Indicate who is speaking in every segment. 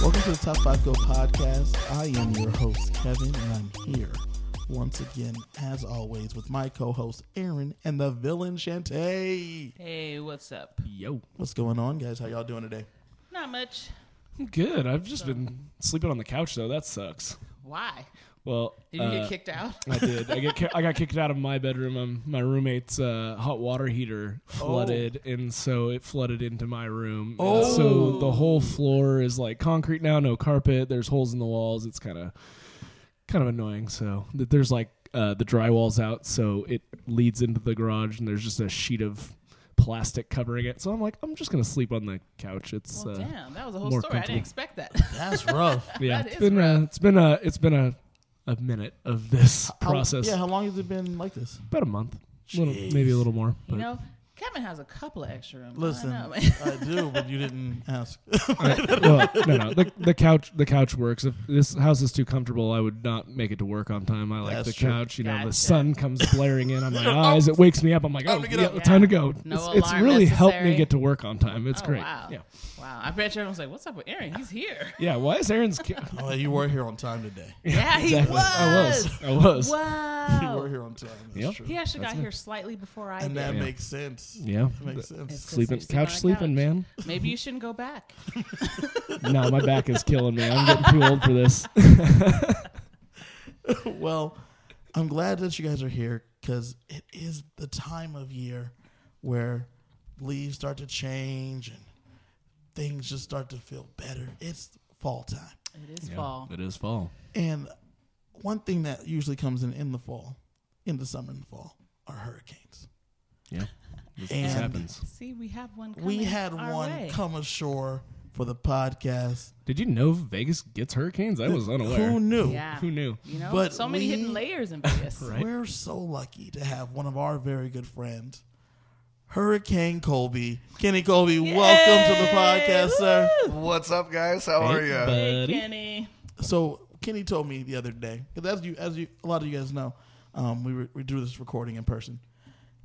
Speaker 1: Welcome to the Top 5 Go podcast. I am your host, Kevin, and I'm here once again, as always, with my co host, Aaron, and the villain, Shantae.
Speaker 2: Hey, what's up?
Speaker 3: Yo.
Speaker 1: What's going on, guys? How y'all doing today?
Speaker 2: Not much.
Speaker 3: I'm good. I've just been sleeping on the couch though. That sucks.
Speaker 2: Why?
Speaker 3: Well,
Speaker 2: Did you
Speaker 3: uh,
Speaker 2: get kicked out?
Speaker 3: I did. I get. ki- I got kicked out of my bedroom. Um, my roommate's uh, hot water heater
Speaker 2: Oh.
Speaker 3: flooded, and so it flooded into my room. Oh. so the whole floor is like concrete now. No carpet. There's holes in the walls. It's kind of, kind of annoying. So th- there's like uh, the drywall's out, so it leads into the garage, and there's just a sheet of plastic covering it. So I'm like, I'm just gonna sleep on the couch. It's
Speaker 2: Well,
Speaker 3: uh,
Speaker 2: damn, that was a whole
Speaker 3: more
Speaker 2: story. I didn't
Speaker 3: comfortable.
Speaker 2: expect that.
Speaker 1: That's rough.
Speaker 3: yeah,
Speaker 2: That
Speaker 3: it's
Speaker 2: is
Speaker 3: been a, it's been a it's been a a minute of this process.
Speaker 1: How, yeah, how long has it been like this?
Speaker 3: about a month, little, maybe a little more. But
Speaker 2: you know, Kevin has a couple of extra rooms. I don't
Speaker 1: Listen,
Speaker 2: know, Oh, man.
Speaker 1: I do, but you didn't ask.
Speaker 3: I- well, no, no, the, the couch the couch works. If this house is too comfortable, I would not make it to work on time. I like
Speaker 1: That's
Speaker 3: the
Speaker 1: true.
Speaker 3: couch. You know,
Speaker 2: Gotcha.
Speaker 3: the sun comes blaring in on my eyes. It wakes me up. I'm like,
Speaker 1: Time
Speaker 3: oh,
Speaker 1: to get
Speaker 3: yeah,
Speaker 1: up.
Speaker 3: time to go.
Speaker 2: No
Speaker 3: it's, it's
Speaker 2: alarm
Speaker 3: really helped
Speaker 2: necessary.
Speaker 3: me get to work on time. It's
Speaker 2: Oh,
Speaker 3: great.
Speaker 2: wow.
Speaker 3: Yeah.
Speaker 2: wow, I bet everyone was like, "What's up with Aaron? He's here."
Speaker 3: Yeah, why is Aaron's? Ca-
Speaker 1: oh, you were here on time today.
Speaker 2: yeah, he
Speaker 3: Exactly.
Speaker 2: was.
Speaker 3: I was. I was.
Speaker 1: You were
Speaker 2: Wow.
Speaker 1: here on time. That's
Speaker 3: Yep.
Speaker 1: true.
Speaker 2: he actually
Speaker 3: That's
Speaker 2: got
Speaker 3: me.
Speaker 2: here slightly before Oh. I
Speaker 1: And
Speaker 2: did.
Speaker 1: that
Speaker 3: Yeah.
Speaker 1: makes sense.
Speaker 3: Yeah.
Speaker 1: That makes sense.
Speaker 2: It's 'cause
Speaker 3: Sleeping
Speaker 2: you sleep on
Speaker 3: couch
Speaker 2: the
Speaker 3: sleeping, man.
Speaker 2: Maybe you shouldn't go back.
Speaker 3: No, my back is killing me. I'm getting too old for this.
Speaker 1: well, I'm glad that you guys are here because it is the time of year where leaves start to change and things just start to feel better. It's fall time.
Speaker 2: It is fall.
Speaker 3: It is fall.
Speaker 1: And one thing that usually comes in in the fall, in the summer and the fall, are hurricanes.
Speaker 3: Yeah. This,
Speaker 1: And-
Speaker 3: this happens.
Speaker 2: See, we have one. Coming
Speaker 1: We had
Speaker 2: our
Speaker 1: one
Speaker 2: way.
Speaker 1: come ashore for the podcast.
Speaker 3: Did you know Vegas gets hurricanes? I was unaware.
Speaker 1: Who knew?
Speaker 2: Yeah.
Speaker 3: Who knew?
Speaker 2: You know,
Speaker 1: But
Speaker 2: so many
Speaker 1: we-
Speaker 2: hidden layers in Vegas.
Speaker 3: Right.
Speaker 1: We're so lucky to have one of our very good friends, Hurricane Colby. Kenny Colby, welcome to the podcast, sir.
Speaker 4: What's up, guys? How are
Speaker 3: Hey,
Speaker 4: you?
Speaker 2: Hey,
Speaker 3: buddy.
Speaker 2: Kenny.
Speaker 1: So Kenny told me the other day, because as you, as you, a lot of you guys know, um, we re- we do this recording in person.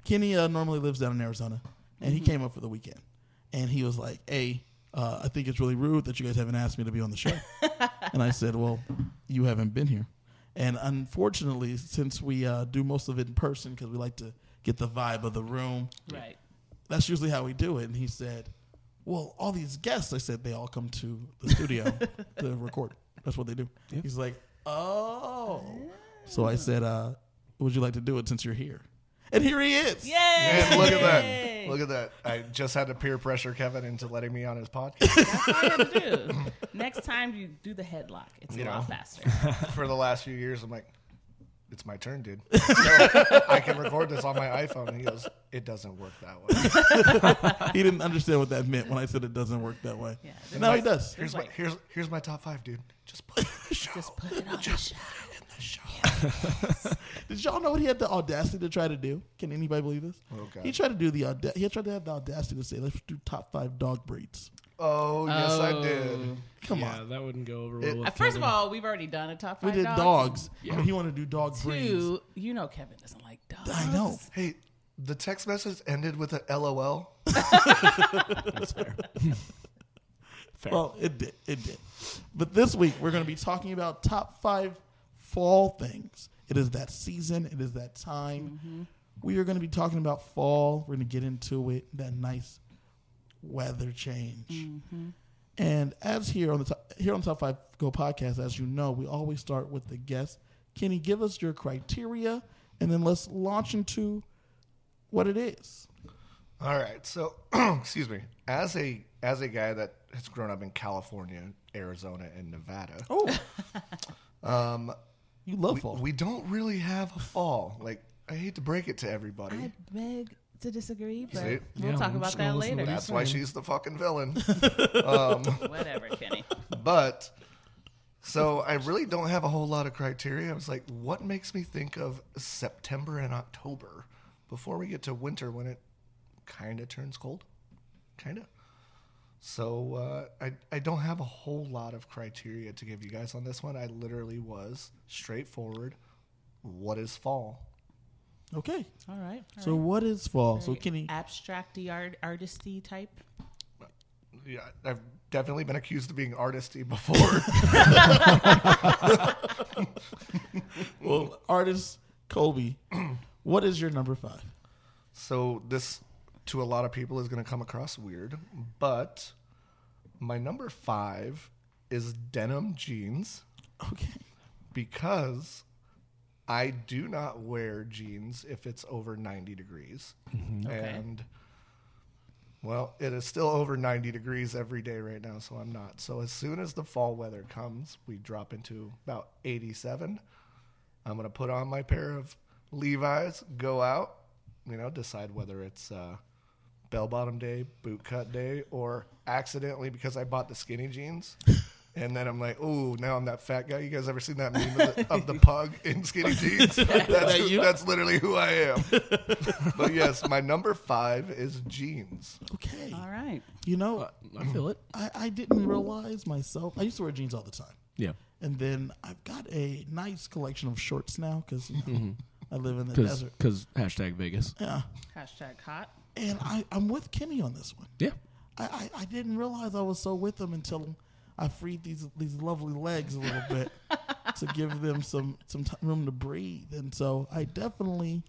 Speaker 1: Kenny uh, normally lives down in Arizona, and he came up for the weekend, and he was like, "Hey, uh, I think it's really rude that you guys haven't asked me to be on the show." and I said, "Well, you haven't been here." And unfortunately, since we uh, do most of it in person because we like to get the vibe of the room,
Speaker 2: Right.
Speaker 1: that's usually how we do it. And he said, Well, all these guests, I said, they all come to the studio to record. That's what they do. He's like, Oh. So I said, uh, Would you like to do it since you're here? And here he is.
Speaker 2: Yay!
Speaker 4: Man, look at that. Look at that. I just had to peer pressure Kevin into letting me on his podcast
Speaker 2: That's all you have to do. Next time you do the headlock, it's a
Speaker 4: You
Speaker 2: lot
Speaker 4: know.
Speaker 2: faster.
Speaker 4: for the last few years. I'm like, it's my turn, dude. Let's go. I can record this on my iPhone. And he goes, it doesn't work that way.
Speaker 1: He didn't understand what that meant when I said it doesn't work that way.
Speaker 2: Yeah,
Speaker 1: And now he does.
Speaker 4: Here's my here's here's my top five, dude. Just put it in the show.
Speaker 2: Just put it on the show.
Speaker 1: Did y'all know what he had the audacity to try to do? Can anybody believe this?
Speaker 4: Oh, God.
Speaker 1: He tried to do the auda- he tried to have the audacity to say, "Let's do top five dog breeds."
Speaker 4: Oh yes, I did.
Speaker 1: Oh, Come
Speaker 3: yeah,
Speaker 1: on,
Speaker 3: that wouldn't go over well.
Speaker 4: It-
Speaker 3: with
Speaker 2: Uh, First of
Speaker 3: Kevin.
Speaker 2: all, we've already done a top
Speaker 1: we
Speaker 2: five.
Speaker 1: did
Speaker 2: dogs.
Speaker 1: dogs, but he wanted to do dog breeds.
Speaker 2: Two, you know Kevin doesn't like dogs.
Speaker 1: I know.
Speaker 4: Hey, the text message ended with a LOL.
Speaker 3: Fair.
Speaker 1: Well, it did. It did. But this week, we're going to be talking about top five fall things. It is that season, it is that time.
Speaker 2: Mm-hmm.
Speaker 1: We are going to be talking about fall. We're going to get into it, that nice weather change.
Speaker 2: Mm-hmm.
Speaker 1: And as here on the top, here on Top Five Go podcast, as you know, we always start with the guest. Kenny, give us your criteria, and then let's launch into what it is.
Speaker 4: All right. So, excuse me. As a as a guy that has grown up in California, Arizona, and Nevada,
Speaker 1: Oh,
Speaker 4: um,
Speaker 1: you love
Speaker 4: we,
Speaker 1: fall.
Speaker 4: we don't really have a fall. Like I hate to break it to everybody.
Speaker 2: I beg to disagree, but
Speaker 4: See?
Speaker 2: we'll
Speaker 3: Yeah,
Speaker 2: talk
Speaker 3: I'm
Speaker 2: about
Speaker 3: just gonna
Speaker 2: that
Speaker 3: listen to
Speaker 2: later.
Speaker 3: what
Speaker 4: That's why she's the fucking villain.
Speaker 2: Whatever, Kenny.
Speaker 4: but so I really don't have a whole lot of criteria. I was like, what makes me think of September and October before we get to winter when it kind of turns cold? Kind of. So uh, I I don't have a whole lot of criteria to give you guys on this one. I literally was straightforward. What is fall?
Speaker 1: Okay.
Speaker 2: All right. all
Speaker 1: So
Speaker 2: right.
Speaker 1: what is fall? So
Speaker 2: Very
Speaker 1: Kenny,
Speaker 2: abstract art, artisty type.
Speaker 4: Yeah, I've definitely been accused of being artisty before.
Speaker 1: Well, artist Kobe, what is your number five?
Speaker 4: so this, to a lot of people, is going to come across weird. But my number five is denim jeans
Speaker 1: Okay.
Speaker 4: because I do not wear jeans if it's over 90 degrees. And well, it is still over 90 degrees every day right now, so I'm not. So as soon as the fall weather comes, we drop into about 87. I'm going to put on my pair of Levi's, go out, you know, decide whether it's uh, bell bottom day, boot cut day, or accidentally because I bought the skinny jeans. And then I'm like, oh, now I'm that fat guy. You guys ever seen that meme of the, of the pug in skinny jeans? That's, who-
Speaker 1: you?
Speaker 4: that's literally who I am. but yes, my number five is jeans.
Speaker 1: Okay.
Speaker 2: All right.
Speaker 1: You know,
Speaker 3: I feel it.
Speaker 1: I, I didn't realize myself. I used to wear jeans all the time.
Speaker 3: Yeah.
Speaker 1: And then I've got a nice collection of shorts now because
Speaker 2: Mm-hmm.
Speaker 1: I live in the desert.
Speaker 3: Because hashtag Vegas.
Speaker 1: Yeah.
Speaker 2: Hashtag hot.
Speaker 1: And I, I'm with Kenny on this one.
Speaker 3: Yeah.
Speaker 1: I, I, I didn't realize I was so with them until I freed these these lovely legs a little bit to give them some some t- room to breathe. And so I definitely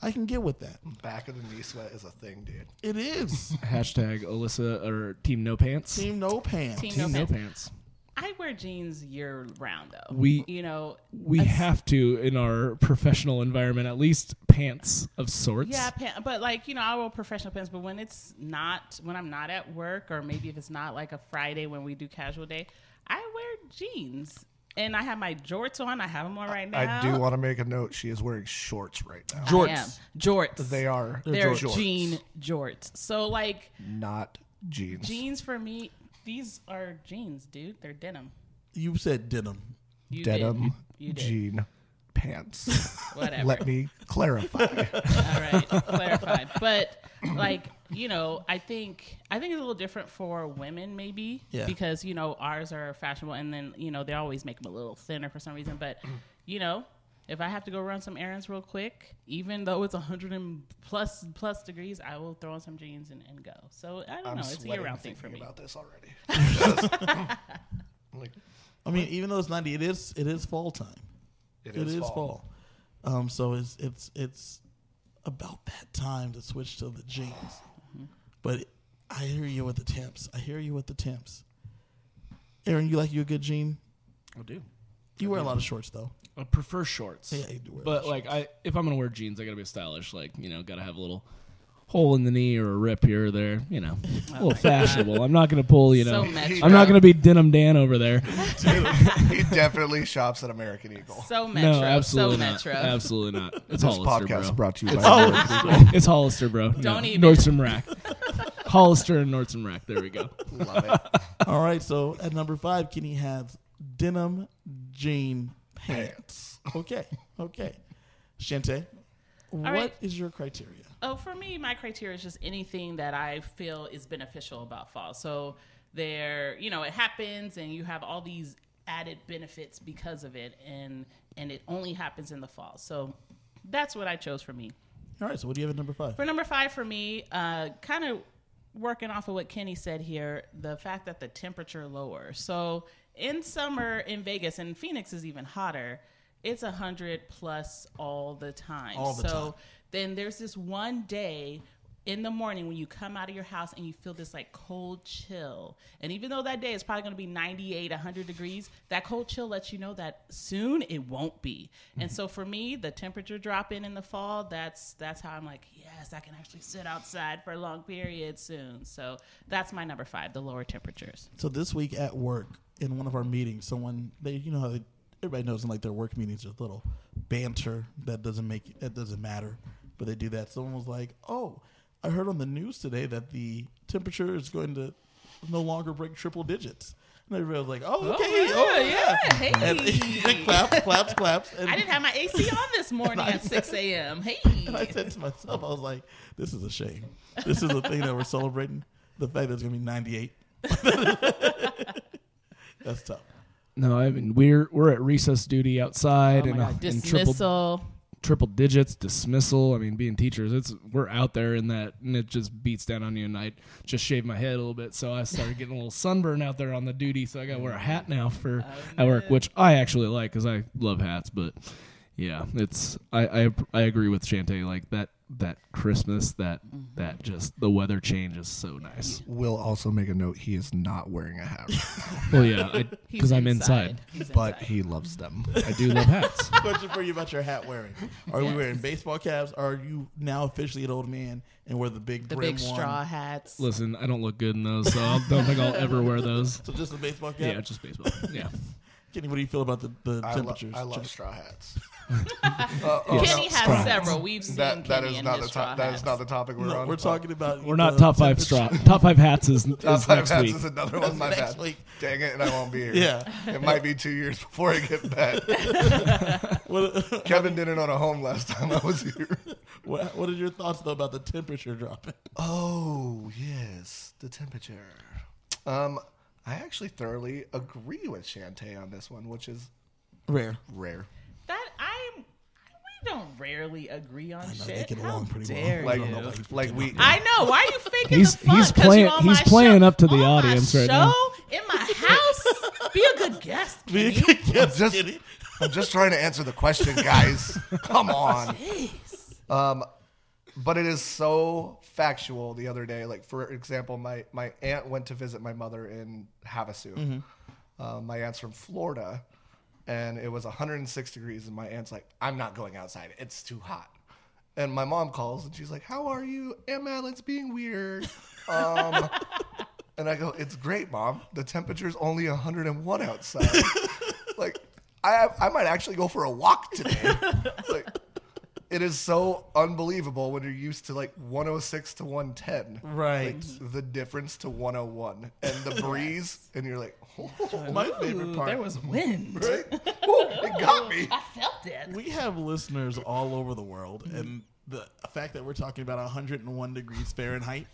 Speaker 1: I can get with that.
Speaker 4: Back of the knee sweat is a thing, dude.
Speaker 1: It is
Speaker 3: Hashtag Alyssa or Team No Pants.
Speaker 1: team no pants.
Speaker 2: Team
Speaker 3: Team
Speaker 2: No Pants.
Speaker 3: Pants.
Speaker 2: I wear jeans year round though.
Speaker 3: We-
Speaker 2: you know,
Speaker 3: We have to in our professional environment at least pants of sorts.
Speaker 2: yeah, pant, but like you know, I wear professional pants. But when it's not, when I'm not at work, or maybe if it's not like a Friday when we do casual day, I wear jeans and I have my jorts on. I have them on right now.
Speaker 4: I do want to make a note. She is wearing shorts right now.
Speaker 2: I am. jorts.
Speaker 4: They are
Speaker 2: They're
Speaker 4: jorts,
Speaker 2: jean jorts. So like
Speaker 4: not jeans.
Speaker 2: jeans for me, these are jeans, dude. They're denim.
Speaker 1: You said denim.
Speaker 2: You did.
Speaker 4: Denim
Speaker 2: You did.
Speaker 4: jean pants.
Speaker 2: Whatever.
Speaker 4: Let me clarify.
Speaker 2: All right, clarified. But like you know, I think I think it's a little different for women maybe
Speaker 1: Yeah.
Speaker 2: because you know ours are fashionable, and then you know they always make them a little thinner for some reason. But you know, if I have to go run some errands real quick, even though it's hundred and plus plus degrees, I will throw on some jeans and, and go. So I don't
Speaker 4: I'm
Speaker 2: know. It's a
Speaker 4: sweating
Speaker 2: year round thing
Speaker 4: thinking
Speaker 2: for me.
Speaker 4: about this already. Because- like,
Speaker 1: I mean, even though it's ninety, it is it is fall time. it is, fall. Um, so it's it's it's about that time to switch to the jeans. Mm-hmm. But I hear you with the temps. I hear you with the temps. Aaron, you like you a good jean?
Speaker 3: I do.
Speaker 1: You wear a lot of shorts though.
Speaker 3: I prefer shorts.
Speaker 1: Yeah, you do wear a lot
Speaker 3: But
Speaker 1: of
Speaker 3: like I if I'm gonna wear jeans, I gotta be stylish. Like, you know, gotta have a little hole in the knee or a rip here or there, you know. A little fashionable. I'm not gonna pull, you
Speaker 2: So
Speaker 3: know
Speaker 2: metro.
Speaker 3: I'm not gonna be denim Dan over there.
Speaker 4: he definitely shops at American Eagle.
Speaker 2: So metro.
Speaker 3: no, absolutely
Speaker 2: so
Speaker 3: not.
Speaker 2: metro.
Speaker 3: Absolutely not. It's
Speaker 4: This
Speaker 3: Hollister,
Speaker 4: podcast
Speaker 3: bro.
Speaker 4: brought to you by
Speaker 3: It's
Speaker 4: American
Speaker 3: Hollister. it's Hollister, bro.
Speaker 2: Don't
Speaker 3: no,
Speaker 2: even.
Speaker 3: Nordstrom Rack. Hollister and Nordstrom Rack. There we go.
Speaker 4: Eagle. Love it.
Speaker 1: All right, so at number five, Kenny has denim jean pants. Okay, okay. Shante, what is
Speaker 2: right.
Speaker 1: your criteria?
Speaker 2: Oh, for me, my criteria is just anything that I feel is beneficial about fall. So there, you know, it happens, and you have all these added benefits because of it, and and it only happens in the fall. So that's what I chose for me.
Speaker 1: All right, so what do you have at number five?
Speaker 2: For number five, for me, uh, kind of working off of what Kenny said here, the fact that the temperature lower. So in summer in Vegas, and Phoenix is even hotter. It's a hundred plus all the time.
Speaker 1: All the
Speaker 2: so
Speaker 1: time.
Speaker 2: then there's this one day in the morning when you come out of your house and you feel this like cold chill. And even though that day is probably going to be 98, 100 degrees, that cold chill lets you know that soon it won't be. And so for me, the temperature drop in in the fall, that's that's how I'm like, yes, I can actually sit outside for a long period soon. So that's my number 5, the lower temperatures.
Speaker 1: So this week at work, in one of our meetings, someone they you know how they, everybody knows in like their work meetings there's little banter that doesn't make that doesn't matter, but they do that. Someone was like, "Oh, I heard on the news today that the temperature is going to no longer break triple digits." And everybody was like, "Oh, okay, oh yeah."
Speaker 2: Hey.
Speaker 1: And, claps, claps, claps. And
Speaker 2: I didn't have my AC on this morning
Speaker 1: I-
Speaker 2: at 6 a.m. Hey.
Speaker 1: And I said to myself, I was like, this is a shame. This is a thing that we're celebrating. The fact that it's going to be 98. That's tough.
Speaker 3: No, I mean we're we're at recess duty outside
Speaker 2: Oh
Speaker 3: and,
Speaker 2: my God.
Speaker 3: and triple
Speaker 2: Dismissal.
Speaker 3: triple digits, dismissal. I mean, being teachers, it's we're out there in that, and it just beats down on you. And I just shaved my head a little bit, so I started getting a little sunburn out there on the duty. So I got to wear a hat now for at work, which I actually like because I love hats. But yeah, it's I I, I agree with Shantae. Like that that Christmas that that just the weather change is so nice.
Speaker 4: Will also make a note he is not wearing a hat,
Speaker 3: Well, yeah,
Speaker 2: He's
Speaker 3: because I'm inside.
Speaker 2: He's
Speaker 4: but
Speaker 2: inside.
Speaker 4: he loves them.
Speaker 3: I do love hats.
Speaker 1: Question for you about your hat wearing. Are you
Speaker 2: Yes.
Speaker 1: wearing baseball caps? Are you now officially an old man and wear the big
Speaker 2: the
Speaker 1: brim
Speaker 2: big
Speaker 1: one?
Speaker 2: straw hats.
Speaker 3: Listen, I don't look good in those, so I don't think I'll ever wear those.
Speaker 1: So just the baseball cap.
Speaker 3: Yeah, just baseball. Yeah.
Speaker 1: Kenny, what do you feel about the, the
Speaker 4: I, lo-
Speaker 1: temperatures?
Speaker 4: I love
Speaker 1: Just-
Speaker 4: straw hats. Uh, oh,
Speaker 2: Kenny
Speaker 4: no,
Speaker 2: has
Speaker 3: straw hats.
Speaker 2: several. We've seen
Speaker 4: that, that
Speaker 2: Kenny
Speaker 4: is
Speaker 2: in
Speaker 4: not
Speaker 2: his
Speaker 4: the
Speaker 2: straw
Speaker 4: top, that is
Speaker 2: hats.
Speaker 4: not the topic we're
Speaker 1: No,
Speaker 4: on. Uh,
Speaker 1: we're talking about
Speaker 3: We're not
Speaker 1: the
Speaker 3: top five straw.
Speaker 1: temperature-
Speaker 3: Uh, Top five hats is, is
Speaker 4: Top five
Speaker 3: next
Speaker 4: hats
Speaker 3: week.
Speaker 4: is another one. My
Speaker 1: Next
Speaker 4: bad.
Speaker 1: week.
Speaker 4: Dang it, and I won't be here.
Speaker 1: Yeah.
Speaker 4: it might be two years before I get back.
Speaker 1: What,
Speaker 4: Kevin did it on a home last time I was here.
Speaker 1: what, what are your thoughts though about the temperature dropping?
Speaker 4: Oh yes, the temperature. Um, I actually thoroughly agree with Shantae on this one, which is
Speaker 1: Rare.
Speaker 4: rare.
Speaker 2: That I'm. We don't rarely agree on shit.
Speaker 1: they get
Speaker 2: How
Speaker 1: along pretty well.
Speaker 2: dare
Speaker 4: Like,
Speaker 2: you?
Speaker 4: like we.
Speaker 2: I know. Why are you faking
Speaker 3: He's-
Speaker 2: the fun?
Speaker 3: he's
Speaker 2: 'Cause you
Speaker 3: playing-
Speaker 2: on
Speaker 3: he's
Speaker 2: my
Speaker 3: playing
Speaker 2: show-
Speaker 3: up to the
Speaker 2: on my
Speaker 3: audience right now.
Speaker 2: Show in my house. Be a good guest.
Speaker 1: Be a
Speaker 2: Kenny.
Speaker 1: good guess,
Speaker 4: just-
Speaker 1: Kenny.
Speaker 4: I'm just trying to answer the question, guys. Come on.
Speaker 2: Jeez.
Speaker 4: Um, but it is so factual. The other day, like for example, my my aunt went to visit my mother in Havasu. Uh, my aunt's from Florida, and it was 106 degrees, and my aunt's like, "I'm not going outside. It's too hot." And my mom calls, and she's like, "How are you, Aunt Madeline's being weird." Um, and I go, "It's great, mom. The temperature's only 101 outside. like, I I might actually go for a walk today. like." it is so unbelievable when you're used to like 106 to 110.
Speaker 1: Right.
Speaker 4: Like, the difference to 101 and the breeze, and you're like, oh,
Speaker 1: My favorite part.
Speaker 2: There was wind.
Speaker 4: right? Oh, it got me.
Speaker 2: I felt it.
Speaker 1: we have listeners all over the world, and the fact that we're talking about 101 degrees Fahrenheit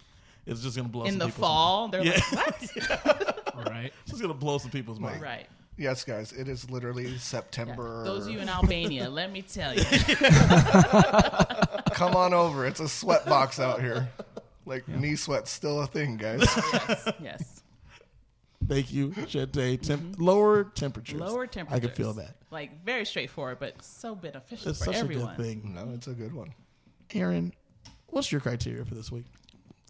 Speaker 1: is just going to blow
Speaker 2: In
Speaker 1: some
Speaker 2: the
Speaker 1: people's
Speaker 2: fall, they're
Speaker 1: Yeah.
Speaker 2: like, "What?"
Speaker 3: All right.
Speaker 1: Mind. Just going to blow some people's mind.
Speaker 2: Right.
Speaker 4: Yes, guys, it is literally September.
Speaker 2: Those of you in Albania, let me tell you,
Speaker 4: Come on over. It's a sweat box out here. Like knee sweat's still a thing, guys.
Speaker 2: yes, yes,
Speaker 1: Thank you, Shante. Temp- Lower temperatures.
Speaker 2: Mm-hmm. lower temperatures.
Speaker 1: I can feel that.
Speaker 2: Like very straightforward, but so beneficial
Speaker 1: It's
Speaker 2: for
Speaker 1: such
Speaker 2: everyone.
Speaker 1: a good thing.
Speaker 4: no, it's a good one.
Speaker 1: Aaron, what's your criteria for this week?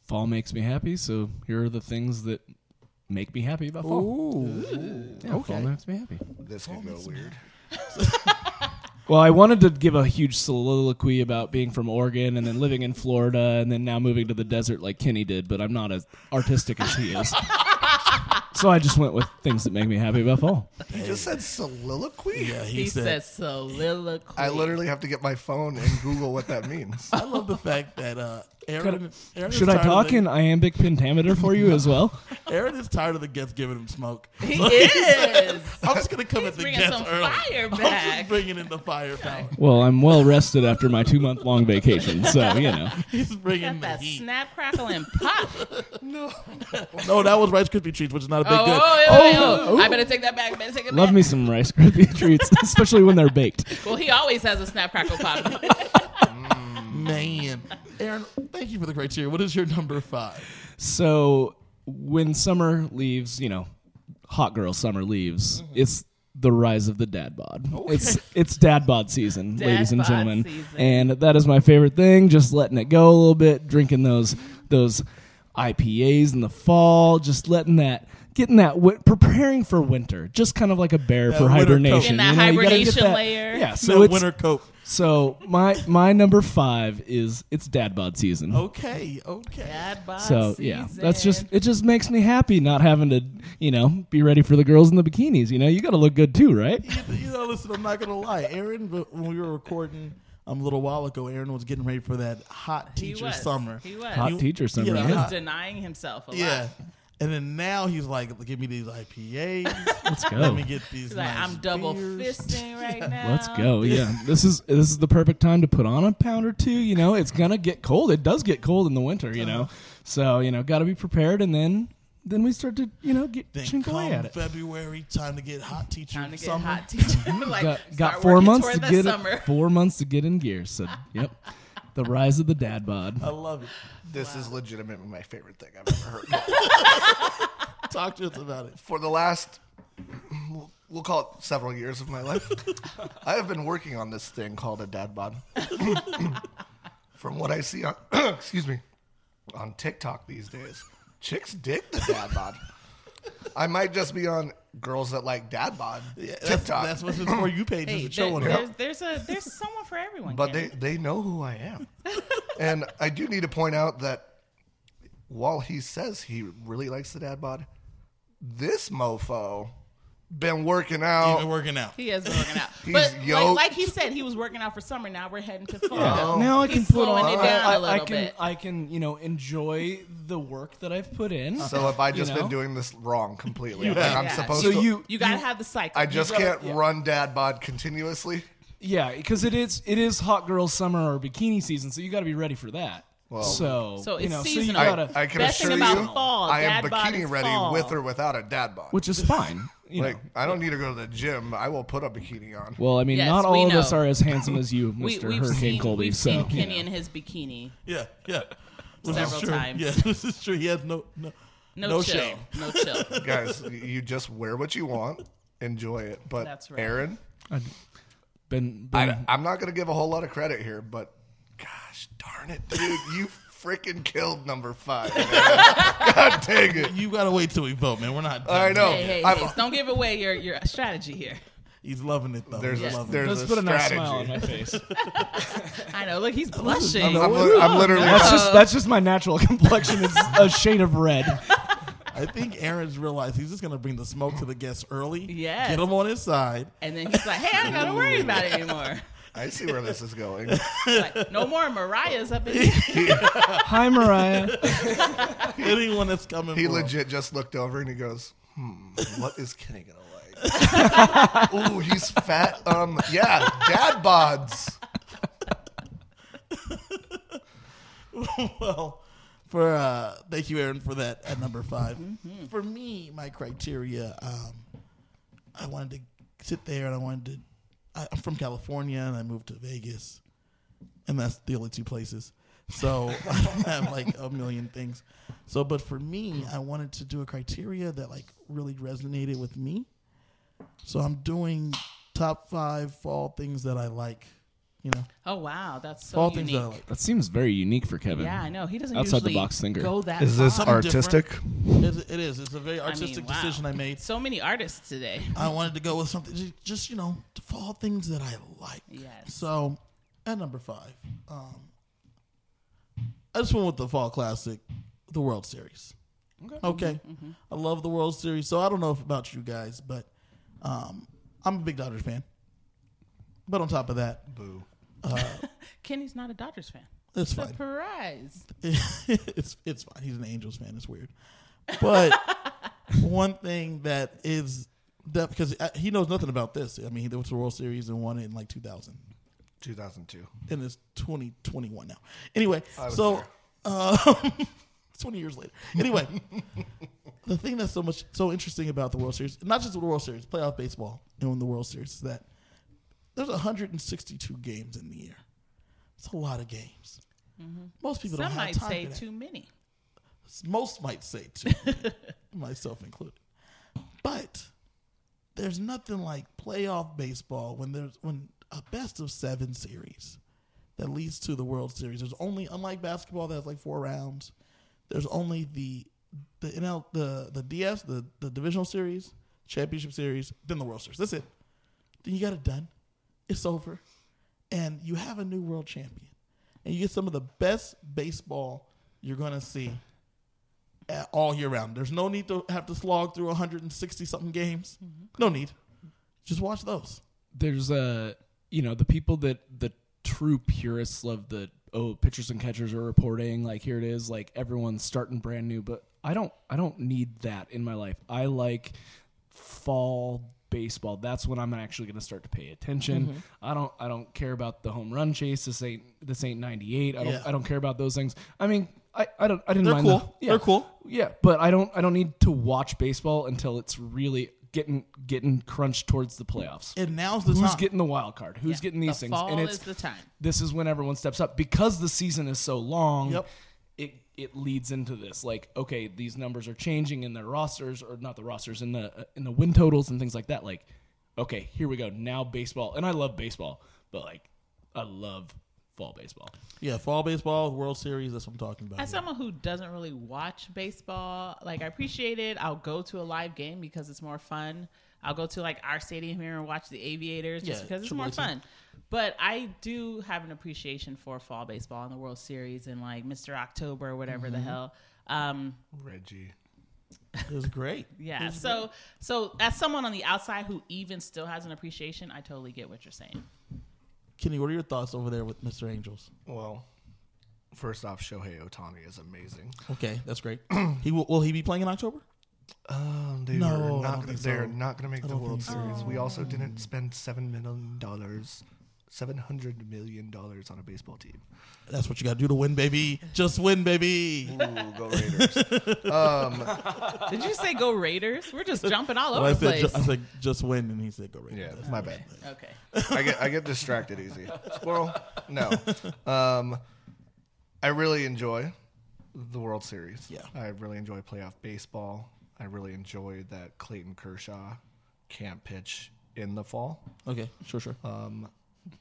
Speaker 3: Fall makes me happy, so here are the things that make me happy about fall. Yeah, Fall makes me happy.
Speaker 4: This could go weird.
Speaker 3: Well, I wanted to give a huge soliloquy about being from Oregon and then living in Florida and then now moving to the desert like Kenny did, but I'm not as artistic as he is. so I just went with things that make me happy about fall.
Speaker 4: He just said soliloquy.
Speaker 1: Yeah, he,
Speaker 2: He,
Speaker 1: said.
Speaker 2: said soliloquy.
Speaker 4: I literally have to get my phone and Google what that means.
Speaker 1: I love the fact that uh, Aaron, Aaron. is
Speaker 3: Should I
Speaker 1: tired of
Speaker 3: talk
Speaker 1: the-
Speaker 3: in iambic pentameter for you as well?
Speaker 1: Aaron is tired of the guests giving him smoke.
Speaker 2: He is.
Speaker 1: I'm just gonna come at the
Speaker 2: bringing
Speaker 1: guests
Speaker 2: some
Speaker 1: early.
Speaker 2: fire
Speaker 1: I'm
Speaker 2: back.
Speaker 1: just bringing in the firepower.
Speaker 3: Well, I'm well rested after my two month long vacation, so you know.
Speaker 1: He's bringing the
Speaker 2: Got that
Speaker 1: heat.
Speaker 2: snap, crackle, and pop.
Speaker 4: no.
Speaker 1: No, that was Rice Krispie treats, which is not a big
Speaker 2: Oh,
Speaker 1: good.
Speaker 2: oh, yeah, yeah, yeah. I better take that back. Better take it
Speaker 3: Love
Speaker 2: back.
Speaker 3: me some Rice Krispie treats, especially when they're baked.
Speaker 2: Well, he always has a snap, crackle, pop.
Speaker 1: Man, Aaron, thank you for the criteria. What is your number five?
Speaker 3: So when summer leaves, you know, hot girl summer leaves,
Speaker 2: Mm-hmm.
Speaker 3: it's the rise of the dad bod. It's it's dad bod season,
Speaker 2: Oh, Dad
Speaker 3: ladies and
Speaker 2: bod
Speaker 3: gentlemen,
Speaker 2: season.
Speaker 3: and that is my favorite thing. Just letting it go a little bit, drinking those those IPAs in the fall, just letting that. Getting that, wi- preparing for winter, just kind of like a bear for
Speaker 1: winter coat.
Speaker 3: hibernation.
Speaker 2: In that
Speaker 3: you know, you gotta get
Speaker 2: hibernation
Speaker 3: that-
Speaker 2: layer.
Speaker 3: Yeah, so
Speaker 1: So
Speaker 3: it's,
Speaker 1: winter coat.
Speaker 3: So my my number five is it's dad bod season.
Speaker 1: Okay, okay.
Speaker 2: Dad Oh, bod
Speaker 3: so yeah, that's just
Speaker 2: season.
Speaker 3: it. Just makes me happy not having to you know be ready for the girls in the bikinis. You know you got to look good too, right?
Speaker 1: You, you know, listen, I'm not gonna lie, Aaron. But when we were recording um, a little while ago, Aaron was getting ready for that hot
Speaker 2: He
Speaker 1: teacher
Speaker 2: was.
Speaker 1: summer.
Speaker 2: He was.
Speaker 3: Hot
Speaker 1: You-
Speaker 3: teacher summer.
Speaker 1: yeah,
Speaker 3: yeah.
Speaker 1: hot-
Speaker 2: denying himself a
Speaker 1: Yeah.
Speaker 2: lot.
Speaker 1: And then now he's like, give me these IPAs.
Speaker 3: Let's go.
Speaker 1: Let me get these.
Speaker 2: He's like,
Speaker 1: nice
Speaker 2: I'm double
Speaker 1: beers."
Speaker 2: fisting right now.
Speaker 3: Let's go. Yeah. This is this is the perfect time to put on a pound or two, you
Speaker 2: Uh-huh.
Speaker 3: know. It's going to get cold. It does get cold in the winter, you know. So, you know, got to be prepared and then then we start to you know get
Speaker 1: Then
Speaker 3: chink away
Speaker 1: come
Speaker 3: at it.
Speaker 1: February, time to get hot teacher
Speaker 2: Time to get
Speaker 1: summer.
Speaker 2: hot teacher. like,
Speaker 3: got,
Speaker 2: start
Speaker 3: got four
Speaker 2: working
Speaker 3: months
Speaker 2: toward
Speaker 3: to
Speaker 2: that
Speaker 3: get
Speaker 2: summer.
Speaker 3: it, four months to get in gear. So yep, the rise of the dad bod.
Speaker 1: I love it.
Speaker 4: This is legitimately my favorite thing I've ever heard.
Speaker 1: Talk to us about it.
Speaker 4: For the last, we'll- we'll call it several years of my life, I have been working on this thing called a dad bod. From what I see on, excuse me, on TikTok these days, chicks dig the dad bod. I might just be on girls that like dad bod
Speaker 1: Yeah, that's,
Speaker 4: TikTok,
Speaker 1: that's what's for you page
Speaker 2: Hey,
Speaker 1: is a
Speaker 2: there-
Speaker 1: show on it.
Speaker 2: there's, there's a there's someone for everyone.
Speaker 4: but they,
Speaker 2: Ken.
Speaker 4: they know who I am. and I do need to point out that while he says he really likes the dad bod, this mofo been working out.
Speaker 1: You've been working out.
Speaker 2: he is working out.
Speaker 4: He's
Speaker 2: but like,
Speaker 4: yoked. Oh,
Speaker 2: like he said, he was working out for summer. Now we're heading to fall.
Speaker 3: now I
Speaker 2: He's
Speaker 3: can put
Speaker 2: slowing
Speaker 3: on.
Speaker 2: it down
Speaker 3: I,
Speaker 2: a
Speaker 3: I
Speaker 2: little
Speaker 3: can
Speaker 2: bit.
Speaker 3: I can you know enjoy the work that I've put in.
Speaker 4: So have I
Speaker 3: you
Speaker 4: just
Speaker 3: know?
Speaker 4: been doing this wrong completely?
Speaker 2: Yeah.
Speaker 4: Like, I'm
Speaker 2: Yeah.
Speaker 4: supposed
Speaker 3: So
Speaker 4: to.
Speaker 3: you
Speaker 2: You gotta have the cycle.
Speaker 4: I just
Speaker 2: You gotta-
Speaker 4: can't run dad bod continuously.
Speaker 3: yeah because it is it is hot girl summer or bikini season. So you got to be ready for that.
Speaker 4: Well-
Speaker 3: so
Speaker 2: So
Speaker 3: you
Speaker 2: it's
Speaker 3: know,
Speaker 2: seasonal.
Speaker 3: So
Speaker 4: I,
Speaker 3: you gotta,
Speaker 4: I can
Speaker 2: Best thing
Speaker 4: assure
Speaker 2: about
Speaker 4: you,
Speaker 2: fall,
Speaker 4: I am
Speaker 2: dad bod
Speaker 4: bikini
Speaker 2: is
Speaker 4: ready
Speaker 2: fall.
Speaker 4: with or without a dad bod.
Speaker 3: which is fine. You
Speaker 4: like
Speaker 3: know.
Speaker 4: I don't need to go to the gym. I will put a bikini on.
Speaker 3: Well, I mean,
Speaker 2: Yes,
Speaker 3: not all
Speaker 2: we
Speaker 3: of us
Speaker 2: know.
Speaker 3: are as handsome as you,
Speaker 2: We,
Speaker 3: Mister
Speaker 2: we've
Speaker 3: Hurricane
Speaker 2: seen,
Speaker 3: Colby.
Speaker 2: we've
Speaker 3: so
Speaker 2: seen
Speaker 3: you
Speaker 2: Kenny
Speaker 3: know.
Speaker 2: in his bikini.
Speaker 1: Yeah, yeah. Which is
Speaker 2: Several
Speaker 1: true.
Speaker 2: times.
Speaker 1: Yeah, this is true. He has no no
Speaker 2: No,
Speaker 1: no
Speaker 2: chill.
Speaker 1: shame.
Speaker 2: No chill.
Speaker 4: Guys, you just wear what you want, enjoy it. But
Speaker 2: That's right.
Speaker 4: Aaron,
Speaker 3: been, been
Speaker 2: Mm.
Speaker 4: I, I'm not going to give a whole lot of credit here, but gosh darn it, dude, you freaking killed number five. man. God dang it!
Speaker 1: You gotta wait till we vote, man. We're not. done
Speaker 4: I
Speaker 1: yet.
Speaker 4: know.
Speaker 2: hey, hey,
Speaker 4: I'm-
Speaker 2: hey, don't give away your, your strategy here.
Speaker 1: He's loving it though.
Speaker 4: There's
Speaker 1: He's
Speaker 4: a,
Speaker 1: loving
Speaker 4: there's
Speaker 3: let's
Speaker 4: a
Speaker 3: put a nice
Speaker 4: strategy.
Speaker 3: smile on my face.
Speaker 2: I know. Look, he's blushing.
Speaker 4: I'm, li- I'm literally
Speaker 3: That's
Speaker 2: Uh,
Speaker 3: just that's just my natural complexion. It's a shade of red.
Speaker 1: it. I think Aaron's realized he's just gonna bring the smoke to the guests early.
Speaker 2: Yes.
Speaker 1: Get him on his side.
Speaker 2: And then he's like, "Hey, I ain't gotta worry about it anymore.
Speaker 4: I see where this is going.
Speaker 2: Like, no more Mariah's up in here."
Speaker 3: Hi, Mariah.
Speaker 1: Anyone that's coming.
Speaker 4: He
Speaker 1: for him.
Speaker 4: legit just looked over and he goes, "Hmm, what is Kenny gonna like?" Ooh, he's fat. Um, yeah, dad bods.
Speaker 1: well, for uh, thank you, Aaron, for that at number 5
Speaker 2: Mm-hmm.
Speaker 1: For me, my criteria, um, I wanted to sit there and I wanted to. I, I'm from California and I moved to Vegas, and that's the only two places. So I don't have like a million things. So, but for me, I wanted to do a criteria that like really resonated with me. So I'm doing top five fall things that I like. You know,
Speaker 2: Oh wow, that's so
Speaker 1: fall things
Speaker 2: unique.
Speaker 1: that I like.
Speaker 3: That seems very unique for Kevin.
Speaker 2: Yeah, I know. He doesn't
Speaker 3: Outside the
Speaker 2: usually
Speaker 3: box thinker.
Speaker 2: go that far.
Speaker 1: Something artistic? It, it is. It's a very
Speaker 2: I mean,
Speaker 1: artistic
Speaker 2: wow.
Speaker 1: decision I made.
Speaker 2: So many artists today.
Speaker 1: I wanted to go with something ju- just you know to fall things that I like.
Speaker 2: Yes.
Speaker 1: So at number five, um, I just went with the fall classic, the World Series. Okay. I love the World Series. So I don't know if about you guys, but um, I'm a big Dodgers fan. But on top of that,
Speaker 4: Boo.
Speaker 2: Kenny's not a Dodgers fan.
Speaker 1: it's fine.
Speaker 2: Surprise!
Speaker 1: it's it's fine. He's an Angels fan. It's weird, but one thing that is that because uh, he knows nothing about this. I mean, he went to the World Series and won it in like 2000,
Speaker 4: 2002.
Speaker 1: and it's 2021 now. Anyway,
Speaker 4: was
Speaker 1: so
Speaker 4: there.
Speaker 1: um, 20 years later. Anyway, the thing that's so much so interesting about the World Series, not just the World Series, playoff baseball, and the World Series is that there's 162 games in the year. It's a lot of games. Most people
Speaker 2: Mm-hmm. Some
Speaker 1: don't have
Speaker 2: might
Speaker 1: time
Speaker 2: say
Speaker 1: for that
Speaker 2: too many.
Speaker 1: most might say too, myself included. But there's nothing like playoff baseball when there's when a best of seven series that leads to the World Series. There's only unlike basketball that has like four rounds. There's only the the NL the the DS the the divisional series, championship series, then the World Series. That's it. Then you got it done. It's over, and you have a new world champion, and you get some of the best baseball you're gonna see at- all year round. There's no need to have to slog through 160 something games.
Speaker 2: Mm-hmm.
Speaker 1: No need. Just watch those.
Speaker 3: There's uh, you know, the people that the true purists love the oh, pitchers and catchers are reporting like here it is, like everyone's starting brand new. But I don't, I don't need that in my life. I like fall baseball. That's when I'm actually going to start to pay attention.
Speaker 1: Mm-hmm.
Speaker 3: I don't I don't care about the home run chase. This ain't this ain't 98. I don't
Speaker 1: Yeah.
Speaker 3: I don't care about those things. I mean, I, I don't I didn't
Speaker 1: They're
Speaker 3: mind
Speaker 1: cool.
Speaker 3: the-
Speaker 1: They're cool.
Speaker 3: Yeah, but I don't I don't need to watch baseball until it's really getting getting crunched towards the playoffs.
Speaker 1: And now's the
Speaker 3: Who's
Speaker 1: time.
Speaker 3: getting the wild card? Who's
Speaker 2: Yeah.
Speaker 3: getting these
Speaker 2: The
Speaker 3: things?
Speaker 2: Fall
Speaker 3: and it's
Speaker 2: is the time.
Speaker 3: this is when everyone steps up because the season is so long.
Speaker 1: Yep.
Speaker 3: It it leads into this like okay these numbers are changing in their rosters or not the rosters in the uh, in the win totals and things like that like okay here we go now baseball and I love baseball but like I love fall baseball.
Speaker 1: yeah, fall baseball, World Series. That's what I'm talking about.
Speaker 2: As
Speaker 1: here.
Speaker 2: someone who doesn't really watch baseball, like I appreciate it. I'll go to a live game because it's more fun. I'll go to like our stadium here and watch the Aviators just
Speaker 1: Yeah,
Speaker 2: because it's
Speaker 1: Triple
Speaker 2: more
Speaker 1: A team.
Speaker 2: fun. But I do have an appreciation for fall baseball and the World Series and like Mr. October or whatever
Speaker 1: Mm-hmm.
Speaker 2: the hell. Um,
Speaker 4: Reggie.
Speaker 1: It was great.
Speaker 2: yeah. So so as someone on the outside who even still has an appreciation, I totally get what you're saying.
Speaker 1: Kenny, what are your thoughts over there with Mr. Angels?
Speaker 4: Well, first off, Shohei Otani is amazing.
Speaker 1: Okay, that's great. he will, will he be playing in October?
Speaker 4: Um, they
Speaker 1: No,
Speaker 4: are
Speaker 1: I don't
Speaker 4: not,
Speaker 1: think
Speaker 4: they're
Speaker 1: so. Um,
Speaker 4: not going to make the
Speaker 1: don't
Speaker 4: World
Speaker 1: think
Speaker 4: Series. We also didn't spend $7 million, $700 million on a baseball team.
Speaker 1: That's what you got to do to win, baby. Just win, baby.
Speaker 4: Ooh, go Raiders.
Speaker 2: Did you say go Raiders? We're just jumping all
Speaker 1: Well,
Speaker 2: over
Speaker 1: I
Speaker 2: the
Speaker 1: said,
Speaker 2: place.
Speaker 1: ju- I said, just win, and he said, go right.
Speaker 4: yeah, my bad.
Speaker 2: okay.
Speaker 4: I get I get distracted easy. Squirrel? No. Um, I really enjoy the World Series.
Speaker 1: Yeah.
Speaker 4: I really enjoy playoff baseball. I really enjoy that Clayton Kershaw can't pitch in the fall.
Speaker 1: Okay, sure, sure.
Speaker 4: Um,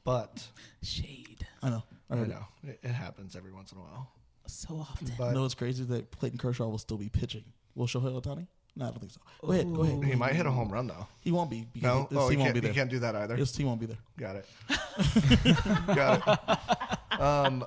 Speaker 4: but
Speaker 2: Shade.
Speaker 1: I know. I
Speaker 4: I
Speaker 1: know.
Speaker 4: know it, it happens every once in a while.
Speaker 2: So often.
Speaker 1: You
Speaker 4: But
Speaker 1: know what's crazy that Clayton Kershaw will still be pitching. Will Shohei Otani? No, I don't think so. Go ahead, go ahead.
Speaker 4: he might hit a home run though.
Speaker 1: He won't be. Because
Speaker 4: No,
Speaker 1: his
Speaker 4: oh, he
Speaker 1: team won't
Speaker 4: can't,
Speaker 1: be
Speaker 4: he
Speaker 1: there.
Speaker 4: can't do that either.
Speaker 1: His team won't be there.
Speaker 4: Got it. Got it. Um,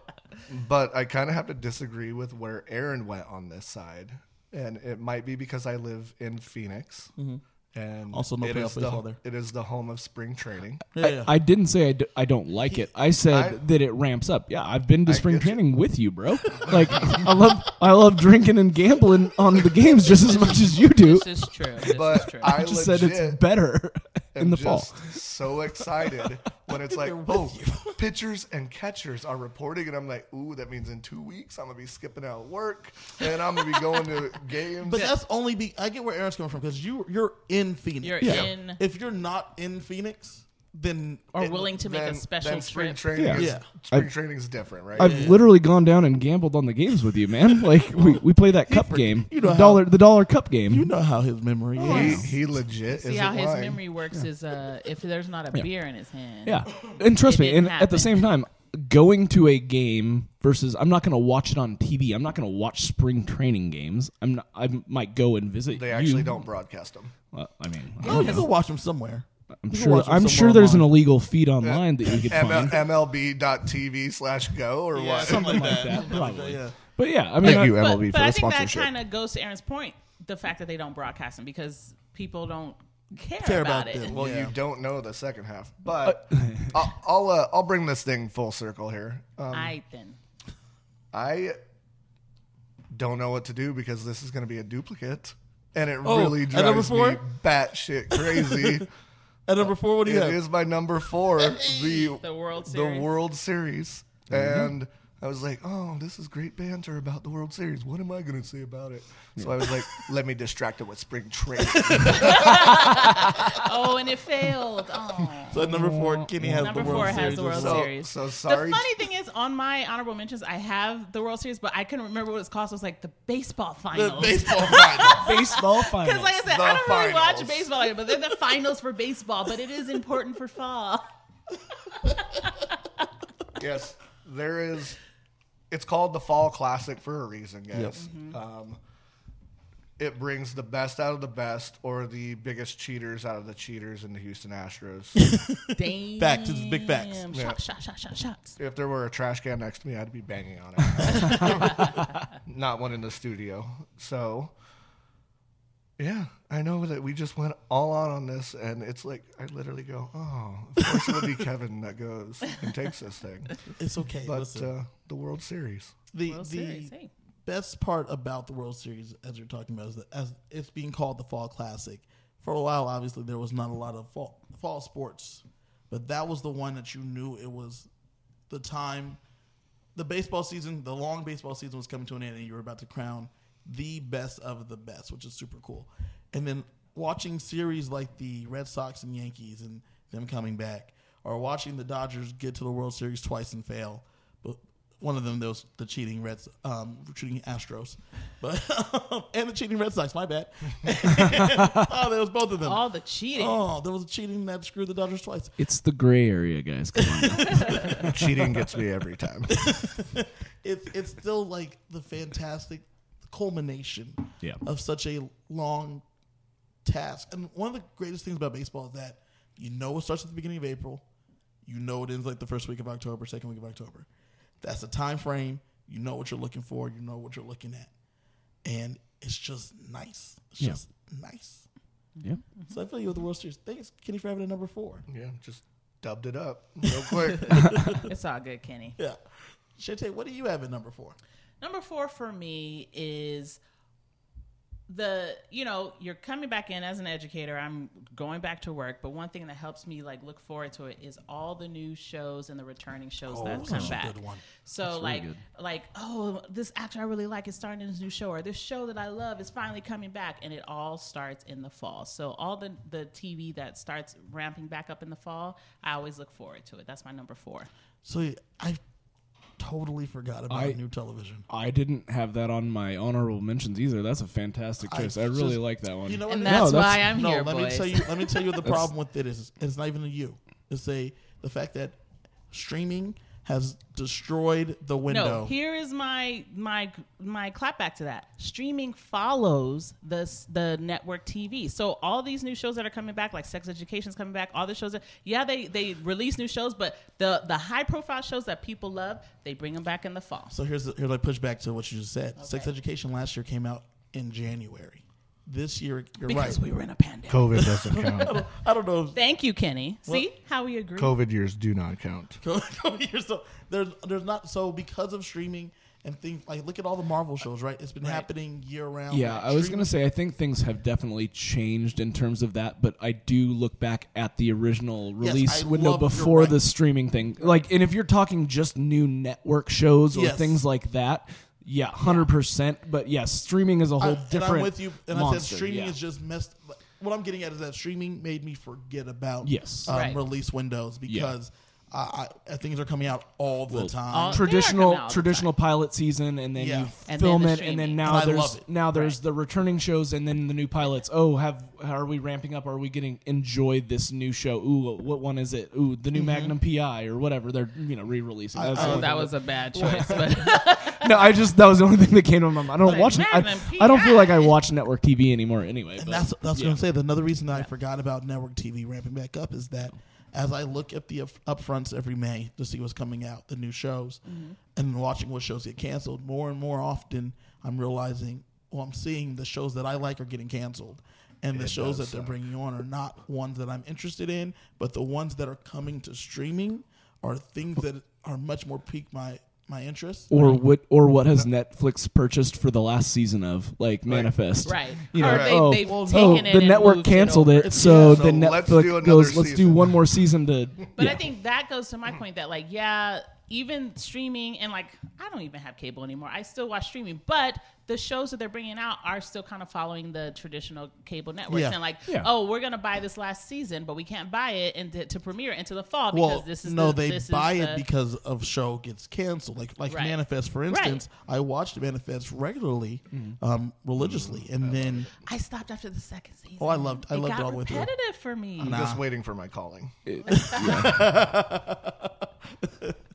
Speaker 4: but I kind of have to disagree with where Aaron went on this side, and it might be because I live in Phoenix, and
Speaker 1: Mm-hmm. Also no
Speaker 4: it
Speaker 1: playoff
Speaker 4: is the-
Speaker 1: baseball there.
Speaker 4: It is the home of spring training.
Speaker 1: Yeah, yeah.
Speaker 3: I, I didn't say I, d- I don't like it. I said
Speaker 4: I-
Speaker 3: that it ramps up. Yeah, I've been to spring
Speaker 4: get you.
Speaker 3: training with you, bro. Like I love I love drinking and gambling on the games just as much as you do.
Speaker 2: This is true. This is
Speaker 4: But
Speaker 2: true.
Speaker 4: I
Speaker 3: I just
Speaker 4: legit
Speaker 3: said it's better in
Speaker 4: am
Speaker 3: the fall.
Speaker 4: just so excited when it's like, oh, pitchers and catchers are reporting, and I'm like, ooh, that means in two weeks I'm gonna be skipping out work, and I'm gonna be going to games.
Speaker 1: but that's only be. I get where Aaron's coming from because you you're in Phoenix.
Speaker 2: You're
Speaker 3: Yeah.
Speaker 2: in
Speaker 1: if you're not in Phoenix, then
Speaker 2: or
Speaker 1: it-
Speaker 2: willing to make
Speaker 4: then,
Speaker 2: a special
Speaker 4: then spring
Speaker 2: trip.
Speaker 4: training
Speaker 3: Yeah.
Speaker 4: is
Speaker 1: Yeah.
Speaker 4: spring
Speaker 3: I've-
Speaker 4: training is different, right?
Speaker 3: I've literally gone down and gambled on the games with you, man. Like we, we play that cup game,
Speaker 1: you know
Speaker 3: the
Speaker 1: how-
Speaker 3: dollar the dollar cup game.
Speaker 1: you know how his memory
Speaker 2: Oh,
Speaker 4: He,
Speaker 1: is.
Speaker 4: he legit
Speaker 2: See
Speaker 4: is
Speaker 2: how his
Speaker 4: lying.
Speaker 2: memory works is uh, if there's not a beer in his hand.
Speaker 3: yeah, and trust
Speaker 2: It
Speaker 3: me,
Speaker 2: didn't
Speaker 3: and at
Speaker 2: happen.
Speaker 3: the same time, going to a game versus I'm not going to watch it on TV. I'm not going to watch spring training games. I'm not, I might go and visit.
Speaker 4: They actually
Speaker 3: you.
Speaker 4: don't broadcast them.
Speaker 3: Well, I mean, I
Speaker 2: Oh,
Speaker 1: No,
Speaker 3: don't
Speaker 1: you
Speaker 3: know.
Speaker 1: can watch him somewhere.
Speaker 3: I'm
Speaker 1: You can
Speaker 3: sure.
Speaker 1: watch him
Speaker 3: I'm
Speaker 1: somewhere
Speaker 3: sure there's an
Speaker 1: online.
Speaker 3: illegal feed online that you could
Speaker 4: ML,
Speaker 3: find.
Speaker 4: MLB.tv slash go or what?
Speaker 1: something
Speaker 3: like that, probably.
Speaker 1: yeah.
Speaker 3: But yeah, I mean, I-
Speaker 2: But, but I think that kind of goes to Aaron's point, the fact that they don't broadcast them because people don't care,
Speaker 1: Care
Speaker 2: about,
Speaker 1: about
Speaker 2: it.
Speaker 1: them.
Speaker 4: Well,
Speaker 1: Yeah.
Speaker 4: you don't know the second half, but I'll I'll, uh, I'll bring this thing full circle here. Um,
Speaker 2: I then.
Speaker 4: I don't know what to do because this is going to be a duplicate, and it
Speaker 1: Oh,
Speaker 4: really
Speaker 1: at number
Speaker 4: drives me
Speaker 1: four?
Speaker 4: batshit crazy.
Speaker 1: At number four, what do you
Speaker 4: It
Speaker 1: have?
Speaker 4: is my number four, the
Speaker 2: The World
Speaker 4: the
Speaker 2: Series.
Speaker 4: World Series. and I was like, oh, this is great banter about the World Series. What am I going to say about it? So I was like, let me distract it with spring training.
Speaker 2: Oh, and it failed. Oh.
Speaker 1: So at number four, Kenny has
Speaker 2: Number
Speaker 1: the World
Speaker 2: four
Speaker 1: Series.
Speaker 2: has the World
Speaker 4: So-
Speaker 2: Series.
Speaker 4: so sorry
Speaker 2: The funny
Speaker 4: to-
Speaker 2: thing is, on my honorable mentions, I have the World Series, but I couldn't remember what it's called. So it's like the baseball
Speaker 1: The
Speaker 2: finals.
Speaker 1: baseball final.
Speaker 3: baseball
Speaker 2: Because,
Speaker 3: finals.
Speaker 2: like I said,
Speaker 4: The
Speaker 2: I don't really watch
Speaker 4: finals.
Speaker 2: baseball, like, but they're the finals for baseball. But it is important for fall.
Speaker 4: yes, there is. It's called the Fall Classic for a reason, guys. Um, it brings the best out of the best, or the biggest cheaters out of the cheaters in the Houston Astros.
Speaker 2: Damn.
Speaker 1: Facts, it's big facts.
Speaker 4: Yeah.
Speaker 2: Shot, shot, shot, shot, shots.
Speaker 4: if there were a trash can next to me, I'd be banging on it. Not one in the studio. So, yeah, I know that we just went all on on this, and it's like I literally go, "Oh, of course it would be Kevin that goes and takes this thing."
Speaker 1: it's okay.
Speaker 4: But
Speaker 1: listen.
Speaker 4: uh, the World Series.
Speaker 1: the
Speaker 2: World
Speaker 1: the
Speaker 2: Series, hey.
Speaker 1: best part about the World Series, as you're talking about, is that as it's being called the Fall Classic for a while, obviously there was not a lot of fall, fall sports, but that was the one that you knew it was the time. The baseball season, the long baseball season was coming to an end, and you were about to crown the best of the best, which is super cool. And then watching series like the Red Sox and Yankees and them coming back, or watching the Dodgers get to the World Series twice and fail, but one of them those the cheating Reds, um, cheating Astros, but and the cheating Red Sox. My bad. oh, there was both of them.
Speaker 2: All the cheating.
Speaker 1: Oh, there was a cheating that screwed the Dodgers twice.
Speaker 3: It's the gray area, guys. Come on.
Speaker 4: Cheating gets me every time.
Speaker 1: It's it's still like the fantastic culmination
Speaker 3: Yeah.
Speaker 1: of such a long task. And one of the greatest things about baseball is that you know it starts at the beginning of April, you know it ends like the first week of October, second week of October. That's the time frame. You know what you're looking for. You know what you're looking at, and it's just nice. It's
Speaker 3: Yeah.
Speaker 1: just nice.
Speaker 3: yeah.
Speaker 1: So I feel you with the World Series. Thanks, Kenny, for having it at number four.
Speaker 4: Yeah, just dubbed it up real quick.
Speaker 2: It's all good, Kenny.
Speaker 1: Yeah, Shantae, what do you have at number four?
Speaker 2: Number four for me is the you know you're coming back in as an educator i'm going back to work but one thing that helps me like look forward to it is all the new shows and the returning shows that have come
Speaker 1: such Oh, a
Speaker 2: back
Speaker 1: good one.
Speaker 2: so like like oh this actor i really like is starting in this new show or this show that i love is finally coming back and it all starts in the fall so all the the tv that starts ramping back up in the fall i always look forward to it that's my number four
Speaker 1: So yeah, I totally forgot about
Speaker 3: I-
Speaker 1: new television.
Speaker 3: I didn't have that on my honorable mentions either. That's a fantastic choice. I, really
Speaker 1: just-
Speaker 3: like that one.
Speaker 1: You know what?
Speaker 2: and
Speaker 1: it is?
Speaker 2: that's
Speaker 3: No, that's-
Speaker 2: why i'm
Speaker 1: no,
Speaker 2: here
Speaker 1: let
Speaker 2: boys.
Speaker 1: me tell you. Let me tell you what the problem with it is. It's not even a you. It's a the fact that streaming has destroyed the window.
Speaker 2: No, here is my my my clapback to that. Streaming follows the s- the network TV. So all these new shows that are coming back, like Sex Education's coming back, all the shows. That, yeah, they they release new shows, but the the high profile shows that people love, they bring them back in the fall.
Speaker 1: so here's the, here's my pushback to what you just said. Sex Education last year came out in January. This year, you're
Speaker 2: Because
Speaker 1: right.
Speaker 2: we were in a pandemic.
Speaker 4: COVID doesn't count.
Speaker 1: I don't know.
Speaker 2: Thank you, Kenny. See how we agree.
Speaker 4: COVID years do not count.
Speaker 1: If, you're so there's there's not so because of streaming and things like look at all the Marvel shows. Right, it's been happening year round.
Speaker 3: Yeah, I was gonna say I think things have definitely changed in terms of that, but I do look back at the original release
Speaker 1: I
Speaker 3: window
Speaker 1: love- you're
Speaker 3: before
Speaker 1: right.
Speaker 3: the streaming thing. Like, and if you're talking just new network shows or
Speaker 1: Yes.
Speaker 3: things like that, yeah, hundred percent. But yeah, streaming is a whole
Speaker 1: I, and
Speaker 3: different.
Speaker 1: I'm with you. And I
Speaker 3: monster,
Speaker 1: said streaming
Speaker 3: yeah.
Speaker 1: is just messed. What I'm getting at is that streaming made me forget about
Speaker 3: Yes.
Speaker 1: um,
Speaker 2: Right.
Speaker 1: release windows because I, I, things are coming out all the time.
Speaker 2: all- They are coming
Speaker 3: traditional
Speaker 2: out all the
Speaker 3: traditional pilot season and then
Speaker 1: Yeah.
Speaker 3: you
Speaker 1: And
Speaker 2: then
Speaker 3: film
Speaker 2: the
Speaker 3: it and then
Speaker 2: streaming.
Speaker 3: now
Speaker 1: And I
Speaker 3: there's
Speaker 1: love it.
Speaker 3: now there's the returning shows and then the new pilots oh have are we ramping up are we getting enjoy this new show ooh what one is it ooh the new magnum pi or whatever they're you know re-releasing That's the
Speaker 2: Oh,
Speaker 3: only
Speaker 2: that
Speaker 3: thing
Speaker 2: was a bad choice. But
Speaker 3: no i just that was the only thing that came to my mind i don't
Speaker 2: Like,
Speaker 3: watch I,
Speaker 2: Magnum
Speaker 3: I don't feel like i
Speaker 2: PI.
Speaker 3: watch network tv anymore anyway but
Speaker 1: and that's that's
Speaker 3: yeah.
Speaker 1: what I'm saying. Another reason that I forgot about network TV ramping back up is that as I look at the up- upfronts every May to see what's coming out, the new shows, and watching what shows get canceled, more and more often I'm realizing, well, I'm seeing the shows that I like are getting canceled. And the shows that
Speaker 4: does
Speaker 1: they're
Speaker 4: suck.
Speaker 1: bringing on are not ones that I'm interested in, but the ones that are coming to streaming are things that are much more pique my my interest.
Speaker 3: or what or what has netflix purchased for the last season of like manifest
Speaker 2: right,
Speaker 3: you know
Speaker 2: or they,
Speaker 3: oh,
Speaker 2: they've
Speaker 1: Well,
Speaker 2: taken
Speaker 3: Oh,
Speaker 2: it.
Speaker 3: the
Speaker 2: and
Speaker 3: network
Speaker 2: moved
Speaker 3: canceled
Speaker 2: it. over.
Speaker 3: it, so
Speaker 1: Yeah.
Speaker 3: the
Speaker 4: So let's do
Speaker 3: Netflix
Speaker 4: another
Speaker 3: goes. Let's do
Speaker 4: season."
Speaker 3: one more season to.
Speaker 2: But
Speaker 3: yeah.
Speaker 2: I think that goes to my
Speaker 1: Mm-hmm.
Speaker 2: point that like yeah, even streaming and like I don't even have cable anymore. I still watch streaming, but the shows that they're bringing out are still kind of following the traditional cable networks
Speaker 1: Yeah.
Speaker 2: and like
Speaker 3: Yeah.
Speaker 2: oh we're gonna buy this last season, but we can't buy it and to, to premiere into the fall because
Speaker 1: well,
Speaker 2: this is
Speaker 1: no,
Speaker 2: the-
Speaker 1: they
Speaker 2: this is
Speaker 1: buy it
Speaker 2: the-
Speaker 1: because of show gets canceled. Like like
Speaker 2: Right.
Speaker 1: Manifest, for instance, I watched Manifest regularly,
Speaker 4: Mm-hmm.
Speaker 1: um, religiously, and then
Speaker 2: I stopped after the second season.
Speaker 1: Oh, I loved- I
Speaker 2: it
Speaker 1: loved
Speaker 2: got
Speaker 1: all the way through.
Speaker 2: repetitive for me.
Speaker 4: I'm just waiting for my calling.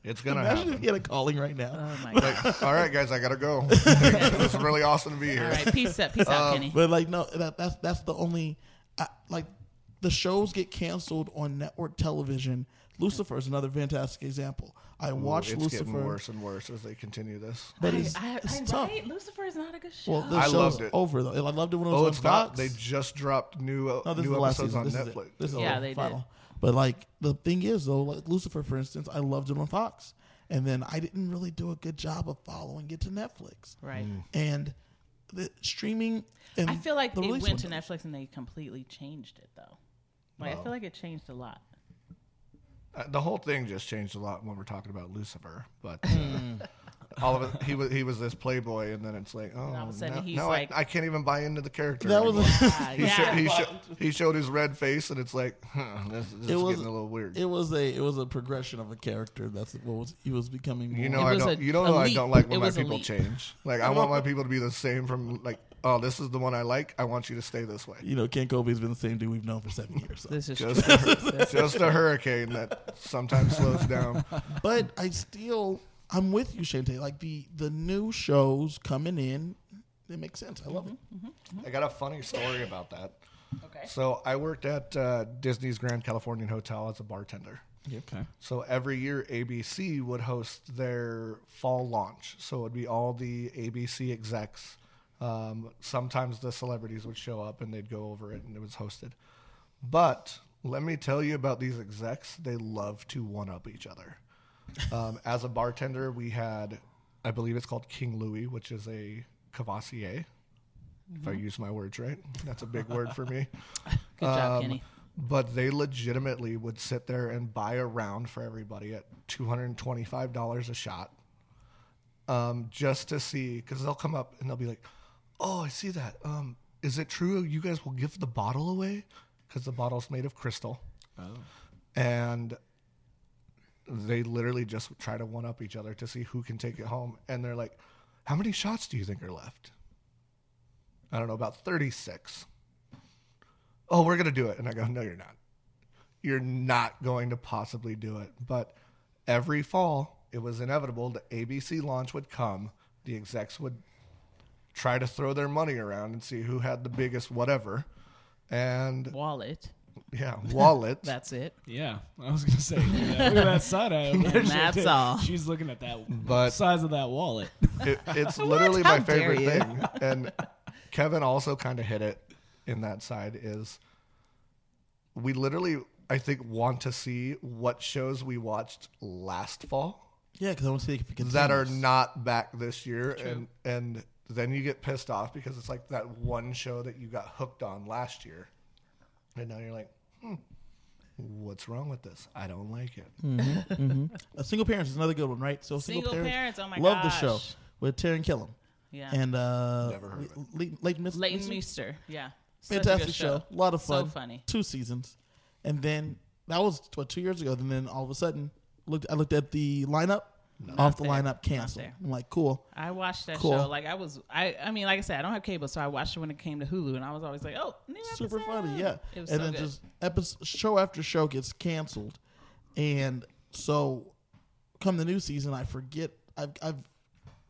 Speaker 4: it's gonna
Speaker 1: imagine if
Speaker 4: happen.
Speaker 1: you had a calling right now.
Speaker 2: Oh my god!
Speaker 4: Like, all right, guys, I gotta go. it's really awesome to be
Speaker 2: All
Speaker 4: here.
Speaker 2: right, peace out, peace out, Kenny.
Speaker 1: Um, But like no, that, that's that's the only I, like the shows get canceled on network television. Lucifer is another fantastic example. I watched
Speaker 4: Ooh, it's
Speaker 1: Lucifer.
Speaker 4: getting worse and worse as they continue this.
Speaker 1: But it's,
Speaker 2: I, I,
Speaker 1: it's
Speaker 2: I-
Speaker 1: tough.
Speaker 2: right? Lucifer is not a good show.
Speaker 1: Well, the
Speaker 4: I
Speaker 1: show's
Speaker 4: loved it.
Speaker 1: over though. I loved it when it was
Speaker 4: Oh,
Speaker 1: on
Speaker 4: it's
Speaker 1: Fox.
Speaker 4: not. They just dropped new uh,
Speaker 1: No, this is
Speaker 4: new
Speaker 1: the last
Speaker 4: episodes
Speaker 1: season.
Speaker 4: on
Speaker 1: this
Speaker 4: Netflix.
Speaker 1: Is it. This is
Speaker 2: Yeah,
Speaker 1: the
Speaker 2: they did.
Speaker 1: final. But like the thing is though, like Lucifer, for instance, I loved it on Fox, and then I didn't really do a good job of following it to Netflix.
Speaker 2: right.
Speaker 1: And the streaming. And
Speaker 2: I feel like
Speaker 1: the
Speaker 2: it
Speaker 1: release
Speaker 2: went to
Speaker 1: windows.
Speaker 2: Netflix and they completely changed it though. Like I feel like it changed a lot.
Speaker 4: Uh, the whole thing just changed a lot when we're talking about Lucifer, but
Speaker 1: Hmm.
Speaker 4: uh, all of it. He was he was this playboy, and then it's like, oh,
Speaker 2: all of a sudden
Speaker 4: no,
Speaker 2: he's
Speaker 4: no, I-
Speaker 2: like-
Speaker 4: I, can't even buy into the character.
Speaker 1: That was
Speaker 4: anymore.
Speaker 2: Yeah,
Speaker 4: he, sho-
Speaker 2: yeah.
Speaker 4: he, sho- he showed his red face, and it's like, huh, this, this is
Speaker 1: It was-
Speaker 4: getting a little weird.
Speaker 1: It was a it was a progression of a character. That's what was he was becoming. More.
Speaker 4: you know,
Speaker 2: It
Speaker 4: I
Speaker 2: was
Speaker 4: don't.
Speaker 2: a-
Speaker 4: you don't
Speaker 2: a
Speaker 4: know, I
Speaker 2: leap.
Speaker 4: don't like
Speaker 2: It
Speaker 4: when my
Speaker 2: was a
Speaker 4: people
Speaker 2: leap.
Speaker 4: change. Like, I want my people to be the same from like, oh, this is the one I like. I want you to stay this way.
Speaker 1: you know, Ken Kobe's been the same dude we've known for seven years. So.
Speaker 2: This is
Speaker 4: Just
Speaker 2: true.
Speaker 4: a, just a hurricane that sometimes slows down.
Speaker 1: but I still I'm with you, Shantae. Like the the new shows coming in, they make sense. I love
Speaker 2: Mm-hmm.
Speaker 1: it.
Speaker 4: I got a funny story about that.
Speaker 2: Okay.
Speaker 4: So I worked at uh, Disney's Grand Californian Hotel as a bartender.
Speaker 3: Okay.
Speaker 4: So every year, ABC would host their fall launch. So it would be all the ABC execs. Um, sometimes the celebrities would show up and they'd go over it and it was hosted. But let me tell you about these execs. They love to one up each other. Um, as a bartender, we had, I believe it's called King Louis, which is a cavassier. If I use my words right, that's a big word for me.
Speaker 2: Good job,
Speaker 4: Um,
Speaker 2: Kenny.
Speaker 4: But they legitimately would sit there and buy a round for everybody at two hundred and twenty-five dollars a shot, um, just to see because they'll come up and they'll be like, "Oh, I see that. Um, is it true you guys will give the bottle away? Because the bottle's made of crystal." and they literally just try to one up each other to see who can take it home. And they're like, "How many shots do you think are left?" I don't know, about thirty-six. Oh, we're gonna do it, and I go, "No, you're not. You're not going to possibly do it." But every fall, it was inevitable. The ABC launch would come. The execs would try to throw their money around and see who had the biggest whatever. And
Speaker 2: Wallet.
Speaker 4: yeah, wallet.
Speaker 2: That's it.
Speaker 3: Yeah, I was gonna say. Look at that, look at that side eye. over there.
Speaker 2: that's
Speaker 3: She's-
Speaker 2: all.
Speaker 3: She's looking at that
Speaker 4: But-
Speaker 3: size of that wallet.
Speaker 4: It, it's literally
Speaker 2: How
Speaker 4: my
Speaker 2: dare
Speaker 4: favorite
Speaker 2: you.
Speaker 4: thing. And Kevin also kind of hit it in that side is we literally, I think, want to see what shows we watched last fall
Speaker 1: Yeah, because I want to see if it continues.
Speaker 4: that are not back this year, and and then you get pissed off because it's like that one show that you got hooked on last year, and now you're like, hmm, what's wrong with this? I don't like it.
Speaker 2: Hmm.
Speaker 1: Uh, single parents is another good one, right? So
Speaker 2: Single Parents, oh my
Speaker 1: love the
Speaker 2: gosh.
Speaker 1: show with Taryn Killam
Speaker 2: Yeah.
Speaker 1: and uh,
Speaker 4: Never heard of
Speaker 1: Le- Le- Leighton Mis-
Speaker 2: Leighton
Speaker 1: Meester.
Speaker 2: Meester. Yeah. Such a good
Speaker 1: Fantastic show. a lot of
Speaker 2: So
Speaker 1: fun.
Speaker 2: funny.
Speaker 1: Two seasons, and then that was what two years ago. And then all of a sudden, looked I looked at the lineup. Off the
Speaker 2: there.
Speaker 1: lineup,
Speaker 2: Not
Speaker 1: canceled.
Speaker 2: there.
Speaker 1: I'm like, cool.
Speaker 2: I watched that
Speaker 1: Cool.
Speaker 2: show. Like I was, I, I mean, like I said, I don't have cable, so I watched it when it came to Hulu, and I was always like, oh, new
Speaker 1: super
Speaker 2: episode.
Speaker 1: funny, yeah.
Speaker 2: It was
Speaker 1: and
Speaker 2: so
Speaker 1: then
Speaker 2: good.
Speaker 1: just episode, show after show gets canceled, and so come the new season, I forget. I've I've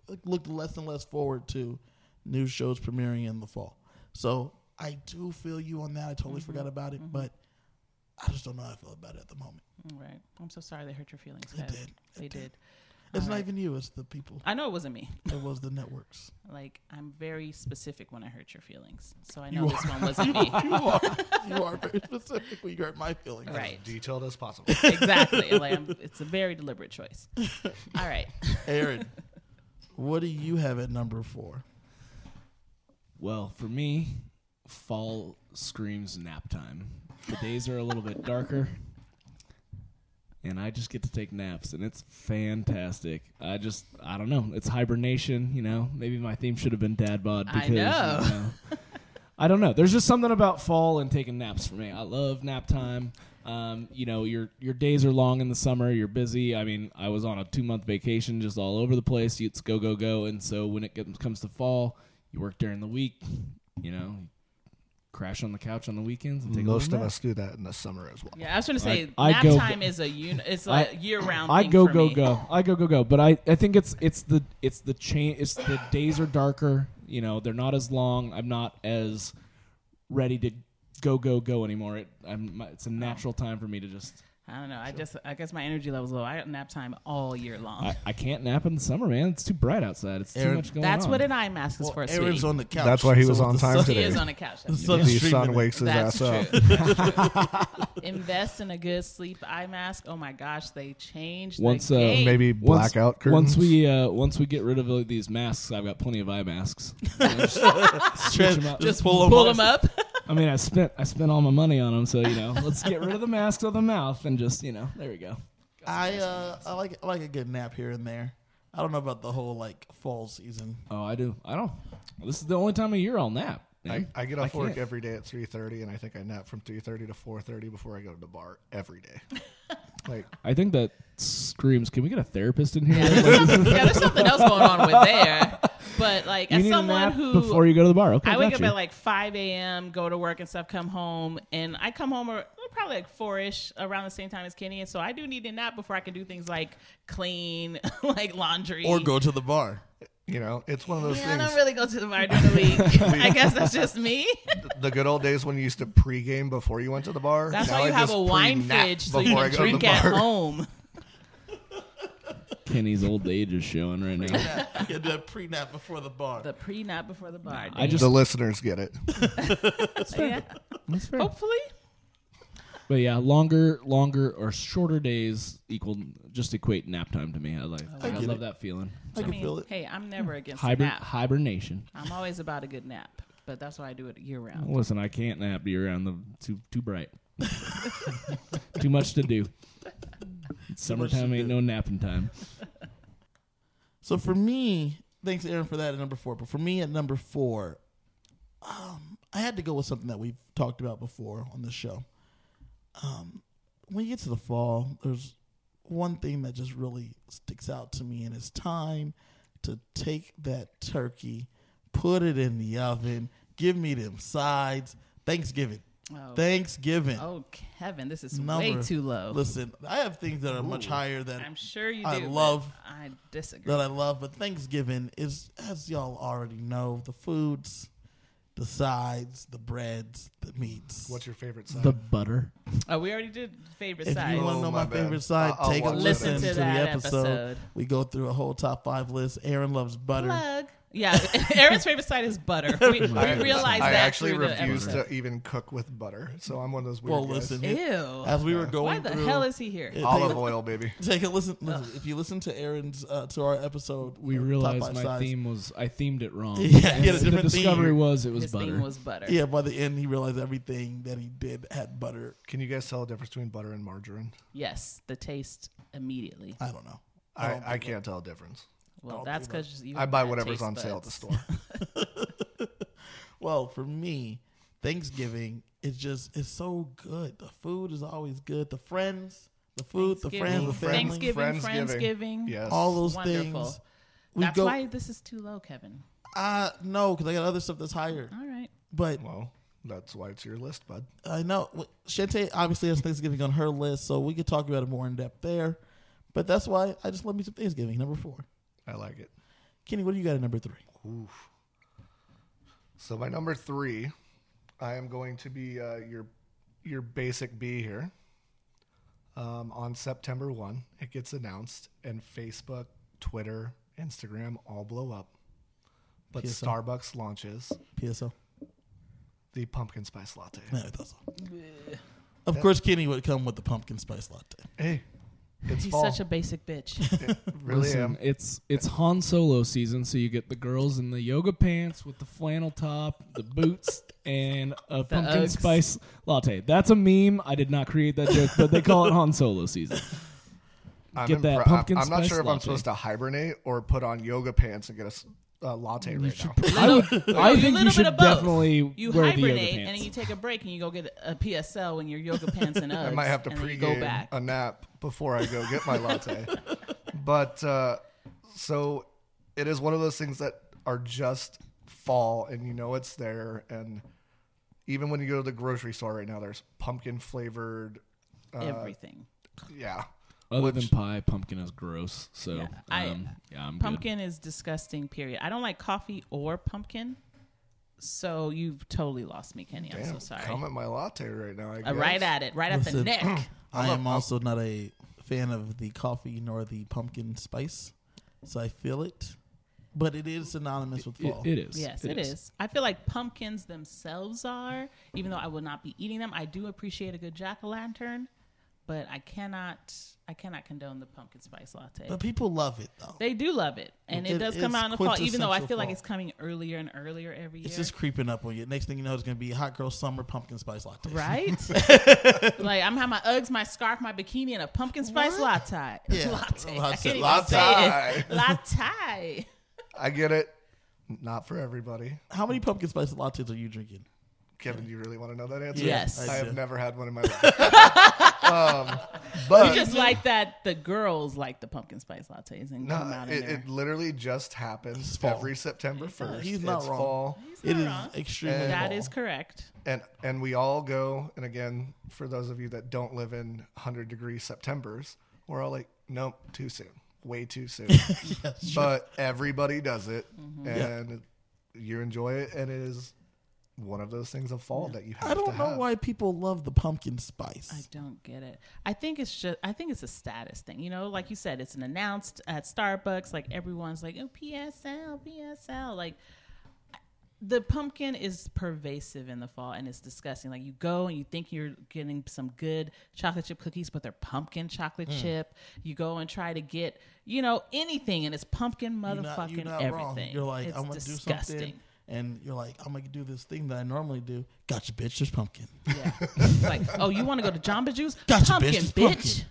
Speaker 1: like, looked less and less forward to new shows premiering in the fall. So I do feel you on that. I totally
Speaker 2: Mm-hmm.
Speaker 1: forgot about it, but I just don't know how I feel about it at the moment.
Speaker 2: All right. I'm so sorry they hurt your feelings.
Speaker 1: It
Speaker 2: Kev.
Speaker 1: did. It
Speaker 2: They did.
Speaker 1: It's
Speaker 2: All
Speaker 1: not
Speaker 2: right.
Speaker 1: even you. It's the people.
Speaker 2: I know it wasn't me.
Speaker 1: It was the networks.
Speaker 2: Like I'm very specific when I hurt your feelings, so I know this one wasn't me.
Speaker 1: You are you are very specific. when You hurt my feelings.
Speaker 2: Right.
Speaker 4: Detailed as possible.
Speaker 2: exactly. Like I'm, it's a very deliberate choice. All right.
Speaker 1: Aaron, what do you have at number four?
Speaker 3: Well, for me, fall screams nap time. The days are a little bit darker, and I just get to take naps, and it's fantastic. I just, I don't know. It's hibernation, you know. Maybe my theme should have been dad bod
Speaker 2: I
Speaker 3: because
Speaker 2: know.
Speaker 3: You know, I don't know. There's just something about fall and taking naps for me. I love nap time. Um, you know, your your days are long in the summer. You're busy. I mean, I was on a two month vacation, just all over the place. It's go go go. And so when it gets, comes to fall, you work during the week. You know, crash on the couch on the weekends and take
Speaker 4: Most
Speaker 3: a
Speaker 4: of
Speaker 3: little nap.
Speaker 4: us do that in the summer as well.
Speaker 2: Yeah, I was trying to say
Speaker 3: I- I
Speaker 2: nap
Speaker 3: go-
Speaker 2: time is a un- it's like year round.
Speaker 3: I
Speaker 2: thing
Speaker 3: go
Speaker 2: for
Speaker 3: go
Speaker 2: me.
Speaker 3: go. I go go go. But I, I think it's it's the it's the chain. It's the days are darker. You know, they're not as long. I'm not as ready to go go go anymore. It, I'm my- it's a natural time for me to just
Speaker 2: I don't know. I just I guess my energy level's low. I got nap time all year long.
Speaker 3: I, I can't nap in the summer, man. It's too bright outside. It's too
Speaker 1: Aaron-
Speaker 3: much going
Speaker 2: That's
Speaker 3: on.
Speaker 2: what an eye mask is for.
Speaker 1: Aaron's
Speaker 2: sweetie.
Speaker 1: on the couch.
Speaker 4: That's why he was on
Speaker 1: with the
Speaker 4: time
Speaker 1: sun-
Speaker 4: today.
Speaker 2: He is on a couch.
Speaker 1: The
Speaker 2: That's
Speaker 1: sun's
Speaker 4: The
Speaker 1: streaming
Speaker 4: sun
Speaker 1: in.
Speaker 4: wakes his
Speaker 2: That's
Speaker 4: ass up.
Speaker 2: true. Invest in a good sleep eye mask. Oh my gosh, they changed.
Speaker 3: Once,
Speaker 2: the
Speaker 3: uh,
Speaker 2: game.
Speaker 4: Maybe
Speaker 3: Once-
Speaker 4: blackout curtains.
Speaker 3: Once we uh, once we get rid of uh, these masks, I've got plenty of eye masks.
Speaker 1: Trans-
Speaker 3: them up.
Speaker 1: Just pull
Speaker 2: pull,
Speaker 1: them
Speaker 2: them up.
Speaker 3: I mean, I spent I spent all my money on them, so you know, let's get rid of the masks of the mouth and just you know, there we go.
Speaker 1: I uh, I like I like a good nap here and there. I don't know about the whole like fall season.
Speaker 3: Oh, I do. I don't. This is the only time of year I'll nap.
Speaker 4: I,
Speaker 3: man.
Speaker 4: I get off work
Speaker 3: can't.
Speaker 4: every day at 3.30, and I think I nap from 3.30 to 4.30 before I go to the bar every day. like,
Speaker 3: I think that screams. Can we get a therapist in here?
Speaker 2: yeah, there's something, yeah, there's something else going on with there. But like,
Speaker 3: you
Speaker 2: as
Speaker 3: need a
Speaker 2: someone
Speaker 3: nap
Speaker 2: who
Speaker 3: before you go to the bar. Okay,
Speaker 2: I wake
Speaker 3: got
Speaker 2: up
Speaker 3: you.
Speaker 2: at like 5 a.m., go to work and stuff, come home, and I come home or probably like four ish around the same time as Kenny. And so I do need a nap before I can do things like clean, like laundry.
Speaker 1: Or go to the bar.
Speaker 4: you know, it's one of those
Speaker 2: Yeah, I
Speaker 4: things.
Speaker 2: don't really go to the bar during the week. I guess that's just me.
Speaker 4: the good old days when you used to pregame before you went to the bar.
Speaker 2: That's
Speaker 4: Now
Speaker 2: why you
Speaker 4: I
Speaker 2: have
Speaker 4: just
Speaker 2: a wine
Speaker 4: pre-nap
Speaker 2: fridge so you
Speaker 4: before
Speaker 2: can
Speaker 4: I go to the
Speaker 2: drink at
Speaker 4: bar.
Speaker 2: home.
Speaker 3: Kenny's old age is showing right now.
Speaker 1: Yeah, you do a pre nap before the bar.
Speaker 2: The pre nap before the bar.
Speaker 3: I just
Speaker 4: The listeners get it.
Speaker 2: yeah.
Speaker 3: that's fair.
Speaker 2: Hopefully.
Speaker 3: Oh. But yeah, longer, longer or shorter days equal just equate nap time to me. I like. I,
Speaker 1: get
Speaker 3: love
Speaker 1: it.
Speaker 3: that feeling.
Speaker 1: I can feel it.
Speaker 2: hey, I'm never against a
Speaker 3: Hiber-
Speaker 2: nap.
Speaker 3: hibernation.
Speaker 2: I'm always about a good nap, but that's why I do it year round.
Speaker 3: Listen, I can't nap year round. The too too bright. too much to do. Summertime
Speaker 1: to
Speaker 3: ain't
Speaker 1: do.
Speaker 3: no napping time.
Speaker 1: So for me, thanks Aaron for that at number four. But for me at number four, um, I had to go with something that we've talked about before on this show. Um, when you get to the fall, there's one thing that just really sticks out to me, and it's time to take that turkey, put it in the oven, give me them sides. Thanksgiving,
Speaker 2: Oh.
Speaker 1: Thanksgiving.
Speaker 2: Oh, Kevin, this is
Speaker 1: Number-
Speaker 2: way too low.
Speaker 1: Listen, I have things that are much higher than
Speaker 2: I'm sure you do.
Speaker 1: I
Speaker 2: but
Speaker 1: love-
Speaker 2: I disagree.
Speaker 1: that I love, but Thanksgiving is, as y'all already know, the foods, the sides, the breads, the meats.
Speaker 4: What's your favorite side?
Speaker 3: The butter.
Speaker 2: oh, we already did favorite
Speaker 1: if
Speaker 2: side.
Speaker 1: you want to
Speaker 4: Oh,
Speaker 1: know my,
Speaker 4: my bad.
Speaker 1: favorite side,
Speaker 4: I'll- I'll
Speaker 1: take a
Speaker 4: watch that
Speaker 1: listen to, the
Speaker 2: episode. That
Speaker 1: episode.
Speaker 2: episode.
Speaker 1: We go through a whole top five list. Aaron loves butter.
Speaker 2: Plug. Yeah, Aaron's favorite side is butter. We, we realized
Speaker 4: I
Speaker 2: that
Speaker 4: actually
Speaker 2: through
Speaker 4: refuse
Speaker 2: the episode.
Speaker 4: to even cook with butter, so I'm one of those weird
Speaker 1: Well,
Speaker 4: guys.
Speaker 1: listen,
Speaker 2: Ew.
Speaker 1: as we were going
Speaker 2: Why the
Speaker 1: through,
Speaker 2: hell is he here?
Speaker 1: it-
Speaker 4: Olive oil, baby.
Speaker 1: take a listen. listen if you listen to Aaron's uh, to our episode,
Speaker 3: We
Speaker 1: uh, top
Speaker 3: realized
Speaker 1: five
Speaker 3: my
Speaker 1: sides,
Speaker 3: theme was I themed it wrong.
Speaker 1: Yeah, he had a
Speaker 3: And the
Speaker 1: different
Speaker 3: discovery
Speaker 1: theme.
Speaker 3: was it was
Speaker 2: His
Speaker 3: butter.
Speaker 2: theme was butter.
Speaker 1: Yeah, by the end, he realized everything that he did had butter.
Speaker 4: Can you guys tell the difference between butter and margarine?
Speaker 2: Yes, the taste immediately.
Speaker 1: I don't know. Um,
Speaker 4: I, I, can't tell the difference.
Speaker 2: Well, that's because you.
Speaker 4: I
Speaker 2: have
Speaker 4: buy
Speaker 2: bad
Speaker 4: whatever's
Speaker 2: taste
Speaker 4: on sale at the
Speaker 2: buds.
Speaker 4: store.
Speaker 1: Well, for me, Thanksgiving is just it's so good. The food is always good. The friends, the food, the friends, the family,
Speaker 2: Thanksgiving, Friendsgiving.
Speaker 4: Yes.
Speaker 1: all those
Speaker 2: Wonderful.
Speaker 1: things. We
Speaker 2: That's
Speaker 1: go.
Speaker 2: why this is too low, Kevin.
Speaker 1: uh, no, because I got other stuff that's higher.
Speaker 2: All right.
Speaker 1: But
Speaker 4: Well, that's why it's your list, bud.
Speaker 1: I know w- Shantae obviously has Thanksgiving on her list, so we could talk about it more in depth there. But that's why I just love me some Thanksgiving. Number four,
Speaker 4: I like it.
Speaker 1: Kenny, what do you got at number three?
Speaker 4: So my number three, I am going to be uh, your your basic B here. Um, on September one, it gets announced, and Facebook, Twitter, Instagram all blow up. But
Speaker 1: PSO.
Speaker 4: Starbucks launches
Speaker 1: PSO.
Speaker 4: the pumpkin spice latte.
Speaker 1: No, I thought so. Of course, Kenny would come with the pumpkin spice latte.
Speaker 4: Hey, it's
Speaker 2: He's
Speaker 4: fall.
Speaker 2: such a basic bitch.
Speaker 4: really
Speaker 3: Listen,
Speaker 4: am.
Speaker 3: it's it's Han Solo season, so you get the girls in the yoga pants with the flannel top, the boots, and a pumpkin
Speaker 2: Uggs.
Speaker 3: spice latte. That's a meme. I did not create that joke, but they call it Han Solo season.
Speaker 4: I'm
Speaker 3: Get that
Speaker 4: impre-
Speaker 3: pumpkin
Speaker 4: I'm, I'm not
Speaker 3: spice
Speaker 4: sure if I'm
Speaker 3: latte.
Speaker 4: supposed to hibernate or put on yoga pants and get a s- a latte right now.
Speaker 3: I, would, I
Speaker 2: You
Speaker 3: think
Speaker 2: little
Speaker 3: you
Speaker 2: bit
Speaker 3: should
Speaker 2: of both.
Speaker 3: definitely
Speaker 2: You
Speaker 3: wear the yoga
Speaker 2: hibernate
Speaker 3: pants.
Speaker 2: and then you take a break and you go get a PSL in your yoga pants and Uggs.
Speaker 4: I might have to
Speaker 2: and then you go
Speaker 4: pregame uh,
Speaker 2: back.
Speaker 4: a nap before I go get my latte. but uh, so it is one of those things that are just fall, and you know it's there. And even when you go to the grocery store right now, there's pumpkin flavored. uh,
Speaker 2: Everything.
Speaker 4: Yeah,
Speaker 3: Other
Speaker 4: which-
Speaker 3: than pie, pumpkin is gross. So
Speaker 2: Yeah,
Speaker 3: yeah,
Speaker 2: I-
Speaker 3: um, yeah I'm good.
Speaker 2: Pumpkin is disgusting. Period. I don't like coffee or pumpkin. So you've totally lost me, Kenny. I'm so
Speaker 4: Damn,
Speaker 2: sorry.
Speaker 4: come at my latte right now. I
Speaker 2: Uh,
Speaker 4: guess.
Speaker 2: right at it, right at the
Speaker 1: Listen,
Speaker 2: neck.
Speaker 1: I am also not a fan of the coffee nor the pumpkin spice, so I feel it, but it is synonymous with
Speaker 3: It,
Speaker 1: fall.
Speaker 3: it is.
Speaker 2: Yes, it is. I feel like pumpkins themselves are, even though I will not be eating them. I do appreciate a good jack o' lantern, but I cannot, I cannot condone the pumpkin spice latte.
Speaker 1: But people love it though.
Speaker 2: they do love it, and it,
Speaker 1: It
Speaker 2: does come
Speaker 1: is
Speaker 2: out in the fall. Even though I
Speaker 1: quintessential
Speaker 2: feel like
Speaker 1: fall.
Speaker 2: it's coming earlier and earlier every year.
Speaker 1: It's just creeping up on you. Next thing you know, it's gonna be hot girl summer pumpkin spice latte.
Speaker 2: Right? like I'm having my Uggs, my scarf, my bikini, and a pumpkin spice latte.
Speaker 1: Yeah.
Speaker 2: Latte. I
Speaker 1: Latte.
Speaker 2: can't even
Speaker 1: Latte.
Speaker 2: say it. Latte.
Speaker 4: I get it. Not for everybody.
Speaker 1: How many pumpkin spice lattes are you drinking?
Speaker 4: Kevin, do you really want to know that answer?
Speaker 2: Yes.
Speaker 4: I
Speaker 1: I
Speaker 4: have
Speaker 1: do.
Speaker 4: never had one in my life. um, but
Speaker 2: You just like that the girls like the pumpkin spice lattes and come
Speaker 4: no,
Speaker 2: out in
Speaker 4: it,
Speaker 2: there.
Speaker 4: it literally just happens
Speaker 1: It's fall.
Speaker 4: every September first.
Speaker 1: He's not
Speaker 4: it's
Speaker 1: wrong.
Speaker 4: fall,
Speaker 2: He's
Speaker 1: It
Speaker 2: not
Speaker 1: is
Speaker 2: wrong.
Speaker 1: extremely
Speaker 4: And-
Speaker 2: That
Speaker 1: fall.
Speaker 2: is correct.
Speaker 4: and and we all go. And again, for those of you that don't live in hundred degree September's, we're all like, nope, too soon, way too soon. but everybody does it,
Speaker 1: Mm-hmm.
Speaker 4: and you enjoy it, and it is one of those things of fall that you have
Speaker 1: I
Speaker 4: to
Speaker 1: don't know
Speaker 4: have.
Speaker 1: why people love the pumpkin
Speaker 2: I
Speaker 1: spice.
Speaker 2: don't get it. I think it's just I think it's a status thing. You know, like you said, it's an announced at Starbucks. Like everyone's like, oh PSL, PSL. Like the pumpkin is pervasive in the fall and it's disgusting. Like you go and you think you're getting some good chocolate chip cookies, but they're pumpkin chocolate
Speaker 1: Mm.
Speaker 2: chip. You go and try to get, you know, anything and it's pumpkin
Speaker 1: You're not,
Speaker 2: motherfucking
Speaker 1: you're not
Speaker 2: everything.
Speaker 1: wrong. You're like,
Speaker 2: it's
Speaker 1: I'm gonna
Speaker 2: disgusting.
Speaker 1: do something, and you're like, I'm gonna do this thing that I normally do. Gotcha, bitch. There's pumpkin.
Speaker 2: Yeah. It's like, oh, you want to go to Jamba Juice?
Speaker 1: Gotcha,
Speaker 2: pumpkin,
Speaker 1: bitch. It's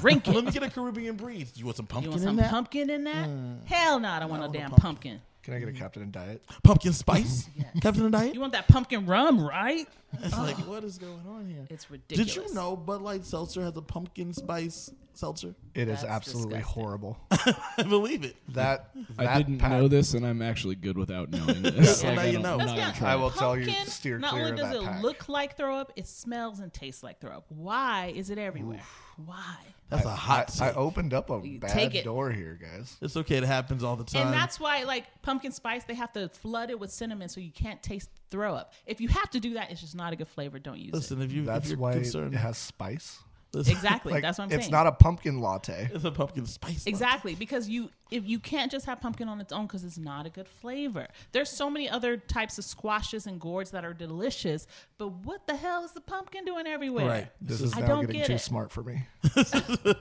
Speaker 2: Drink
Speaker 1: Let
Speaker 2: it.
Speaker 1: me get a Caribbean breeze. You want some
Speaker 2: You
Speaker 1: pumpkin
Speaker 2: want
Speaker 1: in
Speaker 2: some
Speaker 1: that? Mm.
Speaker 2: pumpkin in that? Hell no, I don't want no
Speaker 1: want a
Speaker 2: damn pumpkin.
Speaker 1: pumpkin.
Speaker 4: Can I get a Captain and Diet?
Speaker 1: pumpkin spice? Captain and Diet?
Speaker 2: You want that pumpkin rum, right?
Speaker 1: It's like, what is going on here?
Speaker 2: It's ridiculous.
Speaker 1: Did you know Bud Light Seltzer has a pumpkin spice seltzer?
Speaker 4: It is
Speaker 2: That's
Speaker 4: absolutely
Speaker 2: disgusting.
Speaker 4: horrible.
Speaker 1: I believe it.
Speaker 4: That, that
Speaker 3: I didn't
Speaker 4: pack-
Speaker 3: know this, and I'm actually good without knowing this.
Speaker 1: so now
Speaker 3: I
Speaker 1: you
Speaker 3: don't-
Speaker 1: know.
Speaker 3: I'm
Speaker 1: That's
Speaker 3: not
Speaker 2: Yeah,
Speaker 3: gonna try
Speaker 4: I
Speaker 3: it.
Speaker 4: will tell you,
Speaker 2: pumpkin,
Speaker 4: steer
Speaker 2: Not
Speaker 4: clear
Speaker 2: only
Speaker 4: of
Speaker 2: does
Speaker 4: that
Speaker 2: it
Speaker 4: pack.
Speaker 2: look like throw up, it smells and tastes like throw up. Why is it everywhere? Why?
Speaker 1: That's a hot
Speaker 4: I, I
Speaker 1: take.
Speaker 4: opened up a
Speaker 2: You
Speaker 4: bad
Speaker 2: take it.
Speaker 4: door here, guys.
Speaker 1: it's okay. It happens all the time.
Speaker 2: And that's why, like pumpkin spice, they have to flood it with cinnamon so you can't taste throw up. If you have to do that, it's just not a good flavor. Don't use
Speaker 1: listen, if, you, if
Speaker 4: That's
Speaker 1: you're
Speaker 4: why
Speaker 1: concerned.
Speaker 4: it has spice.
Speaker 2: it.
Speaker 1: listen,
Speaker 2: Exactly.
Speaker 4: Like,
Speaker 2: That's what I'm
Speaker 4: it's
Speaker 2: saying.
Speaker 4: not a pumpkin latte.
Speaker 1: It's a pumpkin spice. latte.
Speaker 2: Exactly, because you if you can't just have pumpkin on its own because it's not a good flavor. There's so many other types of squashes and gourds that are delicious, but what the hell is the pumpkin doing everywhere?
Speaker 1: Right.
Speaker 4: This is
Speaker 2: I
Speaker 4: now
Speaker 2: don't
Speaker 4: getting
Speaker 2: get
Speaker 4: too
Speaker 2: it.
Speaker 4: smart for me.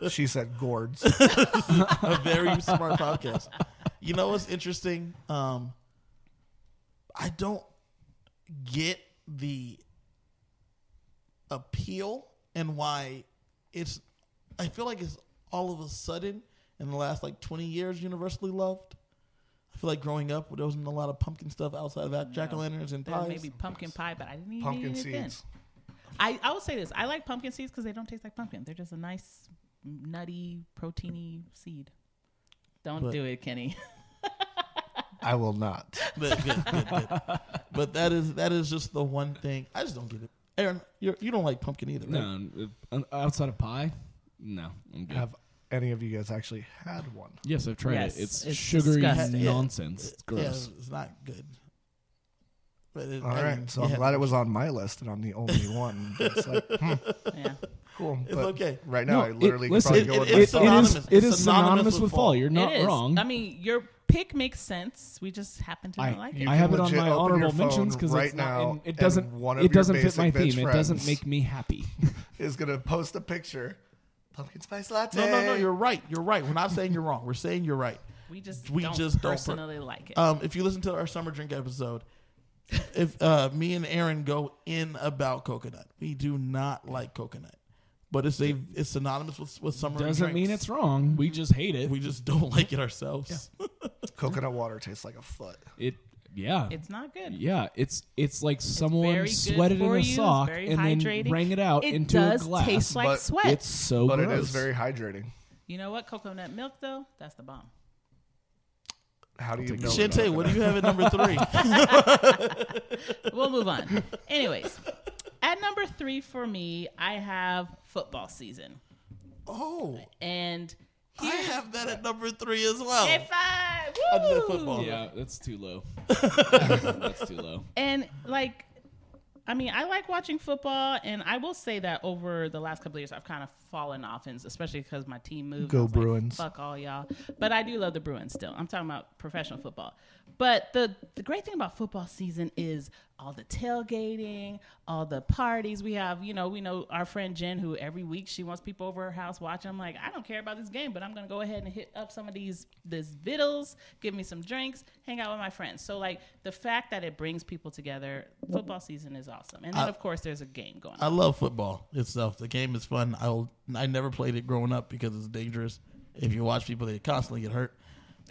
Speaker 4: she said gourds.
Speaker 1: a very smart podcast. You know what's interesting? Um, I don't get the appeal and why it's. I feel like it's all of a sudden in the last like twenty years universally loved. I feel like growing up there wasn't a lot of pumpkin stuff outside of jack o' lanterns and
Speaker 2: There
Speaker 1: pies.
Speaker 2: may be pumpkin pie, but I didn't even
Speaker 4: Pumpkin
Speaker 2: eat it then.
Speaker 4: seeds.
Speaker 2: I, I will say this: I like pumpkin seeds because they don't taste like pumpkin. They're just a nice, nutty, proteiny seed. Don't
Speaker 1: But-
Speaker 2: do it, Kenny.
Speaker 4: I will not.
Speaker 1: Good, good, good, good. But that is that is just the one thing I just don't get it. Aaron, you're, you don't like pumpkin either, right?
Speaker 3: No, uh, outside of pie, no, I'm good.
Speaker 4: Have any of you guys actually had one?
Speaker 3: yes, I've tried
Speaker 2: Yes,
Speaker 3: it. It's,
Speaker 2: it's
Speaker 3: sugary
Speaker 2: disgusting.
Speaker 3: nonsense. It's
Speaker 1: Yeah,
Speaker 3: gross.
Speaker 1: it's not good. But it,
Speaker 4: All right, so I'm glad it was on my list and I'm the only one. It's like, hmm,
Speaker 2: Yeah,
Speaker 4: cool.
Speaker 1: It's
Speaker 4: but
Speaker 1: okay.
Speaker 4: Right now,
Speaker 3: No,
Speaker 4: I
Speaker 3: it-
Speaker 4: literally could
Speaker 3: listen,
Speaker 4: probably
Speaker 1: it-
Speaker 4: go
Speaker 1: it-
Speaker 4: with
Speaker 1: it's
Speaker 3: it
Speaker 4: myself.
Speaker 1: synonymous-
Speaker 3: is it
Speaker 1: it's
Speaker 3: is
Speaker 1: synonymous
Speaker 3: synonymous
Speaker 1: with
Speaker 3: with
Speaker 1: fall.
Speaker 3: fall. You're not
Speaker 2: It is.
Speaker 3: wrong.
Speaker 2: I mean, your pick makes sense. We just happen to
Speaker 3: I,
Speaker 2: not like it.
Speaker 4: you
Speaker 3: I
Speaker 4: can
Speaker 3: have it on
Speaker 4: legit
Speaker 3: my
Speaker 4: open your
Speaker 3: honorable
Speaker 4: phone
Speaker 3: mentions because
Speaker 4: right
Speaker 3: it's not,
Speaker 4: now
Speaker 3: and it
Speaker 4: and
Speaker 3: doesn't.
Speaker 4: one of
Speaker 3: it
Speaker 4: your
Speaker 3: doesn't fit
Speaker 4: basic
Speaker 3: my
Speaker 4: bitch
Speaker 3: theme. It doesn't
Speaker 4: friends.
Speaker 3: make me happy.
Speaker 4: is going to post a picture. Pumpkin spice latte.
Speaker 1: No, no, no. You're right. You're right. We're not saying you're wrong. We're saying you're right.
Speaker 2: We just
Speaker 1: We
Speaker 2: don't
Speaker 1: just don't per-
Speaker 2: personally like
Speaker 3: Uh,
Speaker 2: it.
Speaker 1: Um, if you listen to our summer drink episode, if uh, me and Aaron go in about coconut, we do not like coconut, but it's a it's synonymous with with summer.
Speaker 3: doesn't
Speaker 1: drinks.
Speaker 3: mean it's wrong. We just hate it.
Speaker 1: We just don't like it ourselves.
Speaker 4: Coconut water tastes like a foot.
Speaker 3: it. Yeah.
Speaker 2: it's not good.
Speaker 3: yeah, it's it's like someone
Speaker 2: very good
Speaker 3: sweated in
Speaker 2: for
Speaker 3: a
Speaker 2: you, it's
Speaker 3: sock
Speaker 2: very
Speaker 3: and then
Speaker 2: hydrating.
Speaker 3: wrang it out
Speaker 2: It
Speaker 3: into
Speaker 2: does
Speaker 3: a glass.
Speaker 2: taste like
Speaker 4: but
Speaker 2: sweat.
Speaker 3: it's so
Speaker 4: But
Speaker 3: gross.
Speaker 4: it is very hydrating.
Speaker 2: you know what? Coconut milk though, that's the bomb.
Speaker 4: How do you know?
Speaker 1: Shante,
Speaker 4: about
Speaker 1: what do you have at number three?
Speaker 2: We'll move on. Anyways, at number three for me, I have football season,
Speaker 1: oh,
Speaker 2: and
Speaker 1: I have that at number three as
Speaker 4: Oh.
Speaker 1: well.
Speaker 2: High five! Woo!
Speaker 1: Under the football.
Speaker 3: Yeah, that's too low. that's too low.
Speaker 2: And like, I mean, I like watching football, and I will say that over the last couple of years, I've kind of fallen off, and especially because my team moved.
Speaker 4: Go
Speaker 2: I was like,
Speaker 4: Bruins.
Speaker 2: Fuck all y'all. But I do love the Bruins still. I'm talking about professional football. But the the great thing about football season is all the tailgating, all the parties we have. You know, we know our friend Jen, who every week she wants people over her house watching. I'm like, I don't care about this game, but I'm gonna go ahead and hit up some of these this vittles, give me some drinks, hang out with my friends. So like the fact that it brings people together, football season is awesome. And then
Speaker 1: Uh,
Speaker 2: of course there's a game going
Speaker 1: I
Speaker 2: on.
Speaker 1: love football itself. The game is fun. I'll I never played it growing up because it's dangerous. If you watch people, they constantly get hurt.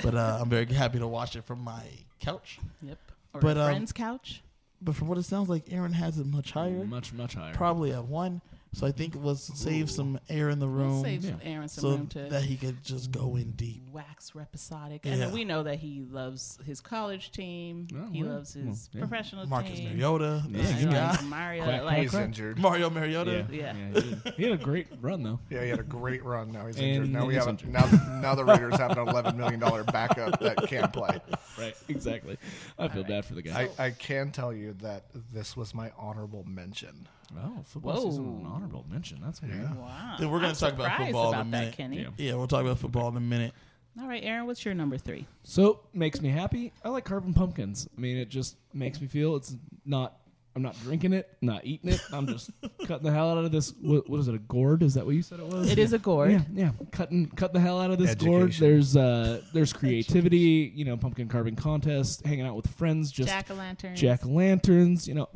Speaker 1: But uh, I'm very happy to watch it from my couch.
Speaker 2: Yep. Or
Speaker 1: But,
Speaker 2: a
Speaker 1: um,
Speaker 2: friend's couch.
Speaker 1: But from what it sounds like, Aaron has it much higher,
Speaker 3: Much, much higher.
Speaker 1: probably at one. So I think let's save some air in the room,
Speaker 2: Save Aaron some
Speaker 1: so
Speaker 2: room to
Speaker 1: that he could just go in deep.
Speaker 2: wax rhapsodic. And
Speaker 1: Yeah.
Speaker 2: we know that he loves his college team.
Speaker 3: Oh,
Speaker 2: he
Speaker 3: well,
Speaker 2: loves his
Speaker 3: well, yeah.
Speaker 2: professional
Speaker 1: Marcus
Speaker 2: team.
Speaker 1: Mariota,
Speaker 2: Yeah,
Speaker 1: this
Speaker 2: he likes
Speaker 1: guy.
Speaker 2: Mario.
Speaker 3: Quack,
Speaker 2: like,
Speaker 4: He's injured.
Speaker 1: Mario Mariota.
Speaker 3: Yeah,
Speaker 2: Yeah.
Speaker 3: he, did. He had a great run though.
Speaker 4: Yeah, he had a great run. Now he's
Speaker 3: And
Speaker 4: injured. Now
Speaker 3: then
Speaker 4: we
Speaker 3: he's
Speaker 4: have a,
Speaker 3: injured.
Speaker 4: now now the Raiders have an eleven million dollar backup that can play.
Speaker 3: Right, exactly. I feel bad for the guy.
Speaker 4: I, I can tell you that this was my honorable mention.
Speaker 3: oh, football
Speaker 2: Whoa.
Speaker 3: season an honorable mention. That's weird.
Speaker 2: Wow.
Speaker 1: Then we're gonna
Speaker 2: I'm
Speaker 1: talk about
Speaker 2: surprised
Speaker 1: football in a
Speaker 2: about that,
Speaker 1: minute.
Speaker 2: Kenny.
Speaker 3: Yeah.
Speaker 1: Yeah, we'll talk about football in a minute.
Speaker 2: All right, Aaron, what's your number three?
Speaker 3: So makes me happy. I like carving pumpkins. I mean, it just makes me feel it's not. I'm not drinking it, not eating it. I'm just cutting the hell out of this. What, what is it? A gourd? Is that what you said it was?
Speaker 2: It is a gourd.
Speaker 3: Yeah, yeah. Cutting, cut the hell out of this gourd.
Speaker 4: Education.
Speaker 3: There's, uh, there's creativity. You know, pumpkin carving contest, hanging out with friends, just
Speaker 2: Jack o' lantern.
Speaker 3: jack o' lanterns. You know,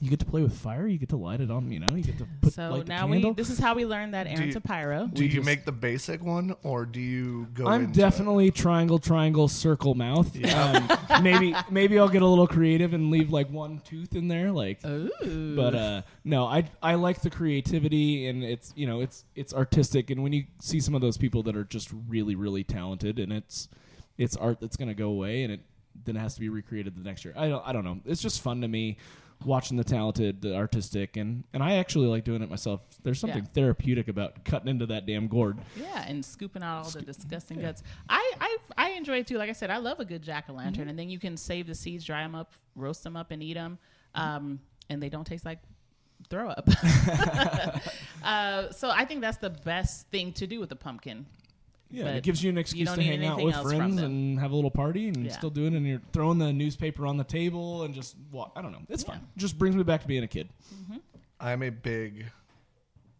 Speaker 3: you get to play with fire. You get to light it on. You know, you get to put
Speaker 2: So
Speaker 3: light the
Speaker 2: now we
Speaker 3: candle.
Speaker 2: this is how we learned that Aaron's
Speaker 4: you-
Speaker 2: a pyro.
Speaker 4: Do
Speaker 3: We
Speaker 4: you
Speaker 3: just-
Speaker 4: make the basic one or do you go?
Speaker 3: I'm
Speaker 4: into
Speaker 3: definitely triangle, triangle, circle mouth.
Speaker 4: Yeah.
Speaker 3: Um, maybe maybe I'll get a little creative and leave like one tooth in there, like.
Speaker 2: Ooh.
Speaker 3: But uh, no, I I like the creativity and it's you know it's it's artistic and when you see some of those people that are just really really talented and it's it's art that's gonna go away and it then it has to be recreated the next year. I don't I don't know. It's just fun to me watching the talented, the artistic, and and I actually like doing it myself. There's something
Speaker 2: Yeah.
Speaker 3: therapeutic about cutting into that damn gourd.
Speaker 2: yeah, and scooping out all the disgusting guts. I, I I enjoy it too. Like I said, I love a good jack o' lantern, and then you can save the seeds, dry them up, roast them up, and eat them. Um, and they don't taste like throw up. uh, so I think that's the best thing to do with a pumpkin.
Speaker 3: Yeah,
Speaker 2: but
Speaker 3: it gives you an excuse
Speaker 2: don't
Speaker 3: to
Speaker 2: need
Speaker 3: hang out
Speaker 2: anything
Speaker 3: with
Speaker 2: else from
Speaker 3: friends
Speaker 2: them.
Speaker 3: and have a little party and
Speaker 2: Yeah.
Speaker 3: still do it. And you're throwing the newspaper on the table and just walk. I don't know. It's fun.
Speaker 2: Yeah.
Speaker 3: Just brings me back to being a kid.
Speaker 4: I'm a big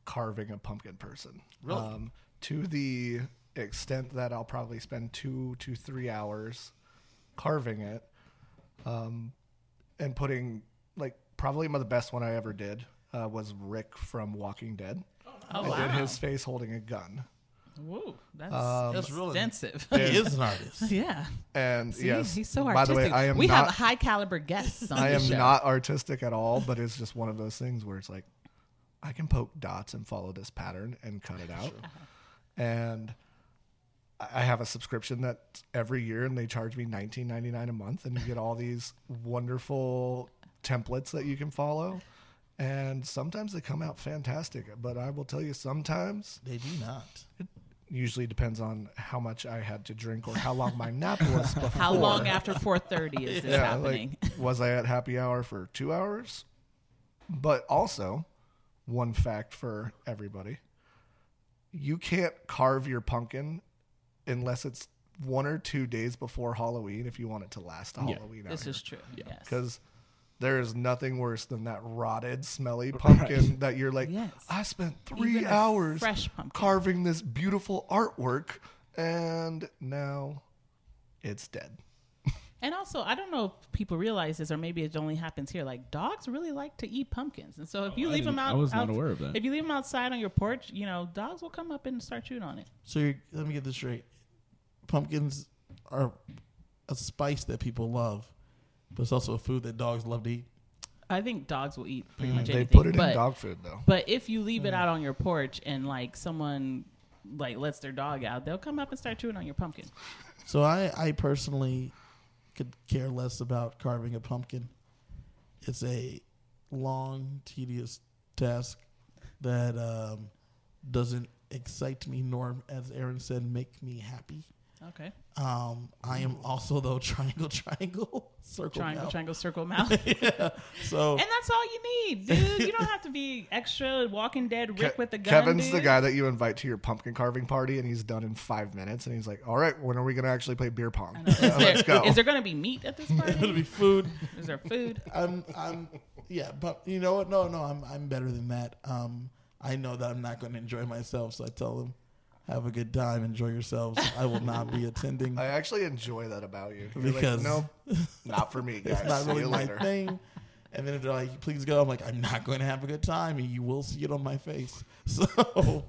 Speaker 4: carving a pumpkin person. Really? Um, to the extent that I'll probably spend two to three hours carving it um, and putting, like, probably my, the best one I ever did uh, was Rick from Walking Dead.
Speaker 2: Oh
Speaker 4: I
Speaker 2: wow!
Speaker 4: did his face holding a gun.
Speaker 2: Woo, that's
Speaker 1: That's really
Speaker 2: extensive.
Speaker 1: he is an artist.
Speaker 2: yeah.
Speaker 4: And
Speaker 2: See,
Speaker 4: yes,
Speaker 2: he's so
Speaker 4: by
Speaker 2: artistic.
Speaker 4: the way, I am
Speaker 2: we
Speaker 4: not,
Speaker 2: have high caliber guests on
Speaker 4: I
Speaker 2: this
Speaker 4: am
Speaker 2: show.
Speaker 4: not artistic at all, but it's just one of those things where it's like, I can poke dots and follow this pattern and cut it out. And I I have a subscription that every year, and they charge me nineteen ninety nine a month, and you get all these wonderful templates that you can follow. And sometimes they come out fantastic, but I will tell you, sometimes
Speaker 1: They do not.
Speaker 4: usually depends on how much I had to drink or how long my nap was before.
Speaker 2: How long after 4:30 is this happening?
Speaker 4: Like, was I at happy hour for two hours? But also, one fact for everybody you can't carve your pumpkin unless it's one or two days before Halloween if you want it to last to Halloween.
Speaker 2: this is true. Yes.
Speaker 4: because there is nothing worse than that rotted, smelly pumpkin that you're like,
Speaker 2: Yes.
Speaker 4: I spent three
Speaker 2: Even a
Speaker 4: hours
Speaker 2: fresh pumpkin.
Speaker 4: carving this beautiful artwork, and now it's dead.
Speaker 2: And also, I don't know if people realize this, or maybe it only happens here. Like dogs really like to eat pumpkins, and so if you
Speaker 3: Oh, I
Speaker 2: leave them
Speaker 3: didn't-
Speaker 2: out,
Speaker 3: I was not
Speaker 2: out-
Speaker 3: aware of that.
Speaker 2: If you leave them outside on your porch, you know, dogs will come up and start chewing on it.
Speaker 1: So you're, let me get this straight. Pumpkins are a spice that people love, but it's also a food that dogs love to eat.
Speaker 2: I think dogs will eat pretty much
Speaker 4: Mm, They
Speaker 2: anything.
Speaker 4: put it
Speaker 2: but,
Speaker 4: in dog Mm. food, though.
Speaker 2: but if you leave it out on your porch and like someone like lets their dog out, they'll come up and start chewing on your pumpkin.
Speaker 1: So I, I personally could care less about carving a pumpkin. It's a long, tedious task that um, doesn't excite me, nor, as Aaron said, make me happy.
Speaker 2: Okay.
Speaker 1: Um, I am also though triangle, triangle, circle,
Speaker 2: Triangle,
Speaker 1: now.
Speaker 2: triangle, circle, mouth.
Speaker 1: So
Speaker 2: And that's all you need, dude. You don't have to be extra Walking Dead Rick
Speaker 4: Ke-
Speaker 2: with the gun.
Speaker 4: Kevin's the
Speaker 2: dude.
Speaker 4: guy that you invite to your pumpkin carving party, and he's done in five minutes. And he's like, "All right, when are we going to actually play beer pong?
Speaker 2: I know. Is there,
Speaker 4: Let's go."
Speaker 2: Is there going to be meat at this
Speaker 1: it'll be
Speaker 2: party?
Speaker 1: food.
Speaker 2: is there food?
Speaker 1: I'm, I'm, yeah, but you know what? No, no, I'm, I'm better than that. Um, I know that I'm not going to enjoy myself, so I tell them, have a good time, enjoy yourselves. I will not be attending.
Speaker 4: I actually enjoy that about you. You're
Speaker 1: Because-
Speaker 4: like, no, not for me, guys.
Speaker 1: it's not
Speaker 4: See
Speaker 1: really
Speaker 4: you
Speaker 1: my
Speaker 4: later.
Speaker 1: thing. And then if they're like, please go, I'm like, I'm not going to have a good time, and you will see it on my face. So,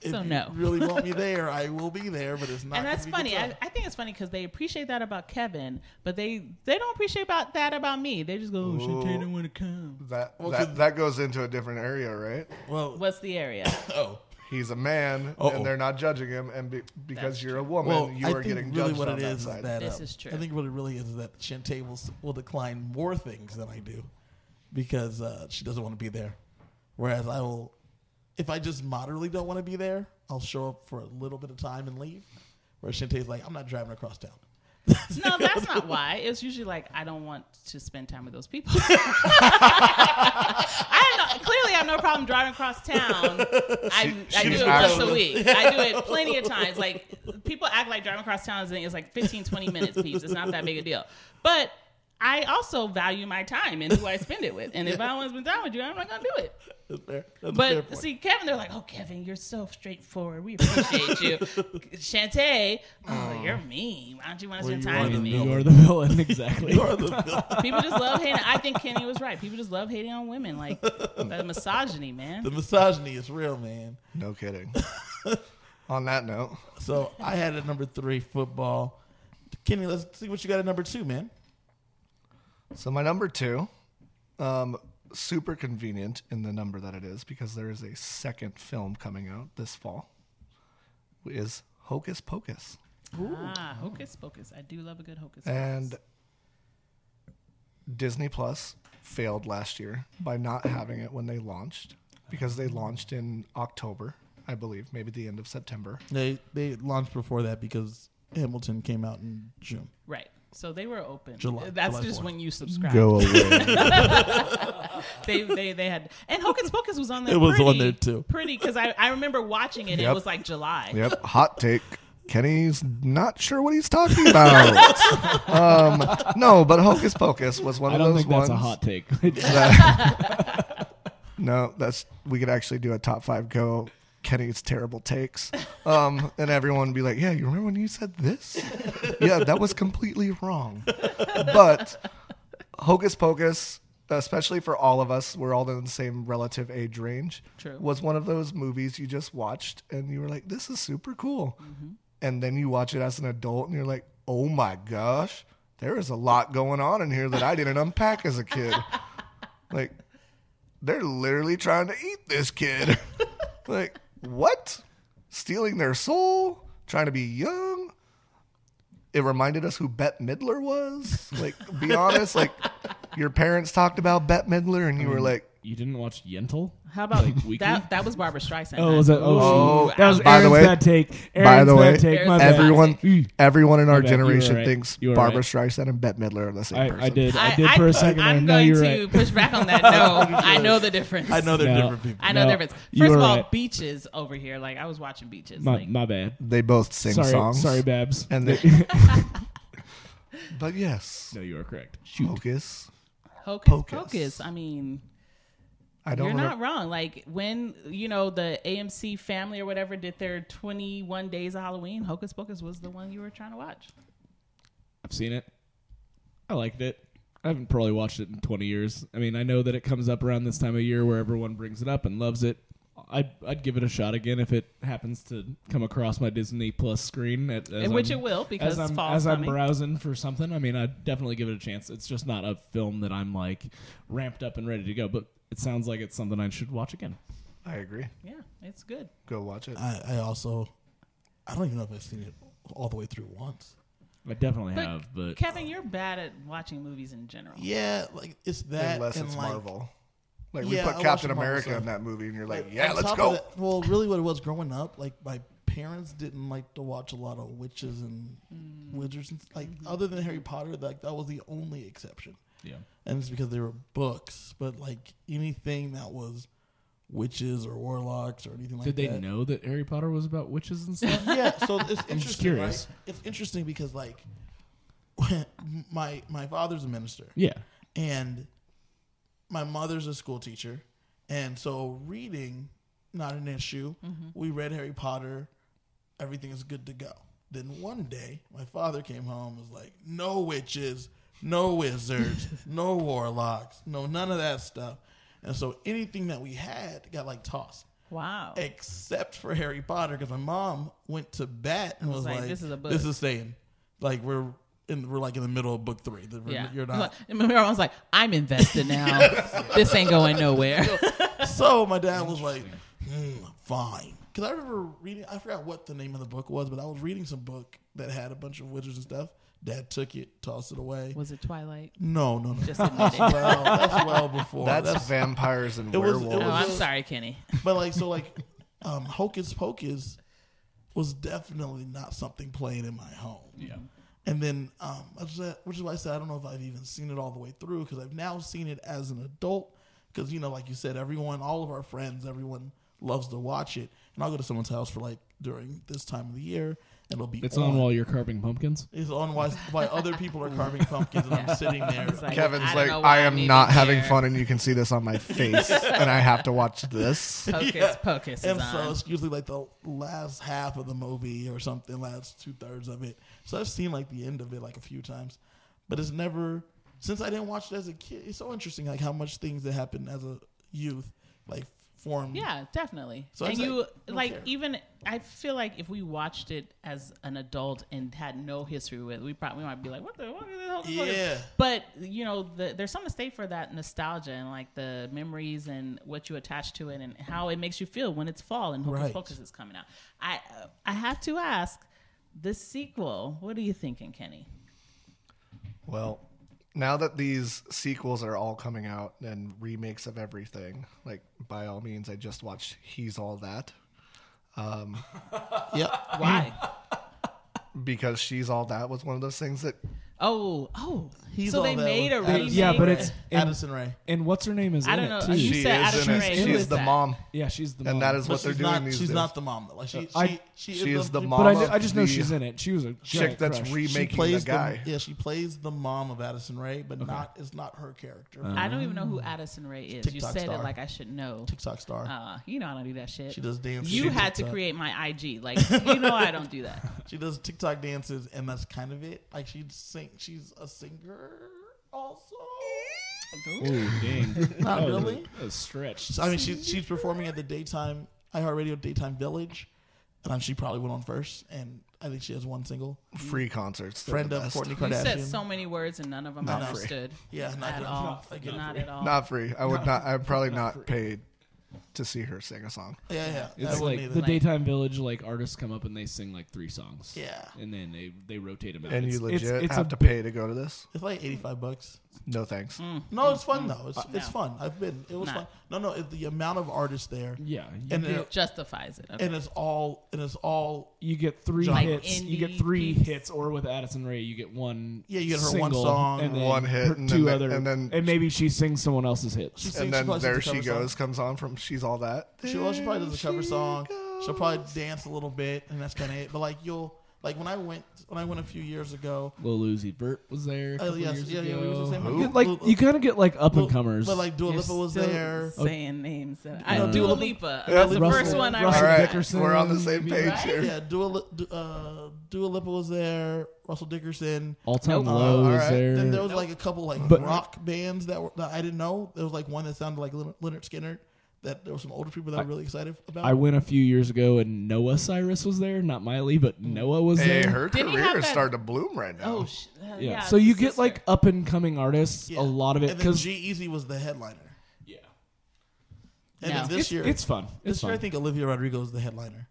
Speaker 1: if
Speaker 2: So
Speaker 1: you
Speaker 2: no.
Speaker 1: really want me there, I will be there, but it's not.
Speaker 2: And
Speaker 1: gonna
Speaker 2: that's
Speaker 1: be a good
Speaker 2: funny.
Speaker 1: time.
Speaker 2: I, I think it's funny because they appreciate that about Kevin, but they they don't appreciate about that about me. They just go, oh,
Speaker 4: Ooh.
Speaker 2: shit, they don't want to come.
Speaker 4: That
Speaker 1: Well,
Speaker 4: that,
Speaker 1: 'cause-
Speaker 4: that goes into a different area, right?
Speaker 1: well,
Speaker 2: What's the area?
Speaker 1: oh,
Speaker 4: He's a man,
Speaker 1: Uh-oh.
Speaker 4: and they're not judging him, and be, because
Speaker 2: That's
Speaker 4: you're a woman,
Speaker 1: well,
Speaker 4: you
Speaker 1: I
Speaker 4: are
Speaker 1: think
Speaker 4: getting
Speaker 1: really
Speaker 4: judged
Speaker 1: what
Speaker 4: on
Speaker 1: it
Speaker 4: that
Speaker 1: is
Speaker 4: side.
Speaker 1: is that
Speaker 2: This
Speaker 1: um,
Speaker 2: is true.
Speaker 1: I think what it really is is that Shantae will, s- will decline more things than I do because uh, she doesn't want to be there. Whereas I will, if I just moderately don't want to be there, I'll show up for a little bit of time and leave. Whereas Shantae's like, I'm not driving across town.
Speaker 2: No, that's not why. It's usually like I don't want to spend time with those people. I have no, clearly I have no problem driving across town. I, I do
Speaker 4: she's
Speaker 2: it once a
Speaker 4: actually-
Speaker 2: week. I do it plenty of times. Like people act like driving across town is is like 15, 20 minutes, peeps. It's not that big a deal. But I also value my time and who I spend it with. And if I don't want to spend time with you, I'm not gonna do it.
Speaker 1: That's fair. That's a fair
Speaker 2: But
Speaker 1: point.
Speaker 2: see, Kevin, they're like, "Oh, Kevin, you're so straightforward. We appreciate you." Shantae, oh, you're mean. Why don't you want to
Speaker 1: Ah. Well,
Speaker 2: spend
Speaker 1: you
Speaker 2: time
Speaker 1: are
Speaker 2: with
Speaker 1: the
Speaker 2: me?
Speaker 1: villain.
Speaker 3: You're the villain, exactly.
Speaker 1: You are the,
Speaker 2: People just love hating. I think Kenny was right. People just love hating on women, like the misogyny, man.
Speaker 1: the misogyny is real, man.
Speaker 4: No kidding. on that note,
Speaker 1: So I had at number three football. Kenny, let's see what you got at number two, man.
Speaker 4: so my number two, um, super convenient in the number that it is because there is a second film coming out this fall. Is Hocus Pocus.
Speaker 2: Ah, hocus pocus. I do love a good
Speaker 1: Eh.
Speaker 2: hocus pocus.
Speaker 4: And Disney Plus failed last year by not having it when they launched because they launched in October, I believe, maybe the end of September.
Speaker 1: They they launched before that because Hamilton came out in June.
Speaker 2: right. So they were open.
Speaker 1: July-
Speaker 2: That's
Speaker 1: July
Speaker 2: just
Speaker 1: 4th.
Speaker 2: when you subscribe.
Speaker 4: away.
Speaker 2: They, they they had and Hocus Pocus was on there.
Speaker 1: It was
Speaker 2: pretty,
Speaker 1: on there, too.
Speaker 2: Pretty because I, I remember watching it. It
Speaker 4: Yep.
Speaker 2: was like July.
Speaker 4: yep, hot take. Kenny's not sure what he's talking about. um, no, but Hocus Pocus was one
Speaker 3: I
Speaker 4: of
Speaker 3: don't
Speaker 4: those
Speaker 3: think
Speaker 4: ones.
Speaker 3: that's a hot take.
Speaker 4: that- no, that's we could actually do a top five go Kenny's terrible takes, um, and everyone would be like, "Yeah, you remember when you said this? yeah, that was completely wrong." But Hocus Pocus, especially for all of us, we're all in the same relative age range.
Speaker 2: True.
Speaker 4: Was one of those movies you just watched and you were like, "This is super cool," and then you watch it as an adult and you're like, "Oh my gosh." There is a lot going on in here that I didn't unpack as a kid. Like, they're literally trying to eat this kid. like, what? Stealing their soul? Trying to be young? It reminded us who Bette Midler was. Like, be honest, like, your parents talked about Bette Midler and you
Speaker 3: Mm.
Speaker 4: were like,
Speaker 3: you didn't watch Yentl?
Speaker 2: How about
Speaker 3: Like weekly?
Speaker 2: that? That was Barbara Streisand.
Speaker 3: Oh, was that? Oh,
Speaker 4: Oh,
Speaker 3: that was
Speaker 4: by the
Speaker 3: Aaron's
Speaker 4: way-
Speaker 3: bad take. Aaron's
Speaker 4: by the way,
Speaker 3: bad take. My bad.
Speaker 4: everyone,
Speaker 3: Mm.
Speaker 4: everyone in our
Speaker 3: bad. You were
Speaker 4: generation
Speaker 3: right.
Speaker 4: thinks
Speaker 3: You were
Speaker 4: Barbara
Speaker 3: right.
Speaker 4: Streisand and Bette Midler are the same person.
Speaker 3: I, I did. I,
Speaker 2: I,
Speaker 3: did for a second.
Speaker 2: I'm going
Speaker 3: there. no, you're
Speaker 2: to
Speaker 3: right.
Speaker 2: push back on that. No, I know the difference.
Speaker 1: I know they're
Speaker 3: No.
Speaker 1: different people.
Speaker 2: I know
Speaker 3: No,
Speaker 2: the difference.
Speaker 3: you
Speaker 2: First
Speaker 3: were
Speaker 2: of all,
Speaker 3: right.
Speaker 2: beaches over here. Like I was watching beaches.
Speaker 3: My,
Speaker 2: like,
Speaker 3: my bad.
Speaker 4: They both sing
Speaker 3: Sorry,
Speaker 4: songs.
Speaker 3: sorry, Babs.
Speaker 4: And they, but yes,
Speaker 3: No, you are correct.
Speaker 4: Hocus.
Speaker 2: hocus
Speaker 4: Pocus.
Speaker 2: pocus. I mean,
Speaker 4: I don't
Speaker 2: You're
Speaker 4: remem-
Speaker 2: not wrong. Like when you know the AMC family or whatever did their 21 days of Halloween, Hocus Pocus was the one you were trying to watch.
Speaker 3: I've seen it. I liked it. I haven't probably watched it in 20 years. I mean, I know that it comes up around this time of year where everyone brings it up and loves it. I'd, I'd give it a shot again if it happens to come across my Disney Plus screen. At, as
Speaker 2: In which
Speaker 3: I'm-
Speaker 2: it will because
Speaker 3: as I'm,
Speaker 2: fall's
Speaker 3: as I'm
Speaker 2: coming.
Speaker 3: browsing for something, I mean, I'd definitely give it a chance. It's just not a film that I'm like ramped up and ready to go, but it sounds like it's something I should watch again.
Speaker 4: I agree.
Speaker 2: yeah, it's good.
Speaker 4: Go watch it.
Speaker 1: I, I also, I don't even know if I've seen it all the way through once.
Speaker 3: I definitely
Speaker 2: But
Speaker 3: have, but uh,
Speaker 2: Kevin, you're bad at watching movies in general.
Speaker 1: Yeah, like it's that
Speaker 4: Unless
Speaker 1: and
Speaker 4: it's
Speaker 1: like
Speaker 4: Marvel. Like
Speaker 1: Yeah,
Speaker 4: we
Speaker 1: I
Speaker 4: put
Speaker 1: watched
Speaker 4: Captain
Speaker 1: the Marvel
Speaker 4: America
Speaker 1: stuff.
Speaker 4: in that movie, and you're like,
Speaker 1: But
Speaker 4: yeah,
Speaker 1: on
Speaker 4: let's
Speaker 1: top of
Speaker 4: go.
Speaker 1: that- well, really, what it was growing up, like my parents didn't like to watch a lot of witches and wizards, and, like other than Harry Potter, like that was the only exception,
Speaker 3: Yeah.
Speaker 1: and it's because they were books. But like anything that was witches or warlocks or anything like
Speaker 3: Did they
Speaker 1: that,
Speaker 3: know that Harry Potter was about witches and stuff?
Speaker 1: yeah, so it's interesting. right?
Speaker 3: curious.
Speaker 1: It's interesting because like my my father's a minister
Speaker 3: yeah.
Speaker 1: and my mother's a school teacher, and so reading not an issue.
Speaker 3: Mm-hmm.
Speaker 1: We read Harry Potter. Everything is good to go. Then one day, my father came home was like, "No witches, no wizards, no warlocks, no none of that stuff." And so anything that we had got like tossed
Speaker 2: Wow.
Speaker 1: except for Harry Potter, because my mom went to bat and was, like, "This is a
Speaker 2: book.
Speaker 1: This is staying. Like we're in, we're like in the middle of book three. That we're-
Speaker 2: yeah.
Speaker 1: You're not.
Speaker 2: Remember, I was like, I'm invested now. this ain't going nowhere.
Speaker 1: so my dad was like, hmm, fine. Because I remember reading, I forgot what the name of the book was, but I was reading some book that had a bunch of wizards and stuff. Dad took it, tossed it away.
Speaker 2: Was it Twilight?
Speaker 1: No, no, no.
Speaker 2: Just admit it.
Speaker 1: well, that's well before.
Speaker 4: That's,
Speaker 1: That's-
Speaker 4: vampires and
Speaker 1: It was- it
Speaker 4: werewolves.
Speaker 2: Oh,
Speaker 1: was-
Speaker 2: I'm sorry, Kenny.
Speaker 1: but like so like um hocus pocus was definitely not something playing in my home yeah and then um I was at- which is why i said i don't know if i've even seen it all the way through because i've now seen it as an adult because you know like you said everyone all of our friends everyone loves to watch it and i'll go to someone's house for like during this time of the year and it'll be
Speaker 3: It's on while you're carving pumpkins.
Speaker 1: it's on while, while other people are carving pumpkins and i'm sitting there
Speaker 2: It's like,
Speaker 4: Kevin's
Speaker 2: I don't
Speaker 4: like,
Speaker 2: know
Speaker 4: I
Speaker 2: why
Speaker 4: am
Speaker 2: I'm
Speaker 4: not
Speaker 2: even
Speaker 4: having
Speaker 2: here.
Speaker 4: fun, and you can see this on my face, and I have to watch this.
Speaker 2: Pocus
Speaker 1: Yeah.
Speaker 2: Pocus is
Speaker 1: and
Speaker 2: on.
Speaker 1: so it's usually like the last half of the movie or something, last two thirds of it. So I've seen like the end of it like a few times, but it's never since I didn't watch it as a kid. It's so interesting, like how much things that happen as a youth like form.
Speaker 2: Yeah, definitely.
Speaker 1: So
Speaker 2: and
Speaker 1: it's like,
Speaker 2: you
Speaker 1: don't
Speaker 2: like
Speaker 1: care.
Speaker 2: even I feel like if we watched it as an adult and had no history with, it, we probably might be like, what the what the hell? is going on?"
Speaker 1: Yeah.
Speaker 2: But you know, the, there's something to stay for that nostalgia and like the memories and what you attach to it and how it makes you feel when it's fall and Hocus
Speaker 1: Right.
Speaker 2: Pocus is coming out. I uh, I have to ask the sequel. What are you thinking, Kenny?
Speaker 4: Well, now that these sequels are all coming out and remakes of everything, like by all means, I just watched He's All That
Speaker 1: Yep.
Speaker 2: Why?
Speaker 4: because She's All That was one of those things that
Speaker 2: oh oh.
Speaker 1: He's
Speaker 2: so
Speaker 1: all
Speaker 2: they
Speaker 1: that
Speaker 2: made a
Speaker 1: with Addison
Speaker 2: remake.
Speaker 3: Yeah, but
Speaker 1: Rae.
Speaker 3: it's-
Speaker 1: Addison Ray.
Speaker 3: And what's her name is
Speaker 2: I
Speaker 3: in
Speaker 2: don't know.
Speaker 3: it too.
Speaker 2: You
Speaker 4: she
Speaker 2: said
Speaker 4: is
Speaker 2: Addison
Speaker 4: in it.
Speaker 2: Rae.
Speaker 4: She
Speaker 2: Who
Speaker 4: is
Speaker 2: is
Speaker 4: the
Speaker 2: that?
Speaker 4: mom,
Speaker 3: yeah, she's the mom.
Speaker 4: and that is what they're
Speaker 1: she's
Speaker 4: doing
Speaker 1: not,
Speaker 4: these
Speaker 1: she's
Speaker 4: days.
Speaker 1: not the mom though. Like she, she,
Speaker 3: I-
Speaker 1: she,
Speaker 4: she
Speaker 1: is
Speaker 4: is the
Speaker 3: But I,
Speaker 4: mom
Speaker 3: kn- I
Speaker 4: of
Speaker 3: just know
Speaker 4: the
Speaker 3: she's in it. She was a
Speaker 4: chick
Speaker 3: giant
Speaker 4: that's
Speaker 3: crush.
Speaker 1: She
Speaker 4: remaking the
Speaker 1: plays
Speaker 4: guy.
Speaker 1: yeah, she plays the mom of Addison Ray, but not it's not her character.
Speaker 4: Uh.
Speaker 2: I don't even know who Addison Ray is. you
Speaker 1: TikTok
Speaker 2: said it
Speaker 1: star.
Speaker 2: like I should know.
Speaker 1: TikTok star.
Speaker 2: Uh, you know I don't do that shit.
Speaker 1: She does dance.
Speaker 2: You
Speaker 1: She
Speaker 2: had
Speaker 1: does
Speaker 2: to
Speaker 1: that.
Speaker 2: create my IG. Like you know I don't do that.
Speaker 1: She does TikTok dances, and that's kind of it. Like she sing, she's a singer also.
Speaker 3: Ooh, dang.
Speaker 1: Not
Speaker 3: That was a-
Speaker 1: really.
Speaker 3: that was stretched.
Speaker 1: So, I mean, she's she's performing at the daytime iHeartRadio Daytime Village, and um, she probably went on first. And I think she has one single.
Speaker 4: free concerts. They're
Speaker 1: Friend
Speaker 4: the
Speaker 1: of
Speaker 4: best.
Speaker 1: Courtney
Speaker 2: You
Speaker 1: Kardashian.
Speaker 2: said so many words and none of them I
Speaker 4: Not free.
Speaker 2: understood.
Speaker 1: Yeah, not
Speaker 2: at
Speaker 1: good.
Speaker 2: all.
Speaker 1: Not good.
Speaker 2: Not at all.
Speaker 4: Not free. I would not. I'm probably not paid to see her sing a song.
Speaker 1: yeah, yeah.
Speaker 3: It's
Speaker 1: that
Speaker 3: like
Speaker 1: wouldn't
Speaker 3: the
Speaker 1: either.
Speaker 3: daytime village. Like artists come up and they sing like three songs.
Speaker 1: Yeah.
Speaker 3: and then they they rotate them out.
Speaker 4: And you
Speaker 3: It's-
Speaker 4: legit
Speaker 3: it's- it's
Speaker 4: have
Speaker 3: a
Speaker 4: to
Speaker 3: bit-
Speaker 4: pay to go to this?
Speaker 1: It's like eighty-five bucks.
Speaker 4: No
Speaker 1: Mm,
Speaker 4: thanks.
Speaker 1: No, it's fun though. It's, it's
Speaker 2: no.
Speaker 1: fun. I've been. It was
Speaker 2: Nah.
Speaker 1: fun. No, no. It, the amount of artists there,
Speaker 3: Yeah, you
Speaker 1: and
Speaker 3: get,
Speaker 1: it,
Speaker 2: Justifies it. Okay.
Speaker 1: and it's all and it's all
Speaker 3: you get three
Speaker 1: Like
Speaker 3: hits. You
Speaker 2: indie
Speaker 3: get three
Speaker 2: piece.
Speaker 3: hits, or with Addison Ray, you get one.
Speaker 1: Yeah, you get her one
Speaker 3: single,
Speaker 1: song,
Speaker 3: and then
Speaker 4: one hit,
Speaker 3: her
Speaker 4: and
Speaker 3: two
Speaker 4: then-
Speaker 3: other,
Speaker 4: and then-
Speaker 3: maybe she sings someone else's hits.
Speaker 1: She sings-
Speaker 4: And
Speaker 1: she
Speaker 4: then
Speaker 1: plays
Speaker 4: there
Speaker 1: the
Speaker 4: she
Speaker 1: cover song.
Speaker 4: goes, comes on from She's All That.
Speaker 1: She, well, she probably does a cover
Speaker 4: She
Speaker 1: song. She'll probably
Speaker 4: goes.
Speaker 1: dance a little bit, and that's kind of it. But like you'll like when I went when I went a few years ago.
Speaker 3: Lil Uzi Vert was there. a
Speaker 1: Oh
Speaker 3: couple
Speaker 1: yes,
Speaker 3: years
Speaker 1: yeah, yeah, we
Speaker 3: ago.
Speaker 1: were the same.
Speaker 4: Who?
Speaker 1: Lil-
Speaker 3: Like
Speaker 1: Lil-
Speaker 3: you kind of get like up
Speaker 1: Lil-
Speaker 3: and comers.
Speaker 1: But like Dua Lipa was
Speaker 2: Still
Speaker 1: there.
Speaker 2: saying names. I,
Speaker 3: Uh,
Speaker 2: Dua
Speaker 1: Dua
Speaker 2: Lipa.
Speaker 4: Yeah,
Speaker 2: That's the
Speaker 1: Russell-
Speaker 2: first one I
Speaker 3: Russell
Speaker 4: All
Speaker 2: remember.
Speaker 4: right,
Speaker 3: Dickerson,
Speaker 4: we're on the same
Speaker 3: maybe,
Speaker 4: page
Speaker 2: right?
Speaker 4: here.
Speaker 1: Yeah, Dua, Li- Du- uh, Dua Lipa was there. Russell Dickerson.
Speaker 3: All time
Speaker 1: Uh,
Speaker 3: low was
Speaker 4: alright.
Speaker 3: there.
Speaker 1: Then there was like a couple like
Speaker 3: But-
Speaker 1: rock bands that were that I didn't know. There was like one that sounded like Leonard- Leonard Skinner. That there were some older people that were really excited about.
Speaker 3: I went a few years ago and Noah Cyrus was there, not Miley, but
Speaker 1: Mm.
Speaker 3: Noah was
Speaker 4: Hey,
Speaker 3: there.
Speaker 4: her
Speaker 2: Didn't he have
Speaker 4: career is
Speaker 2: that-
Speaker 4: starting to bloom right now.
Speaker 2: Oh sh- uh, yeah.
Speaker 3: yeah. So
Speaker 2: it's
Speaker 3: you
Speaker 2: his
Speaker 3: get
Speaker 2: sister.
Speaker 3: like up and coming artists,
Speaker 1: Yeah.
Speaker 3: a lot of it
Speaker 1: and then
Speaker 3: because
Speaker 1: G Easy was the headliner.
Speaker 3: yeah,
Speaker 1: And
Speaker 2: No.
Speaker 1: then this
Speaker 3: it's,
Speaker 1: year,
Speaker 3: it's fun. It's
Speaker 1: this year I
Speaker 3: fun.
Speaker 1: think Olivia Rodrigo is the headliner.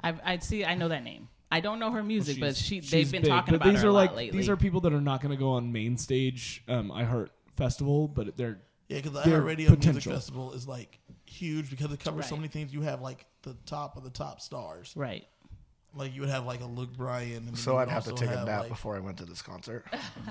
Speaker 2: I've, I see. I know that name. I don't know her music, but she
Speaker 3: She's
Speaker 2: they've been
Speaker 3: big,
Speaker 2: talking
Speaker 3: but
Speaker 2: about
Speaker 3: these
Speaker 2: her
Speaker 3: are
Speaker 2: a
Speaker 3: like
Speaker 2: lot lately.
Speaker 3: these are people that are not going to go on main stage um, iHeart Festival, but they're
Speaker 1: Yeah, because the
Speaker 5: their
Speaker 1: iHeartRadio Music
Speaker 5: potential.
Speaker 1: Festival is like huge because it covers so
Speaker 2: Right.
Speaker 1: many things. You have like the top of the top stars.
Speaker 2: Right.
Speaker 1: Like you would have like a Luke Bryan. And
Speaker 4: So
Speaker 1: you
Speaker 4: I'd
Speaker 1: would
Speaker 4: have to
Speaker 1: also
Speaker 4: take a
Speaker 1: have,
Speaker 4: nap
Speaker 1: like-
Speaker 4: before I went to this concert.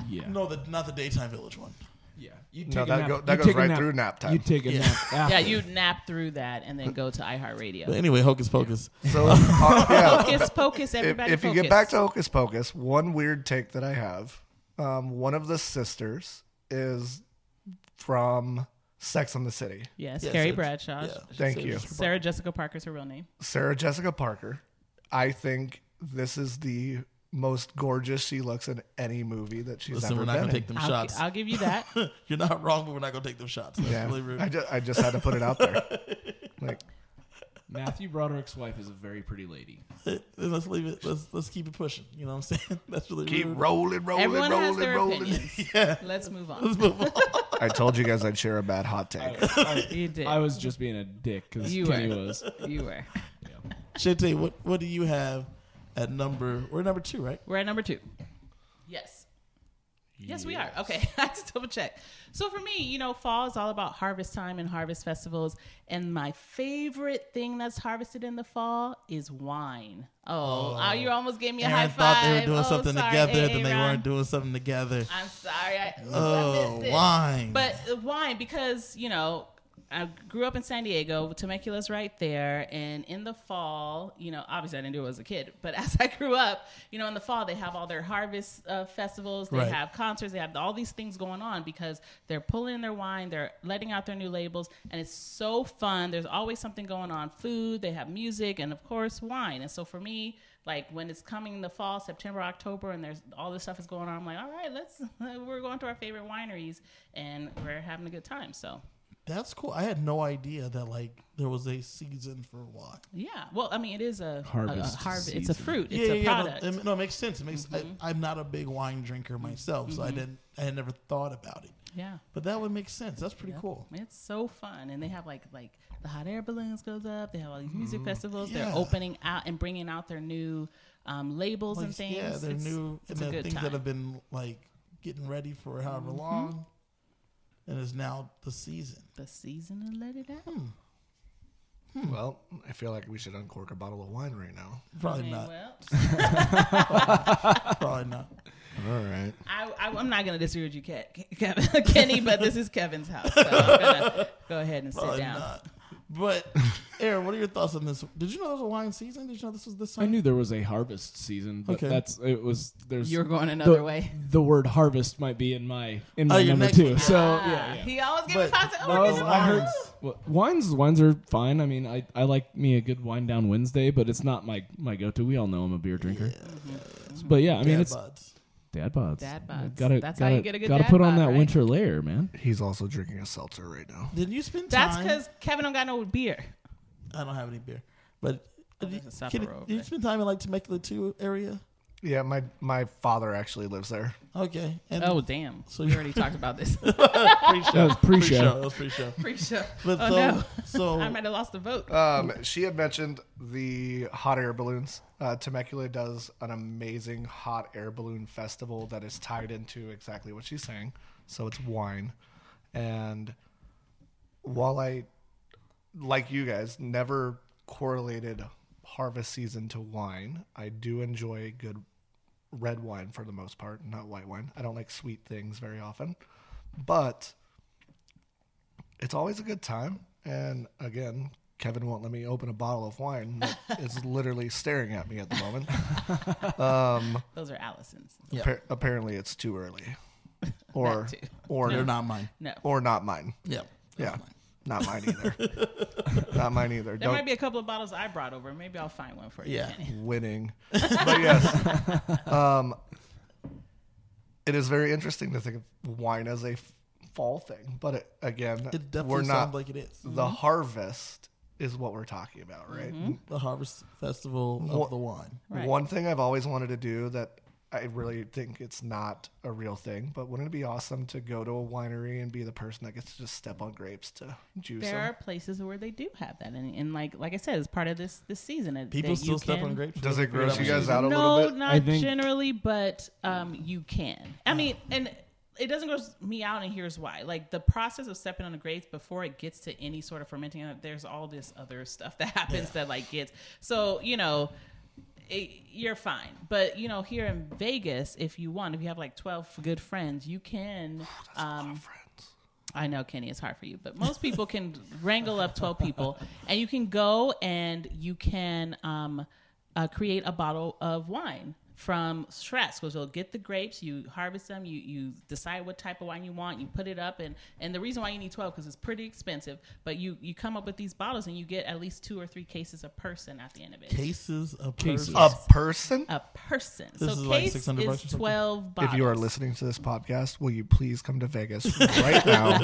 Speaker 3: Yeah.
Speaker 1: No, the, not the daytime village one.
Speaker 3: Yeah. You
Speaker 4: No, that go- that
Speaker 3: you
Speaker 4: goes
Speaker 3: take a
Speaker 4: right through nap time.
Speaker 3: You take a
Speaker 1: Yeah.
Speaker 3: nap. After.
Speaker 2: Yeah, you nap through that and then go to
Speaker 1: But
Speaker 2: iHeartRadio.
Speaker 1: anyway, Hocus Pocus.
Speaker 4: So uh, yeah,
Speaker 2: Focus, focus,
Speaker 4: if,
Speaker 2: everybody.
Speaker 4: if you
Speaker 2: focus.
Speaker 4: get back to Hocus Pocus, one weird take that I have, um, one of the sisters is from Sex and the City.
Speaker 2: yes,
Speaker 1: Yeah,
Speaker 2: Carrie
Speaker 1: so-
Speaker 2: Bradshaw,
Speaker 1: yeah.
Speaker 4: Thank you.
Speaker 2: Sarah Jessica Parker's her real name.
Speaker 4: Sarah Jessica Parker. I think this is the most gorgeous she looks in any movie that she's
Speaker 1: Listen,
Speaker 4: ever
Speaker 1: we're not
Speaker 4: been
Speaker 1: gonna
Speaker 4: in.
Speaker 1: take them
Speaker 2: I'll,
Speaker 1: shots.
Speaker 2: I'll give you that.
Speaker 1: You're not wrong, but we're not gonna take them shots. That's
Speaker 4: yeah,
Speaker 1: really rude.
Speaker 4: I just, I just had to put it out there. Like,
Speaker 3: Matthew Broderick's wife is a very pretty lady.
Speaker 1: let's leave it. Let's let's keep it pushing. You know what I'm saying? That's really
Speaker 4: keep
Speaker 1: rude.
Speaker 4: rolling, rolling,
Speaker 2: Everyone has
Speaker 4: rolling,
Speaker 2: their
Speaker 4: rolling.
Speaker 2: opinions. Let's move on.
Speaker 1: Let's move on.
Speaker 4: I told you guys I'd share a bad hot take.
Speaker 1: Oh.
Speaker 3: I,
Speaker 2: You did.
Speaker 3: I was just being a dick because
Speaker 2: You
Speaker 3: Kenny
Speaker 2: were.
Speaker 3: was.
Speaker 2: you were.
Speaker 1: Shante, what what do you have at number? We're number two, right?
Speaker 2: We're at number two. Yes. Yes, we are. Okay, I had to double check. So for me, you know, fall is all about harvest time and harvest festivals. And my favorite thing that's harvested in the fall is wine. Oh, oh, you almost gave me a high
Speaker 1: Aaron
Speaker 2: five.
Speaker 1: thought they were doing
Speaker 2: Oh,
Speaker 1: something
Speaker 2: sorry,
Speaker 1: together,
Speaker 2: AA
Speaker 1: then they
Speaker 2: Ron.
Speaker 1: weren't doing something together.
Speaker 2: I'm sorry. I, I
Speaker 1: Oh,
Speaker 2: missed it.
Speaker 1: wine.
Speaker 2: But uh, wine, because, you know, I grew up in San Diego. Temecula's right there. And in the fall, you know, obviously I didn't do it as a kid, but as I grew up, you know, in the fall, they have all their harvest uh, festivals, they
Speaker 1: Right.
Speaker 2: have concerts, they have all these things going on because they're pulling in their wine, they're letting out their new labels, and it's so fun. There's always something going on food, they have music, and of course, wine. And so for me, like when it's coming in the fall, September, October, and there's all this stuff is going on. I'm like, all right, let's we're going to our favorite wineries and we're having a good time. So
Speaker 1: That's cool. I had no idea that like there was a season for wine.
Speaker 2: yeah, well, I mean, it is a
Speaker 3: Harvest
Speaker 2: A, a harv- it's a
Speaker 3: season.
Speaker 2: fruit. It's
Speaker 1: no,
Speaker 2: a product. Mm-hmm.
Speaker 1: it- No, it makes sense. It makes. I, I'm not a big wine drinker myself, so I didn't. I had never thought about it.
Speaker 2: yeah.
Speaker 1: But that would make sense. That's pretty cool.
Speaker 2: It's so fun, and they have like like the hot air balloons goes up. They have all these music festivals.
Speaker 1: Mm-hmm. Yeah.
Speaker 2: They're opening out and bringing out their new um, labels and
Speaker 1: Like,
Speaker 2: things.
Speaker 1: Yeah, they're
Speaker 2: It's-
Speaker 1: new
Speaker 2: It's
Speaker 1: and
Speaker 2: a
Speaker 1: the
Speaker 2: good
Speaker 1: things
Speaker 2: time. Mm-hmm.
Speaker 1: that have been like getting ready for however long, and it's now the season.
Speaker 2: the season and let it out.
Speaker 1: Hmm,
Speaker 4: Well, I feel like we should uncork a bottle of wine right now.
Speaker 1: Probably
Speaker 2: Okay,
Speaker 1: not.
Speaker 2: well,
Speaker 1: Probably not.
Speaker 4: All right.
Speaker 2: I, I, I'm not going to disagree with you, Ke- Kevin, Kenny, but this is Kevin's house, so I'm gonna go ahead and sit
Speaker 1: Probably
Speaker 2: down.
Speaker 1: Uh, not. But Aaron, what are your thoughts on this? Did you know there was a wine season? Did you know this was this?
Speaker 3: I
Speaker 1: summer?
Speaker 3: knew there was a harvest season, but
Speaker 1: Okay.
Speaker 3: that's it was there's
Speaker 2: You're going another
Speaker 3: the,
Speaker 2: way.
Speaker 3: the word harvest might be in my in my
Speaker 1: Oh, your
Speaker 3: number
Speaker 1: next
Speaker 3: two.
Speaker 1: one.
Speaker 3: So
Speaker 2: Ah,
Speaker 3: yeah, yeah.
Speaker 2: He always gives
Speaker 1: But-
Speaker 2: us positive.
Speaker 3: No,
Speaker 2: Oh, this is
Speaker 3: I heard
Speaker 2: wrong.
Speaker 3: well, wines. Wines are fine. I mean, I, I like me a good wine down Wednesday, but it's not my my go to. We all know I'm a beer drinker. Mm-hmm. But yeah, I mean,
Speaker 1: Dad
Speaker 3: it's
Speaker 1: bods.
Speaker 3: dad bods.
Speaker 2: Dad bods.
Speaker 3: Gotta,
Speaker 2: That's how
Speaker 3: gotta,
Speaker 2: you get a good
Speaker 3: Gotta
Speaker 2: dad
Speaker 3: put on
Speaker 2: bod,
Speaker 3: that
Speaker 2: right?
Speaker 3: winter layer, man.
Speaker 4: He's also drinking a seltzer right now.
Speaker 1: Did you spend
Speaker 2: That's
Speaker 1: time?
Speaker 2: because Kevin don't got no beer.
Speaker 1: I don't have any beer. But did, you,
Speaker 2: there's a supper
Speaker 1: can-
Speaker 2: over
Speaker 1: did you
Speaker 2: there.
Speaker 1: spend time in like Temecula too area?
Speaker 4: Yeah, my my father actually lives there.
Speaker 1: Okay. And
Speaker 2: Oh damn!
Speaker 1: So
Speaker 2: we
Speaker 1: you-
Speaker 2: already talked about this
Speaker 1: pre-show.
Speaker 3: That was pre-show.
Speaker 1: That was pre-show.
Speaker 2: pre-show.
Speaker 1: But
Speaker 2: oh
Speaker 1: so,
Speaker 2: no,
Speaker 1: so
Speaker 2: I might have lost the vote.
Speaker 4: Um, she had mentioned the hot air balloons. Uh, Temecula does an amazing hot air balloon festival that is tied into exactly what she's saying. So it's wine, and while I, like you guys, never correlated harvest season to wine, I do enjoy good red wine for the most part, not white wine. I don't like sweet things very often, but it's always a good time. And again, Kevin won't let me open a bottle of wine. that It's literally staring at me at the moment. Um,
Speaker 2: Those are Allison's.
Speaker 1: Yeah.
Speaker 4: Appar- apparently, it's too early, or
Speaker 2: too.
Speaker 4: or
Speaker 1: they're not mine.
Speaker 2: No,
Speaker 4: or not mine.
Speaker 1: Yeah.
Speaker 4: yeah, not mine either. not mine either.
Speaker 2: there
Speaker 4: Don't
Speaker 2: might be a couple of bottles I brought over. Maybe I'll find one for you.
Speaker 1: Yeah.
Speaker 2: Kenny.
Speaker 4: winning. But yes, um, it is very interesting to think of wine as a f- fall thing. But it, again,
Speaker 1: It definitely
Speaker 4: we're not
Speaker 1: sounds like Mm-hmm. it is.
Speaker 4: the harvest is what we're talking about, right?
Speaker 1: The Harvest Festival of
Speaker 4: What-
Speaker 1: the Wine.
Speaker 2: Right.
Speaker 4: One thing I've always wanted to do that I really think it's not a real thing, but wouldn't it be awesome to go to a winery and be the person that gets to just step on grapes to juice
Speaker 2: There are
Speaker 4: them?
Speaker 2: places where they do have that, and, and like like I said, it's part of this this season. and
Speaker 1: People
Speaker 2: that
Speaker 1: still
Speaker 2: you
Speaker 1: step on
Speaker 2: can-
Speaker 1: grapes.
Speaker 4: Does it gross you guys out a
Speaker 2: no,
Speaker 4: little bit?
Speaker 2: not
Speaker 3: I think-
Speaker 2: generally, but um, you can. I mean, and it doesn't gross me out, and here's why. Like the process of stepping on the grapes before it gets to any sort of fermenting, uh, there's all this other stuff that happens that like gets. So you know, it, you're fine. But you know, here in Vegas, if you want, if you have like 12 good friends, you can. um,
Speaker 4: friends.
Speaker 2: I know, Kenny, it's hard for you, but most people can wrangle up 12 people and you can go and you can um, uh, create a bottle of wine from stress because you'll get the grapes you harvest them you you decide what type of wine you want you put it up and and the reason why you need 12 because it's pretty expensive but you you come up with these bottles and you get at least two or three cases a person at the end of it
Speaker 1: Cases of
Speaker 3: Cases.
Speaker 1: cases.
Speaker 4: A person?
Speaker 2: a person
Speaker 1: This
Speaker 2: so
Speaker 1: is like
Speaker 2: case
Speaker 1: 600 bucks or
Speaker 2: is
Speaker 1: something?
Speaker 2: 12 bottles
Speaker 4: If you are listening to this podcast, will you please come to Vegas right now?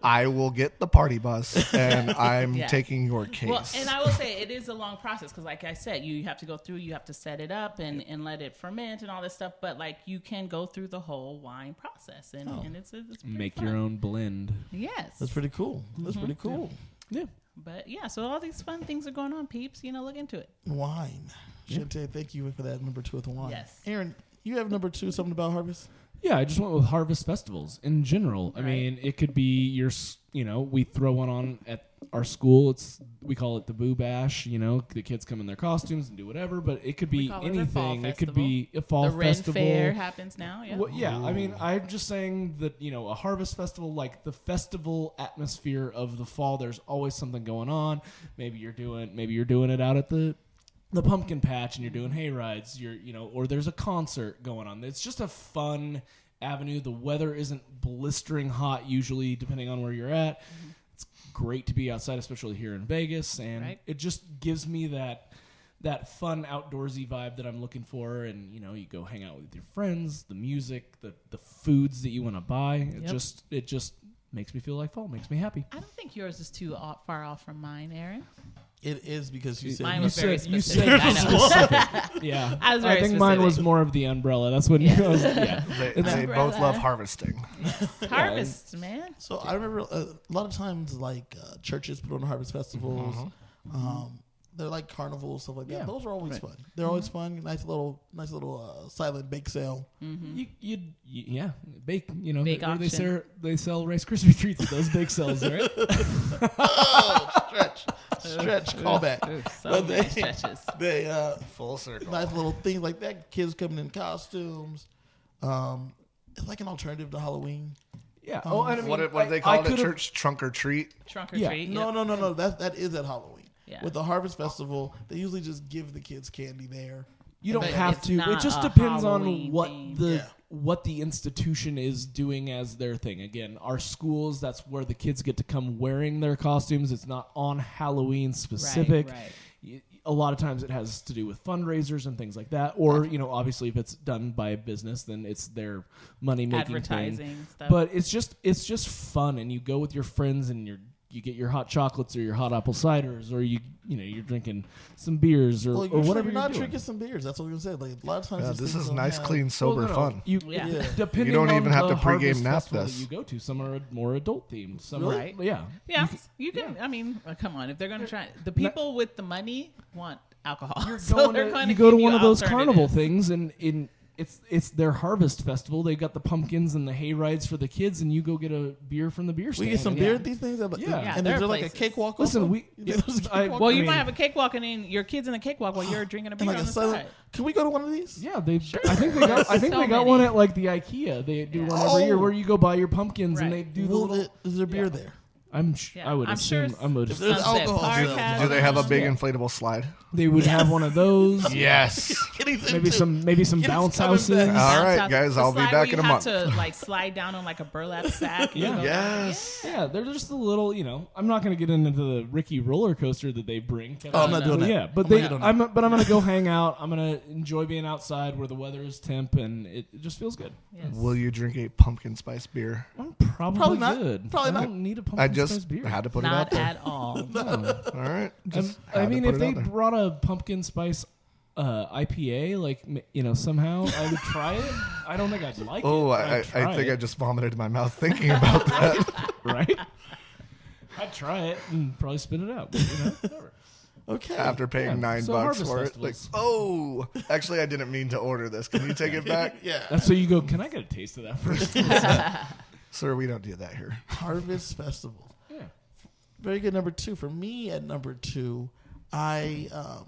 Speaker 4: I will get the party bus and I'm
Speaker 2: Yeah.
Speaker 4: taking your case.
Speaker 2: Well, and I will say it is a long process because, like I said, you have to go through, you have to set it up and, and let it ferment and all this stuff. But like you can go through the whole wine process and, and it's, it's pretty
Speaker 3: Oh. Make
Speaker 2: fun.
Speaker 3: your own blend.
Speaker 2: Yes,
Speaker 1: That's pretty cool. That's pretty cool.
Speaker 3: Mm-hmm. Yeah.
Speaker 2: but yeah, so all these fun things are going on, peeps. You know, look into it.
Speaker 1: Wine. Shante, thank you for that number two with the wine.
Speaker 2: Yes.
Speaker 1: Aaron, you have number two, something about harvest?
Speaker 3: Yeah, I just went with harvest festivals in general. I
Speaker 2: Right.
Speaker 3: mean, it could be your, s- you know, we throw one on at our school. It's we call it the Boo Bash. You know, the kids come in their costumes and do whatever, but it could
Speaker 2: We
Speaker 3: be
Speaker 2: call it the fall
Speaker 3: anything. It could
Speaker 2: festival.
Speaker 3: be a fall
Speaker 2: the Ren
Speaker 3: festival.
Speaker 2: Fair happens now. Yeah,
Speaker 3: Well, yeah, I mean, I'm just saying that you know, a harvest festival, like the festival atmosphere of the fall. There's always something going on. Maybe you're doing, maybe you're doing it out at the the pumpkin patch, and you're doing hay rides. You're, you know, or there's a concert going on. It's just a fun avenue. The weather isn't blistering hot usually, depending on where you're at. It's great to be outside, especially here in Vegas, and
Speaker 2: Right.
Speaker 3: it just gives me that that fun outdoorsy vibe that I'm looking for. And you know, you go hang out with your friends, the music, the the foods that you want to buy. It
Speaker 2: Yep.
Speaker 3: just it just makes me feel like fall. Makes me happy.
Speaker 2: I don't think yours is too off, far off from mine, Aaron.
Speaker 1: It is because you said
Speaker 2: Mine
Speaker 1: you
Speaker 2: was
Speaker 1: said-
Speaker 2: very
Speaker 3: you
Speaker 2: specific.
Speaker 3: said
Speaker 2: I know.
Speaker 3: specific. Yeah,
Speaker 2: I was very
Speaker 3: think mine was
Speaker 2: specific.
Speaker 3: more of the umbrella. That's when
Speaker 2: Yeah.
Speaker 3: you was, yeah.
Speaker 4: they,
Speaker 3: It's-
Speaker 4: they both love harvesting.
Speaker 2: Harvest, man.
Speaker 1: So I remember uh, a lot of times, like uh, churches put on harvest festivals. Um, they're like carnivals, stuff like that.
Speaker 3: Yeah.
Speaker 1: Those are always fun. They're always fun. Nice little, nice little uh, silent bake sale.
Speaker 3: You, you, you, yeah, bake. You know,
Speaker 2: Mm-hmm. Bake
Speaker 3: they, they
Speaker 2: auction.
Speaker 3: sell they sell Rice Krispie treats at those bake sales, right?
Speaker 1: Stretch, stretch, callback.
Speaker 2: So
Speaker 1: But
Speaker 2: many
Speaker 1: they-
Speaker 2: stretches.
Speaker 1: They uh,
Speaker 4: Full circle.
Speaker 1: nice little things like that. Kids coming in costumes. Um, it's like an alternative to Halloween.
Speaker 3: Yeah. Oh, and I mean,
Speaker 4: what, did- what did
Speaker 3: I-
Speaker 4: they
Speaker 3: I
Speaker 4: call it?
Speaker 3: could've-
Speaker 4: Church trunk or treat?
Speaker 2: Trunk or
Speaker 3: Yeah.
Speaker 2: treat.
Speaker 1: No,
Speaker 2: yep.
Speaker 1: no, no, no. That that is at Halloween.
Speaker 2: Yeah.
Speaker 1: With the harvest festival, they usually just give the kids candy there.
Speaker 3: You don't
Speaker 2: But
Speaker 3: have
Speaker 2: it's
Speaker 3: to. It
Speaker 2: not
Speaker 3: just
Speaker 2: a
Speaker 3: depends on
Speaker 2: Halloween
Speaker 3: what
Speaker 2: theme.
Speaker 3: the
Speaker 1: Yeah.
Speaker 3: what the institution is doing as their thing. Again, our schools, that's where the kids get to come wearing their costumes. It's not on Halloween specific.
Speaker 2: right.
Speaker 3: Y- A lot of times it has to do with fundraisers and things like that. Or, you know, obviously if it's done by a business, then it's their money making
Speaker 2: Advertising
Speaker 3: thing.
Speaker 2: stuff.
Speaker 3: But it's just it's just fun and you go with your friends and you're you get your hot chocolates or your hot apple ciders or you you know, you're drinking some beers or,
Speaker 1: Well,
Speaker 3: or
Speaker 1: usually
Speaker 3: whatever
Speaker 1: you're
Speaker 3: you're
Speaker 1: not
Speaker 3: doing.
Speaker 1: drinking some beers. That's what we said. Like a lot of times,
Speaker 4: Yeah,
Speaker 1: these
Speaker 4: this
Speaker 1: things
Speaker 4: is
Speaker 1: don't
Speaker 4: nice,
Speaker 1: have-
Speaker 4: clean, sober
Speaker 3: Well, no, no.
Speaker 4: fun.
Speaker 3: You,
Speaker 2: Yeah.
Speaker 1: Yeah.
Speaker 3: Depending
Speaker 4: You don't
Speaker 3: on
Speaker 4: even have
Speaker 3: the
Speaker 4: to pregame
Speaker 3: harvest
Speaker 4: nap
Speaker 3: festival that
Speaker 4: this.
Speaker 3: You go to some are more adult themed. Some are,
Speaker 1: Really?
Speaker 3: yeah.
Speaker 2: Yeah, you can. I mean, uh, come on. If they're going to try, the people with the money want alcohol. so
Speaker 3: Going
Speaker 2: they're
Speaker 3: to-
Speaker 2: gonna
Speaker 3: you go to
Speaker 2: give
Speaker 3: one
Speaker 2: you
Speaker 3: of those carnival
Speaker 2: alternatives.
Speaker 3: things, and in it's it's their harvest festival. They've got the pumpkins and the hay rides for the kids, and you go get a beer from the beer
Speaker 1: We
Speaker 3: stand.
Speaker 1: get some
Speaker 3: and-
Speaker 1: beer at these things. Yeah,
Speaker 3: Yeah. Yeah,
Speaker 1: and is
Speaker 2: there are
Speaker 1: there like a
Speaker 2: places.
Speaker 1: cakewalk?
Speaker 3: Listen,
Speaker 1: also?
Speaker 3: we-
Speaker 1: You think there's a
Speaker 3: I-
Speaker 1: cakewalk?
Speaker 2: Well,
Speaker 3: I
Speaker 2: you
Speaker 3: mean-
Speaker 2: might have a cakewalk and then your kids in a cakewalk while you're drinking a
Speaker 1: and
Speaker 2: beer
Speaker 1: like
Speaker 2: on
Speaker 1: a
Speaker 2: the
Speaker 1: silent.
Speaker 2: side.
Speaker 1: Can we go to one of these?
Speaker 3: Yeah, they. I think they got. I think
Speaker 2: So
Speaker 3: they got one
Speaker 2: many.
Speaker 3: at like the IKEA. They do one every
Speaker 1: Oh.
Speaker 3: year where you go buy your pumpkins and they
Speaker 2: Right.
Speaker 3: do the
Speaker 1: Will
Speaker 3: little.
Speaker 1: it- is there beer there?
Speaker 3: I'm. Sh-
Speaker 2: Yeah,
Speaker 3: I would
Speaker 2: I'm sure
Speaker 3: assume.
Speaker 2: s-
Speaker 3: I'm. Would,
Speaker 1: if there's-
Speaker 2: Sunset
Speaker 1: alcohol
Speaker 2: Park
Speaker 1: sales.
Speaker 2: has
Speaker 4: Do they have a big
Speaker 3: Yeah.
Speaker 4: inflatable slide?
Speaker 3: they would have one of those.
Speaker 4: Yes.
Speaker 1: Kitty's
Speaker 3: Maybe
Speaker 1: into-
Speaker 3: some. Maybe some
Speaker 1: Get it
Speaker 3: bounce
Speaker 1: coming
Speaker 3: houses.
Speaker 1: back.
Speaker 4: All right,
Speaker 2: Outside-
Speaker 4: guys,
Speaker 2: the
Speaker 4: I'll be
Speaker 2: slide
Speaker 4: back
Speaker 2: where
Speaker 4: in a
Speaker 2: you have
Speaker 4: month.
Speaker 2: To like slide down on like a burlap sack. you
Speaker 3: Yeah.
Speaker 2: know?
Speaker 4: Yes.
Speaker 3: Yeah, they're just the little, you know. I'm not going to get into the Ricky roller coaster that they bring. Can
Speaker 1: Oh,
Speaker 3: I?
Speaker 1: I'm not doing
Speaker 3: But
Speaker 1: that.
Speaker 3: Yeah, but
Speaker 1: I'm
Speaker 3: they,
Speaker 1: not doing
Speaker 3: I'm, but I'm going to go hang out. I'm going to enjoy being outside where the weather is temp and it, it just feels good.
Speaker 2: Yes.
Speaker 4: Will you drink a pumpkin spice beer?
Speaker 3: I'm probably,
Speaker 1: Probably not.
Speaker 3: good.
Speaker 1: Probably
Speaker 3: I
Speaker 1: not.
Speaker 3: don't need a pumpkin
Speaker 4: I just
Speaker 3: spice beer.
Speaker 4: had to put it out
Speaker 2: Not
Speaker 4: there.
Speaker 2: at all.
Speaker 4: All
Speaker 3: I'm-
Speaker 4: right. Just
Speaker 3: I
Speaker 4: had to
Speaker 3: mean,
Speaker 4: put
Speaker 3: if
Speaker 4: it
Speaker 3: they
Speaker 4: out there.
Speaker 3: brought a pumpkin spice uh, IPA, like m- you know, somehow I would try it. I don't think I'd like
Speaker 4: Oh,
Speaker 3: it. but
Speaker 4: I, I,
Speaker 3: I'd try
Speaker 4: I think I
Speaker 3: it,
Speaker 4: just vomited in my mouth thinking about that.
Speaker 3: right. I'd try it and probably spit it out. But, you know, whatever.
Speaker 1: Okay.
Speaker 4: after paying
Speaker 3: Yeah,
Speaker 4: nine
Speaker 3: so
Speaker 4: bucks
Speaker 3: harvest
Speaker 4: for
Speaker 3: festivals.
Speaker 4: it. Like, oh, actually, I didn't mean to order this. Can you take it back,
Speaker 1: yeah.
Speaker 3: That's so you go. Can I get a taste of that first?
Speaker 4: sir? We don't do that here.
Speaker 1: Harvest Festival.
Speaker 3: Yeah.
Speaker 1: Very good number two. For me at number two, I um,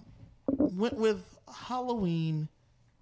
Speaker 1: went with Halloween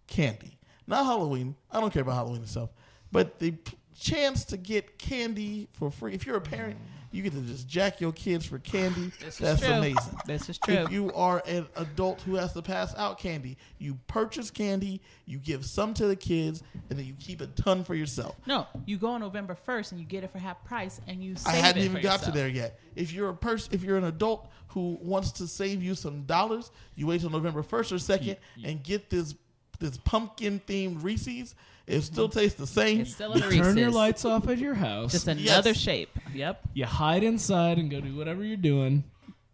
Speaker 1: candy. Not Halloween. I don't care about Halloween itself, but the p- chance to get candy for free. If you're a parent, you get to just jack your kids for candy. That's
Speaker 2: true.
Speaker 1: amazing.
Speaker 2: This is true.
Speaker 1: If you are an adult who has to pass out candy, you purchase candy, you give some to the kids, and then you keep a ton for yourself.
Speaker 2: no, you go on November first and you get it for half price, and you. Save
Speaker 1: I hadn't
Speaker 2: it
Speaker 1: even
Speaker 2: for
Speaker 1: got to
Speaker 2: yourself.
Speaker 1: there yet. If you're a person, if you're an adult who wants to save you some dollars, you wait till November first or second and get this this pumpkin themed Reese's. It still tastes the same.
Speaker 2: Mm-hmm. It's still a Reese's.
Speaker 3: Turn your lights off at your house.
Speaker 2: Just another
Speaker 1: Yes.
Speaker 2: shape. Yep.
Speaker 3: you hide inside and go do whatever you're doing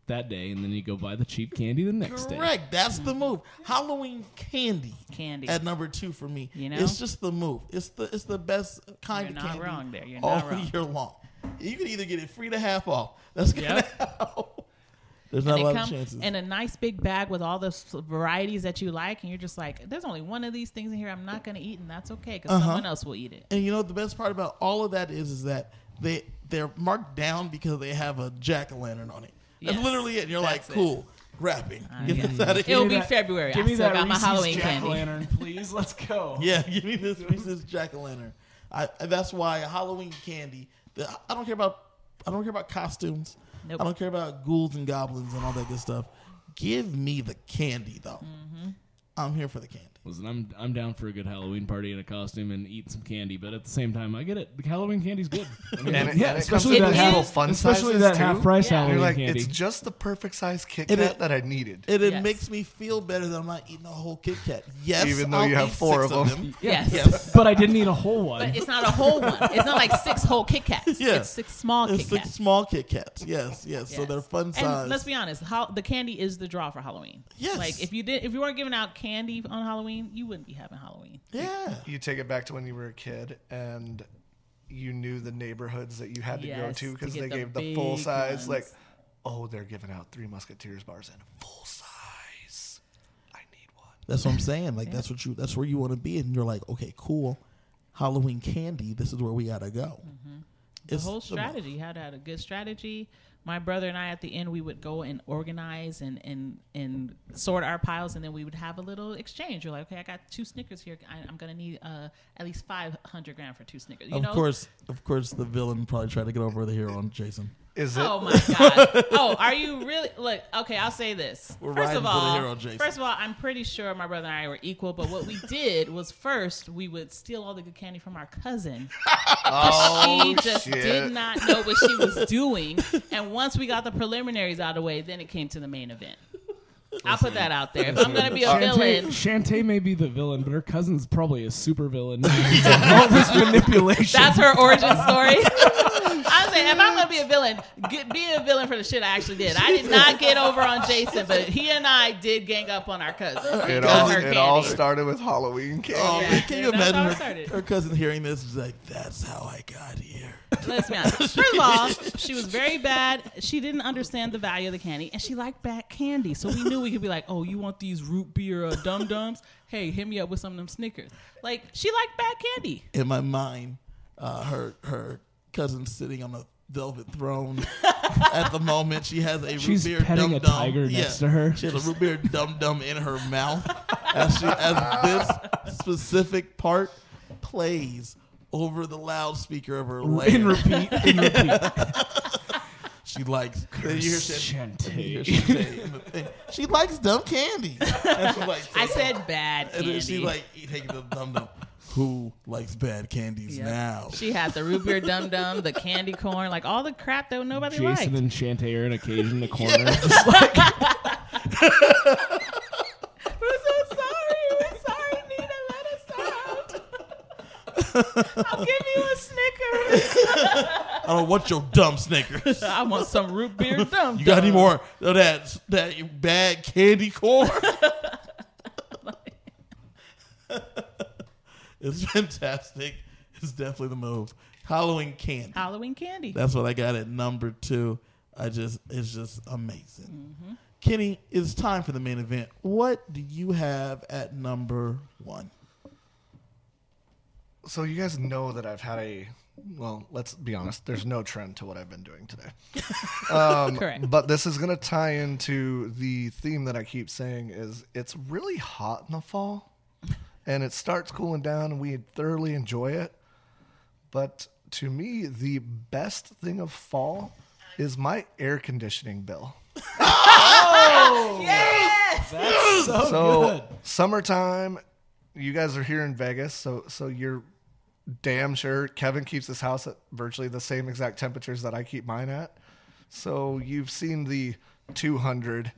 Speaker 3: that day, and then you go buy the cheap candy the next day.
Speaker 1: Correct. That's the move. Halloween candy.
Speaker 2: Mm-hmm. Candy.
Speaker 1: At number two for me.
Speaker 2: You know?
Speaker 1: It's just the move. It's the it's the best kind
Speaker 2: You're
Speaker 1: of
Speaker 2: not
Speaker 1: candy.
Speaker 2: wrong there. You're
Speaker 1: all
Speaker 2: not wrong.
Speaker 1: year long. You can either get it free to half off. That's gonna help. There's not
Speaker 2: They
Speaker 1: a lot
Speaker 2: come
Speaker 1: of chances.
Speaker 2: in a nice big bag with all the s- varieties that you like, and you're just like, "There's only one of these things in here I'm not going to eat, and that's okay
Speaker 1: Uh-huh.
Speaker 2: because someone else will eat it."
Speaker 1: And you know what the best part about all of that is is that they they're marked down because they have a jack o' lantern on it. That's
Speaker 2: Yes.
Speaker 1: literally it. And you're
Speaker 2: That's it.
Speaker 1: like, cool, wrapping. Get
Speaker 2: yeah.
Speaker 1: this out of
Speaker 2: It'll
Speaker 1: here.
Speaker 2: be February. I still got my Halloween
Speaker 3: jack
Speaker 2: candy.
Speaker 3: lantern, please. Let's go.
Speaker 1: Yeah, give me this Reese's jack o' lantern. I and that's why Halloween candy. The, I don't care about I don't care about costumes.
Speaker 2: Nope.
Speaker 1: I don't care about ghouls and goblins and all that good stuff. Give me the candy though.
Speaker 2: Mm-hmm.
Speaker 1: I'm here for the candy.
Speaker 3: Listen, I'm I'm down for a good Halloween party in a costume and eat some candy, but at the same time, I get it. The Halloween candy's good. I mean,
Speaker 4: And it- and it
Speaker 3: especially
Speaker 2: comes in
Speaker 3: that
Speaker 2: little
Speaker 3: half,
Speaker 4: fun
Speaker 3: especially
Speaker 4: sizes,
Speaker 3: that
Speaker 4: too.
Speaker 3: half price
Speaker 2: Yeah.
Speaker 3: Halloween
Speaker 4: You're like,
Speaker 3: candy.
Speaker 4: it's just the perfect size Kit
Speaker 1: It
Speaker 4: Kat
Speaker 1: is-
Speaker 4: that I needed.
Speaker 1: And it
Speaker 2: Yes.
Speaker 1: makes me feel better that I'm not eating a whole Kit Kat. Yes,
Speaker 4: Even though
Speaker 1: I'll
Speaker 4: you have
Speaker 1: eat
Speaker 4: four
Speaker 1: six
Speaker 4: of
Speaker 1: of
Speaker 4: them.
Speaker 1: them.
Speaker 2: Yes.
Speaker 1: Yes.
Speaker 3: but I didn't eat a whole one.
Speaker 2: But it's not a whole one. It's not like six whole Kit Kats.
Speaker 1: Yeah.
Speaker 2: It's six small
Speaker 1: It's
Speaker 2: Kit
Speaker 1: six
Speaker 2: Kats.
Speaker 1: small Kit Kats. Yes, yes. So
Speaker 2: Yes.
Speaker 1: they're fun
Speaker 2: And
Speaker 1: size.
Speaker 2: let's be honest, how, the candy is the draw for Halloween.
Speaker 1: Yes.
Speaker 2: Like if you did, if you weren't giving out candy on Halloween, you wouldn't be having Halloween.
Speaker 1: yeah.
Speaker 4: You take it back to when you were a kid and you knew the neighborhoods that you had to go
Speaker 2: Yes,
Speaker 4: to
Speaker 2: to
Speaker 4: because
Speaker 2: get
Speaker 4: they
Speaker 2: the
Speaker 4: gave the full
Speaker 2: big
Speaker 4: size.
Speaker 2: ones.
Speaker 4: Like, oh, they're giving out Three Musketeers bars in full size. I need one.
Speaker 1: That's what I'm saying. Like that's what you that's where you want to be and you're like, "Okay, cool. Halloween candy, this is where we got to go."
Speaker 2: Mm-hmm. The whole strategy. You had to have a good strategy. My brother and I at the end we would go and organize and and and sort our piles, and then we would have a little exchange. You're like, okay, I got two Snickers here. I, I'm gonna need uh, at least five hundred grand for two Snickers. You
Speaker 1: Of
Speaker 2: know?
Speaker 1: course, of course the villain probably tried to get over the hero on Jason.
Speaker 4: Is it?
Speaker 2: Oh my god! Oh, are you really? Look, okay, I'll say this.
Speaker 1: We're
Speaker 2: first
Speaker 1: riding
Speaker 2: of
Speaker 1: for the
Speaker 2: all,
Speaker 1: hero, Jason.
Speaker 2: first of all, I'm pretty sure my brother and I were equal. But what we did was first we would steal all the good candy from our cousin. 'Cause she just
Speaker 4: Oh, shit.
Speaker 2: did not know what she was doing. And once we got the preliminaries out of the way, then it came to the main event. I'll put that out there. If I'm gonna be a villain,
Speaker 3: Shantae may be the villain, but her cousin's probably a super villain. All this manipulation.
Speaker 2: That's her origin story. I'm saying if I'm gonna be a villain, get, be a villain for the shit I actually did. I did not get over on Jason, but he and I did gang up on our cousin.
Speaker 4: It
Speaker 2: Got
Speaker 4: all,
Speaker 2: her
Speaker 4: it all
Speaker 2: candy.
Speaker 4: started with Halloween candy.
Speaker 1: Oh,
Speaker 2: Yeah,
Speaker 1: man, can you
Speaker 2: that's how it
Speaker 1: imagine
Speaker 2: started.
Speaker 1: her, her cousin hearing this? She's like, "That's how I got here."
Speaker 2: Let's be honest. First of all, she was very bad. She didn't understand the value of the candy, and she liked back candy. So we knew we could be like, "Oh, you want these root beer uh, dum dums? Hey, hit me up with some of them Snickers." Like she liked back candy.
Speaker 1: In my mind, uh, her her cousin sitting on a velvet throne. At the moment, she has a root
Speaker 3: She's
Speaker 1: beer
Speaker 3: petting
Speaker 1: dum
Speaker 3: a
Speaker 1: dum.
Speaker 3: tiger next to her.
Speaker 1: She has a root beer dum dum in her mouth as she as this specific part plays over the loudspeaker of her
Speaker 3: in
Speaker 1: lair.
Speaker 3: repeat, in repeat.
Speaker 1: She likes. Then you hear shit. You hear
Speaker 3: Shantae.
Speaker 1: shit say in the thing. She likes dumb candy. And she likes
Speaker 2: I said bad
Speaker 1: And
Speaker 2: candy.
Speaker 1: then she like he taking the thumb down. Who likes bad candies
Speaker 2: Yeah.
Speaker 1: now?
Speaker 2: She had the root beer dum dum, the candy corn, like all the crap that nobody liked.
Speaker 3: Jason and Shantae are in a cage in the corner. Just
Speaker 2: We're so sorry. We're sorry, Nina. Let us out. I'll give you a Snickers.
Speaker 1: I don't want your dumb Snickers.
Speaker 2: I want some root beer dum.
Speaker 1: You got any more of that that bad candy corn? it's fantastic. It's definitely the move. Halloween candy.
Speaker 2: Halloween candy. Mm-hmm.
Speaker 1: That's what I got at number two. I just it's just amazing. Kenny, it's time for the main event. What do you have at number one?
Speaker 4: So you guys know that I've had a well, let's be honest, there's no trend to what I've been doing today. Um,
Speaker 2: Correct.
Speaker 4: But this is going to tie into the theme that I keep saying is it's really hot in the fall and it starts cooling down and we thoroughly enjoy it. But to me, the best thing of fall is my air conditioning bill. so summertime you guys are here in vegas so so you're damn sure kevin keeps his house at virtually the same exact temperatures that i keep mine at so you've seen the 200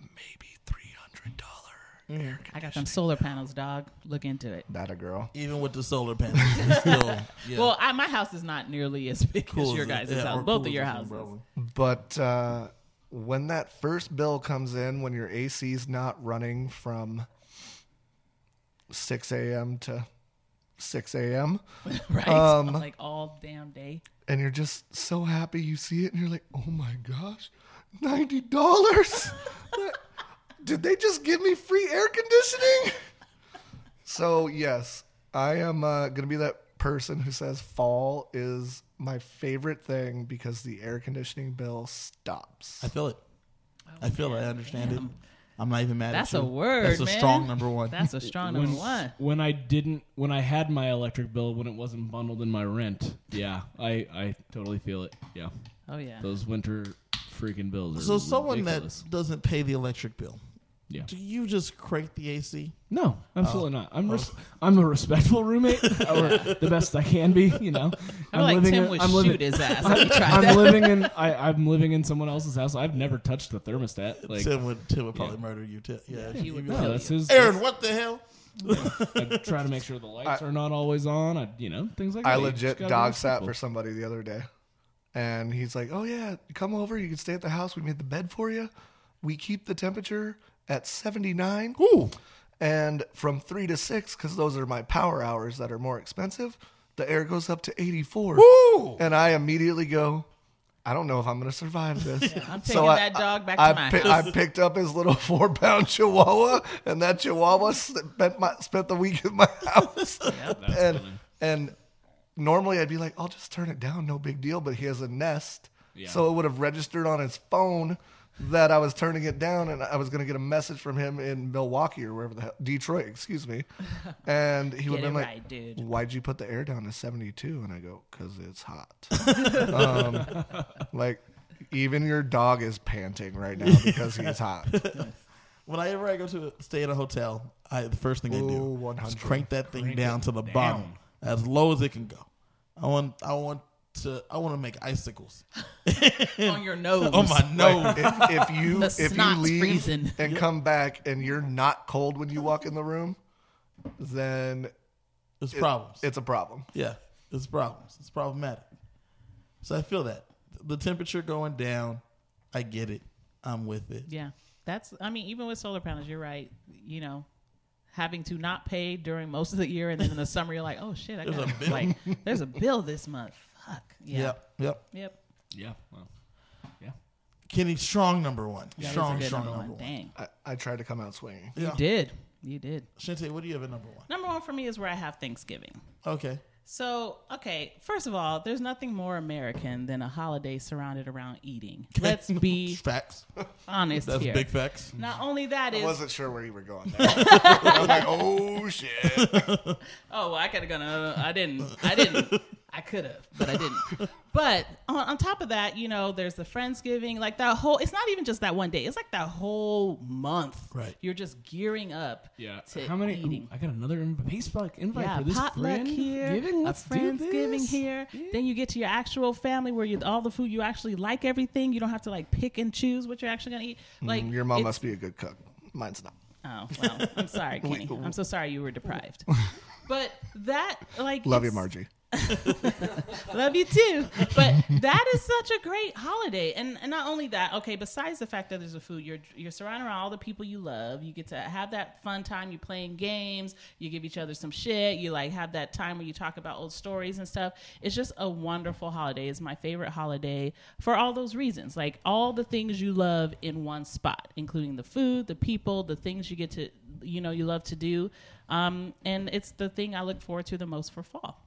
Speaker 4: maybe 300 dollar air
Speaker 2: I got some solar panels, dog. Look into it.
Speaker 4: that a girl
Speaker 1: Even with the solar panels, it's still yeah,
Speaker 2: Well, I, my house is not nearly as big
Speaker 1: cool
Speaker 2: as your
Speaker 1: it-
Speaker 2: guys'
Speaker 1: yeah, or
Speaker 2: house. Both
Speaker 1: cool
Speaker 2: of your
Speaker 1: as an
Speaker 2: houses.
Speaker 1: umbrella.
Speaker 4: but uh when that first bill comes in when your ac's not running from 6 a.m to 6 a.m
Speaker 2: Right?
Speaker 3: Um,
Speaker 2: like all damn day.
Speaker 4: and you're just so happy you see it and you're like, oh my gosh, ninety dollars. Did they just give me free air conditioning? So yes, I am uh, gonna be that person who says fall is my favorite thing because the air conditioning bill stops.
Speaker 1: I feel it. I feel it. I understand it. I'm not even mad
Speaker 2: Oh, That's
Speaker 1: at
Speaker 2: a
Speaker 1: you.
Speaker 2: word,
Speaker 1: That's a
Speaker 2: man.
Speaker 1: strong number one.
Speaker 2: That's a strong
Speaker 3: when,
Speaker 2: number one.
Speaker 3: when I didn't when I had my electric bill when it wasn't bundled in my rent. Yeah, I I totally feel it. Yeah,
Speaker 2: Oh, yeah.
Speaker 3: those winter freaking bills are
Speaker 1: so someone
Speaker 3: ridiculous.
Speaker 1: that doesn't pay the electric bill,
Speaker 3: yeah
Speaker 1: do you just crank the AC?
Speaker 3: no
Speaker 1: Oh.
Speaker 3: absolutely not. I'm res- I'm a respectful roommate or the best I can be. You know,
Speaker 2: I feel like Tim
Speaker 3: in-
Speaker 2: would
Speaker 3: I'm
Speaker 2: shoot
Speaker 3: living-
Speaker 2: his ass if he tried
Speaker 3: I'm
Speaker 2: that.
Speaker 3: living in I, I'm living in someone else's house. I've never touched the thermostat. Like
Speaker 1: Tim would Tim would probably murder you too. Yeah,
Speaker 2: he would
Speaker 1: you'd be
Speaker 3: no,
Speaker 1: like,
Speaker 3: that's his.
Speaker 1: Aaron, what the hell?
Speaker 3: I try to make sure the lights
Speaker 4: I-
Speaker 3: are not always on. I you know things like
Speaker 4: I
Speaker 3: that. You
Speaker 4: legit
Speaker 3: just gotta be
Speaker 4: dog sat for
Speaker 3: respectful.
Speaker 4: somebody the other day, and he's like, "Oh yeah, come over. You can stay at the house. We made the bed for you. We keep the temperature at seventy nine.
Speaker 1: Ooh,
Speaker 4: and from three to six because those are my power hours that are more expensive the air goes up to 84
Speaker 1: Woo!
Speaker 4: and i immediately go i don't know if i'm going to survive this
Speaker 2: I'm taking that dog back to
Speaker 4: I,
Speaker 2: my
Speaker 4: pi-
Speaker 2: house.
Speaker 4: I picked up his little four pound chihuahua and that chihuahua spent, my, spent the week in my house
Speaker 3: That's
Speaker 4: and,
Speaker 3: funny.
Speaker 4: and normally i'd be like i'll just turn it down no big deal but he has a nest
Speaker 3: Yeah.
Speaker 4: so it would have registered on his phone that I was turning it down and I was going to get a message from him in Milwaukee or wherever the hell, Detroit, excuse me. And he would
Speaker 2: Get
Speaker 4: have been
Speaker 2: it
Speaker 4: like,
Speaker 2: right, dude.
Speaker 4: Why'd you put the air down to 72? And I go, Because it's hot. um, like, even your dog is panting right now because he's hot.
Speaker 1: Whenever I go to stay at a hotel, I the first thing I
Speaker 4: Ooh,
Speaker 1: do is
Speaker 4: 100.
Speaker 1: crank that thing down to the bottom as low as it can go. I want I want to I want to make icicles
Speaker 2: on your nose.
Speaker 1: on Oh, my
Speaker 4: Like,
Speaker 1: nose.
Speaker 4: if, if you
Speaker 2: The
Speaker 4: if you
Speaker 2: snot's
Speaker 4: leave
Speaker 2: freezing.
Speaker 4: and come back and you're not cold when you walk in the room, then
Speaker 1: It's
Speaker 4: it-
Speaker 1: problems.
Speaker 4: it's a problem.
Speaker 1: Yeah, it's problems. It's problematic. So I feel that the temperature going down. I get it. I'm with it.
Speaker 2: Yeah. That's, I mean, even with solar panels, you're right. You know, having to not pay during most of the year and then in the summer, you're like, oh shit, I
Speaker 1: There's a
Speaker 2: got
Speaker 1: bill.
Speaker 2: like, there's a bill this month. Fuck. Yeah.
Speaker 1: Yep. Yep.
Speaker 2: Yep.
Speaker 3: yeah well, yeah.
Speaker 1: Kenny, strong number one.
Speaker 2: That is a
Speaker 1: strong,
Speaker 2: good
Speaker 1: strong
Speaker 2: number
Speaker 1: number,
Speaker 2: one.
Speaker 1: one.
Speaker 2: Dang.
Speaker 4: I, I tried to come out swinging.
Speaker 1: Yeah.
Speaker 2: You did. You did.
Speaker 1: Shante, what do you have at number one?
Speaker 2: Number one for me is where I have Thanksgiving.
Speaker 1: Okay.
Speaker 2: So, okay, first of all, there's nothing more American than a holiday surrounded around eating. Let's be
Speaker 1: facts.
Speaker 2: honest
Speaker 1: That's
Speaker 2: here.
Speaker 1: big facts.
Speaker 2: Not only that
Speaker 4: I
Speaker 2: is
Speaker 4: wasn't sure where you were going. There. I was like, oh shit.
Speaker 2: Oh, well, I could have gone. Uh, I didn't. I didn't. I could have, but I didn't. But on, on top of that, you know, there's the Friendsgiving, like that whole. It's not even just that one day. It's like that whole month.
Speaker 1: Right.
Speaker 2: You're just gearing up.
Speaker 3: Yeah.
Speaker 2: To
Speaker 3: How many?
Speaker 2: Eating.
Speaker 3: ooh, I got another inv- Facebook invite
Speaker 2: yeah,
Speaker 3: for this
Speaker 2: potluck
Speaker 3: friend
Speaker 2: here, a
Speaker 3: giving. Let's do
Speaker 2: friendsgiving
Speaker 3: this.
Speaker 2: here.
Speaker 3: Yeah.
Speaker 2: Then you get to your actual family where you all the food you actually like everything. You don't have to like pick and choose what you're actually gonna eat. Like
Speaker 4: Mm, Your mom
Speaker 2: it's-
Speaker 4: must be a good cook. Mine's not.
Speaker 2: Oh well, I'm sorry, Kenny. I'm so sorry you were deprived. But that like
Speaker 4: Love you,
Speaker 2: it's-
Speaker 4: Margie.
Speaker 2: Love you too. But that is such a great holiday. And, and not only that, okay, besides the fact that there's a food, you're you're surrounded around all the people you love. You get to have that fun time. You're playing games. You give each other some shit. You like have that time where you talk about old stories and stuff. It's just a wonderful holiday. It's my favorite holiday for all those reasons. Like all the things you love in one spot, including the food, the people, the things you get to you know you love to do. Um, and it's the thing I look forward to the most for fall.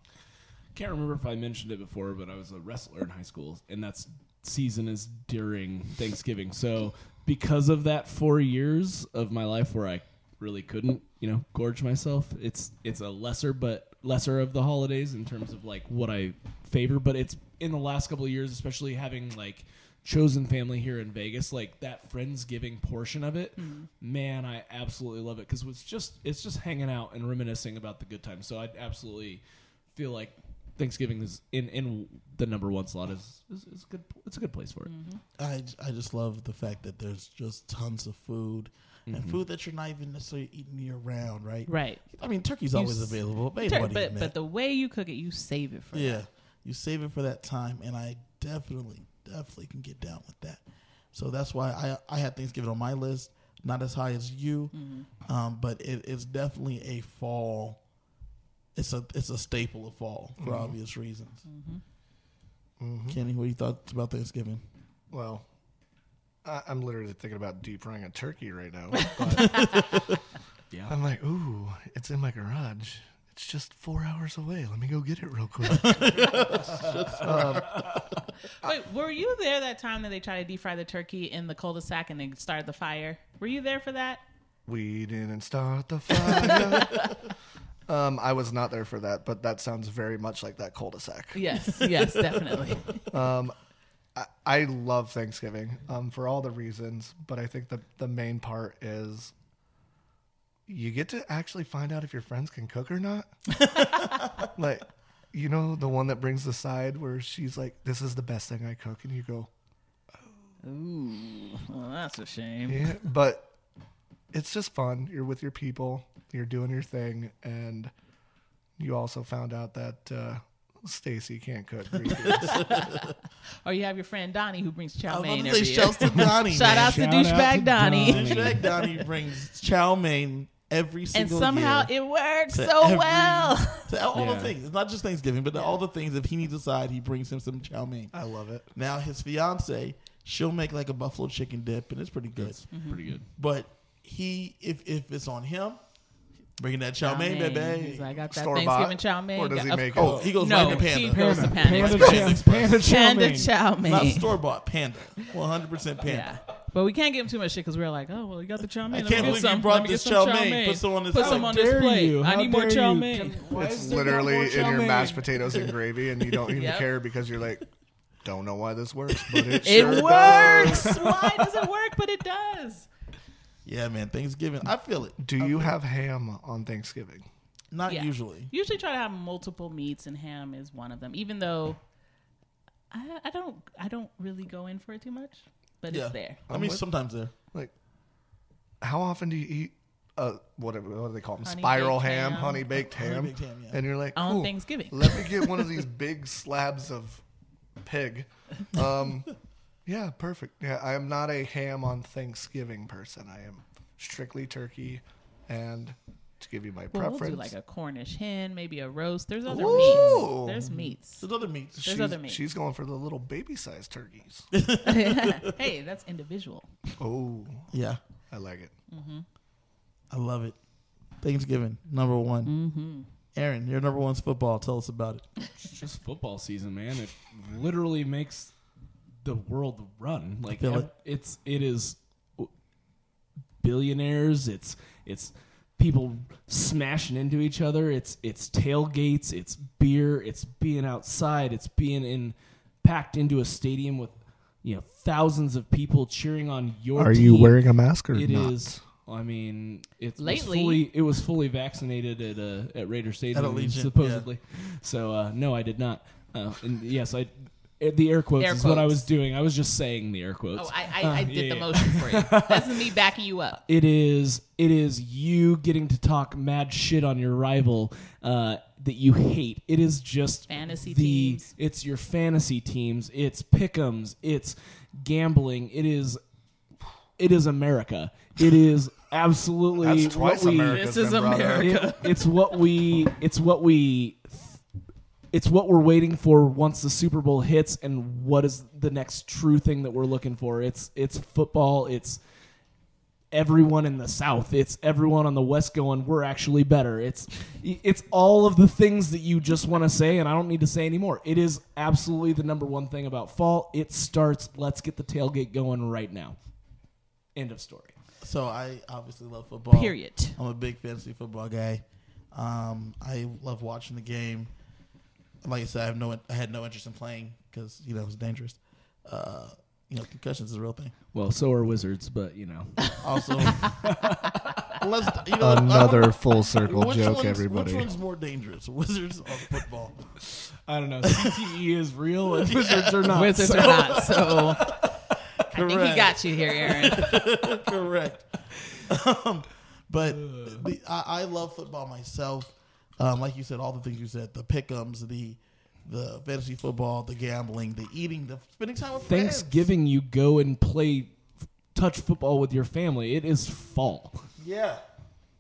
Speaker 3: Can't remember if I mentioned it before, but I was a wrestler in high school, and that's season is during Thanksgiving. So because of that, four years of my life where I really couldn't, you know, gorge myself, it's it's a lesser but lesser of the holidays in terms of like what I favor. But it's in the last couple of years, especially having like chosen family here in Vegas, like that friendsgiving portion of it, man, I absolutely love it because it's just it's just hanging out and reminiscing about the good times. So I absolutely feel like Thanksgiving is in in the number one slot is is, is a good it's a good place for it.
Speaker 1: I, j- I just love the fact that there's just tons of food and food that you're not even necessarily eating year round, right?
Speaker 2: Mm-hmm. Right.
Speaker 1: I mean, turkey's always
Speaker 2: s-
Speaker 1: available. But, ain't
Speaker 2: Sure,
Speaker 1: nobody
Speaker 2: but
Speaker 1: eating
Speaker 2: but
Speaker 1: that.
Speaker 2: the way you cook it, you save it for
Speaker 1: yeah, you save it for that time, and I definitely definitely can get down with that. So that's why I I had Thanksgiving on my list, not as high as you, um, but it, it's definitely a fall. It's a it's a staple of fall for obvious reasons.
Speaker 2: Mm-hmm.
Speaker 1: Kenny, what do you thought about Thanksgiving?
Speaker 4: Well, I, I'm literally thinking about deep frying a turkey right now. But
Speaker 3: Yeah.
Speaker 4: I'm like, ooh, it's in my garage. It's just four hours away. Let me go get it real quick.
Speaker 2: Wait, were you there that time that they tried to deep fry the turkey in the cul-de-sac and they started the fire? Were you there for that?
Speaker 4: we didn't start the fire. um, I was not there for that, but that sounds very much like that cul-de-sac.
Speaker 2: Yes, yes, definitely.
Speaker 4: I, I love Thanksgiving um, for all the reasons, but I think the the main part is you get to actually find out if your friends can cook or not. like, you know, the one that brings the side where she's like, "This is the best thing I cook," and you go,
Speaker 2: well, that's a shame.
Speaker 4: "Yeah," but it's just fun. You're with your people, you're doing your thing, and you also found out that uh, Stacy can't cook.
Speaker 2: Or you have your friend Donnie who brings chow
Speaker 1: I was
Speaker 2: mein
Speaker 1: about to
Speaker 2: every
Speaker 1: say
Speaker 2: year.
Speaker 1: shouts to Donnie.
Speaker 2: Shout
Speaker 1: man.
Speaker 2: out to
Speaker 3: Shout
Speaker 2: douchebag
Speaker 3: out to
Speaker 2: Donnie.
Speaker 3: Donnie.
Speaker 1: Douchebag Donnie brings chow mein every
Speaker 2: And
Speaker 1: single
Speaker 2: somehow
Speaker 1: year
Speaker 2: it works
Speaker 1: to
Speaker 2: so
Speaker 1: every-
Speaker 2: well.
Speaker 1: to all the
Speaker 3: Yeah.
Speaker 1: things. It's not just Thanksgiving, but all the things. If he needs a side, he brings him some chow mein.
Speaker 4: I love it.
Speaker 1: Now his fiance, she'll make like a buffalo chicken dip, and it's pretty good.
Speaker 3: It's pretty good.
Speaker 1: But he, if if it's on him, bringing that chow mein,
Speaker 2: He's
Speaker 1: baby.
Speaker 2: like, I got that
Speaker 4: Store-bought?
Speaker 2: Thanksgiving chow mein.
Speaker 4: Or does he
Speaker 2: Of
Speaker 4: make it?
Speaker 1: oh, he goes
Speaker 2: no,
Speaker 1: right to
Speaker 2: he
Speaker 1: Panda.
Speaker 2: goes to Panda.
Speaker 3: Panda,
Speaker 1: Panda
Speaker 3: chow-
Speaker 1: Express.
Speaker 3: panda chow
Speaker 2: Panda
Speaker 3: mein.
Speaker 2: chow
Speaker 1: Not
Speaker 2: mein.
Speaker 1: store bought, Panda. 100% Panda.
Speaker 2: Yeah. But we can't give him too much shit because we're like, oh, well, you got the chow mein.
Speaker 1: I
Speaker 2: Let me
Speaker 1: can't
Speaker 2: get
Speaker 1: believe you
Speaker 2: some.
Speaker 1: brought
Speaker 2: Let me
Speaker 1: this
Speaker 2: get
Speaker 1: chow
Speaker 2: some
Speaker 1: mein. Put some on this
Speaker 2: Put
Speaker 1: plate.
Speaker 2: some on
Speaker 3: How
Speaker 2: this
Speaker 3: dare
Speaker 2: plate.
Speaker 3: you?
Speaker 2: I
Speaker 3: How
Speaker 2: need more
Speaker 3: dare
Speaker 2: chow
Speaker 3: you?
Speaker 2: mein.
Speaker 3: Can- why
Speaker 4: It's
Speaker 3: is there not more
Speaker 4: literally in
Speaker 3: chow
Speaker 4: your
Speaker 3: mein?
Speaker 4: mashed potatoes and gravy, and you don't even
Speaker 2: Yep.
Speaker 4: care because you're like, don't know why this works, but
Speaker 2: It
Speaker 4: it, sure does."
Speaker 2: works. Why does it work? But it does.
Speaker 1: Yeah, man. Thanksgiving. I feel it.
Speaker 4: Do you have ham on Thanksgiving?
Speaker 1: Not
Speaker 2: Yeah.
Speaker 1: usually.
Speaker 2: Usually try to have multiple meats, and ham is one of them. Even though I, I don't, I don't really go in for it too much, but
Speaker 1: Yeah.
Speaker 2: it's there.
Speaker 1: I mean, sometimes there.
Speaker 4: Like, how often do you eat? Uh, whatever, what do they call them?
Speaker 2: Honey
Speaker 4: Spiral
Speaker 2: baked
Speaker 4: ham,
Speaker 2: ham.
Speaker 4: honey baked ham,
Speaker 1: baked ham, yeah.
Speaker 4: and you're like,
Speaker 2: On
Speaker 4: "Cool,
Speaker 2: Thanksgiving."
Speaker 4: Let me get one of these big slabs of pig. Um, yeah, perfect. Yeah, I am not a ham on Thanksgiving person. I am strictly turkey, and to give you my
Speaker 2: Well,
Speaker 4: preference,
Speaker 2: we'll do like a Cornish hen, maybe a roast. There's other
Speaker 4: Ooh.
Speaker 2: meats. There's meats.
Speaker 1: There's other meats.
Speaker 2: There's
Speaker 4: she's,
Speaker 2: other meats.
Speaker 4: she's going for the little baby-sized turkeys.
Speaker 2: hey, that's individual.
Speaker 4: oh,
Speaker 1: Yeah.
Speaker 4: I like it.
Speaker 1: I love it. Thanksgiving, number one.
Speaker 2: Mm-hmm.
Speaker 1: Aaron, your number one's football. Tell us about it.
Speaker 3: It's just football season, man. It literally makes the world run. Like
Speaker 1: feel
Speaker 3: ev-
Speaker 1: it.
Speaker 3: it's it is billionaires. It's it's people smashing into each other. It's it's tailgates. It's beer. It's being outside. It's being in packed into a stadium with you know thousands of people cheering on your. team.
Speaker 4: a mask or
Speaker 3: It is. I mean, it
Speaker 2: Lately-
Speaker 3: was fully it was fully vaccinated at uh, at Raider Stadium
Speaker 1: Allegiant, yeah.
Speaker 3: supposedly. So uh, no, I did not. Uh, and yes, I Eh, The air quotes
Speaker 2: Air
Speaker 3: is what I
Speaker 2: quotes.
Speaker 3: was doing. I was just saying the air quotes.
Speaker 2: Oh, I, I, I
Speaker 3: Uh,
Speaker 2: did
Speaker 3: yeah,
Speaker 2: the
Speaker 3: yeah.
Speaker 2: motion for you. That's me backing you up.
Speaker 3: It is it is you getting to talk mad shit on your rival uh, that you hate. It is just
Speaker 2: Fantasy
Speaker 3: the,
Speaker 2: teams.
Speaker 3: It's your fantasy teams. It's pickums. It's gambling. It is it is America. It is absolutely
Speaker 4: That's twice
Speaker 3: what we,
Speaker 4: America.
Speaker 2: This is America.
Speaker 3: it- it's what we it's what we it's what we're waiting for once the Super Bowl hits and what is the next true thing that we're looking for. It's it's football, it's everyone in the south, it's everyone on the west going we're actually better. It's it's all of the things that you just want to say and I don't need to say anymore. It is absolutely the number one thing about fall. It starts let's get the tailgate going right now. End of story.
Speaker 1: So I obviously love football.
Speaker 2: Period.
Speaker 1: I'm a big fantasy football guy. Um, I love watching the game. Like I said, I have no, I had no interest in playing because you know it's dangerous. Uh, you know, concussions is a real thing.
Speaker 3: Well, so are wizards, but you know.
Speaker 1: Also, let's you know
Speaker 4: Another
Speaker 1: I'm-
Speaker 4: full circle
Speaker 1: which
Speaker 4: joke,
Speaker 1: one's-
Speaker 4: everybody.
Speaker 1: Which one's more dangerous, Wizards or football?
Speaker 3: I don't know. CTE is real and wizards are not.
Speaker 2: Wizards
Speaker 3: so-
Speaker 2: are not, so I think he
Speaker 1: Correct.
Speaker 2: got you here, Aaron.
Speaker 1: Correct. Um, but the, I, I love football myself. Um, like you said, all the things you said, the pickums, the the fantasy football, the gambling, the eating, the spending time with
Speaker 3: Thanksgiving, you go and play f- touch football with your family. It is fall.
Speaker 1: friends. Yeah.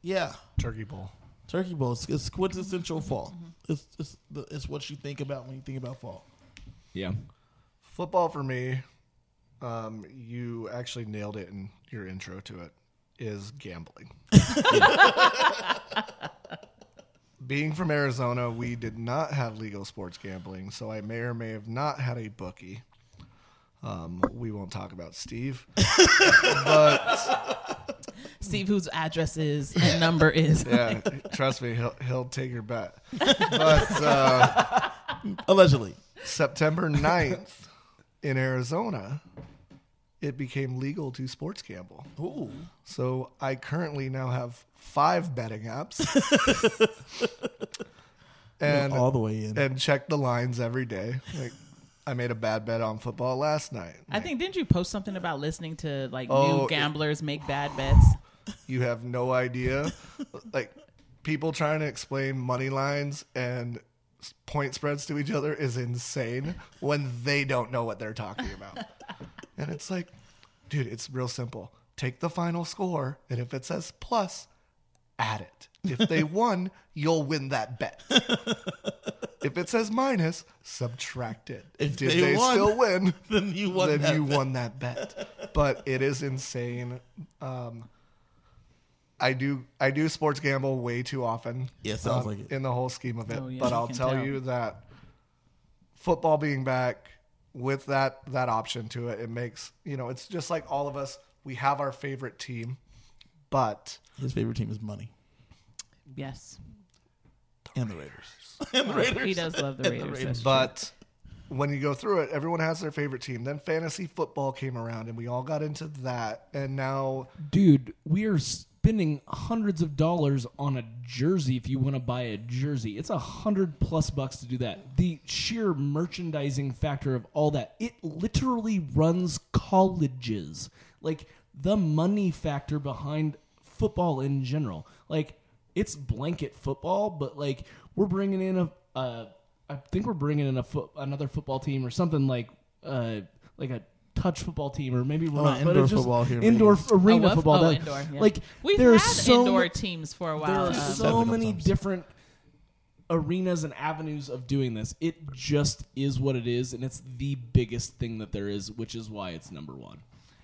Speaker 1: Yeah.
Speaker 4: Turkey bowl.
Speaker 1: Turkey Bowl. It's, it's quintessential fall. It's, it's, the, it's what you think about when you think about fall.
Speaker 3: Yeah.
Speaker 4: Football for me, um, you actually nailed it in your intro to it, is gambling. Being from Arizona, we did not have legal sports gambling, so I may or may have not had a bookie. Um, we won't talk about Steve.
Speaker 2: Steve, whose address is and number is.
Speaker 4: Yeah, trust me, he'll, he'll take your bet. But uh,
Speaker 1: Allegedly.
Speaker 4: September 9th in Arizona, it became legal to sports gamble.
Speaker 1: Ooh.
Speaker 4: So I currently now have five betting apps. and
Speaker 1: All the way in.
Speaker 4: and check the lines every day. Like I made a bad bet on football last night.
Speaker 2: I think didn't you post something about listening to like
Speaker 4: Oh,
Speaker 2: new
Speaker 4: it-
Speaker 2: gamblers make bad bets?
Speaker 4: you have no idea. like people trying to explain money lines and s- point spreads to each other is insane when they don't know what they're talking about. and it's like, dude, it's real simple. Take the final score, and if it says plus, add it. If they won, you'll win that bet. if it says minus, subtract it.
Speaker 1: If
Speaker 4: Did
Speaker 1: they
Speaker 4: they,
Speaker 1: won,
Speaker 4: still win?
Speaker 1: Then you won
Speaker 4: then
Speaker 1: that
Speaker 4: you
Speaker 1: bet.
Speaker 4: won that bet. But it is insane. Um, I do I do sports gamble way too often. um,
Speaker 1: Yeah, sounds like it.
Speaker 4: in the whole scheme of it.
Speaker 2: Oh, yeah,
Speaker 4: but
Speaker 2: you
Speaker 4: I'll
Speaker 2: can
Speaker 4: tell
Speaker 2: tell.
Speaker 4: you that football being back with that that option to it, it makes you know it's just like all of us. We have our favorite team, but
Speaker 1: His favorite team is money.
Speaker 2: Yes,
Speaker 1: and the Raiders. and the Raiders.
Speaker 2: he does love the
Speaker 1: And the
Speaker 2: Raiders.
Speaker 1: Raiders.
Speaker 2: that's
Speaker 4: But when you go through it, everyone has their favorite team. Then fantasy football came around, and we all got into that. And now,
Speaker 3: Dude, we are spending hundreds of dollars on a jersey if you want to buy a jersey. It's a hundred plus bucks to do that. The sheer merchandising factor of all that, it literally runs colleges. Like the money factor behind football in general. Like it's blanket football, but like we're bringing in a, uh, I think we're bringing in a foot, another football team or something like, uh, like a touch football team or maybe we're
Speaker 1: Oh,
Speaker 3: not but
Speaker 1: indoor
Speaker 3: it's just
Speaker 1: football here in
Speaker 3: indoor
Speaker 1: Vegas.
Speaker 2: true.
Speaker 3: arena
Speaker 2: Oh, what?
Speaker 3: football.
Speaker 2: Oh,
Speaker 3: that-
Speaker 2: indoor, yeah.
Speaker 3: Like
Speaker 2: we've
Speaker 3: there are
Speaker 2: had
Speaker 3: so
Speaker 2: indoor
Speaker 3: ma-
Speaker 2: teams for a
Speaker 3: there
Speaker 2: while.
Speaker 3: are
Speaker 2: um,
Speaker 3: so many
Speaker 1: times.
Speaker 3: different arenas and avenues of doing this. It just is what it is, and it's the biggest thing that there is, which is why it's number one.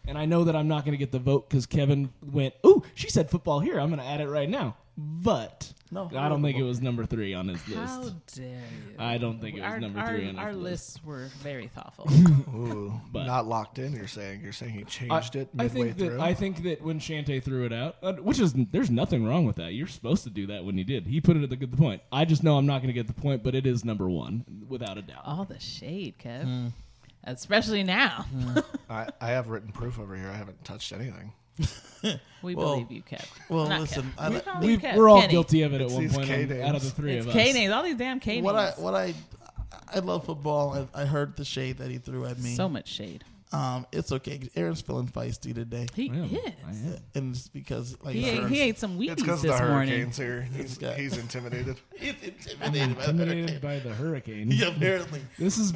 Speaker 3: And I know that I'm not going to get the vote because Kevin went, "Ooh, she said football here. I'm going to add it right now." But
Speaker 1: No,
Speaker 3: I don't think it was number three on his
Speaker 2: how
Speaker 3: list.
Speaker 2: dare you?
Speaker 3: I don't think it was
Speaker 2: our,
Speaker 3: number
Speaker 2: our,
Speaker 3: three on his
Speaker 2: our
Speaker 3: list.
Speaker 2: lists were very thoughtful.
Speaker 4: ooh,
Speaker 3: But-
Speaker 4: not locked in. You're saying you're saying he
Speaker 3: I,
Speaker 4: changed it
Speaker 3: I
Speaker 4: midway
Speaker 3: think
Speaker 4: through.
Speaker 3: that I think that when Shantae threw it out, uh, which is there's nothing wrong with that. You're supposed to do that when you did. He put it at the good point. I just know I'm not going to get the point, but it is number one without a doubt.
Speaker 2: All the shade, Kev.
Speaker 3: Hmm.
Speaker 2: Especially now,
Speaker 4: I, I have written proof over here. I haven't touched anything.
Speaker 2: we
Speaker 1: Well-
Speaker 2: believe you, Kev.
Speaker 1: Well,
Speaker 2: Not
Speaker 1: listen,
Speaker 2: Kev.
Speaker 1: I,
Speaker 2: We call
Speaker 3: we
Speaker 2: you Kev.
Speaker 3: we're all
Speaker 2: Kenny.
Speaker 3: guilty of it at
Speaker 4: It's
Speaker 3: one
Speaker 4: these
Speaker 3: point on-
Speaker 4: K-names.
Speaker 3: out of the three
Speaker 2: It's
Speaker 3: of us.
Speaker 2: K names. All these damn K names.
Speaker 1: what I what I I love football. I, I heard the shade that he threw at me.
Speaker 2: So much shade.
Speaker 1: um, it's okay. Aaron's feeling feisty today,
Speaker 2: He
Speaker 3: I am.
Speaker 2: is.
Speaker 3: I am.
Speaker 1: and it's because like
Speaker 2: He ate,
Speaker 1: Aaron's-
Speaker 2: he ate some
Speaker 4: It's
Speaker 2: Wheaties
Speaker 4: because the
Speaker 2: this morning.
Speaker 4: hurricanes here. He's,
Speaker 1: got-
Speaker 4: he's intimidated.
Speaker 1: he's intimidated by the
Speaker 3: Intimidated
Speaker 1: hurricane.
Speaker 3: by the hurricane.
Speaker 1: Yeah, apparently.
Speaker 3: This is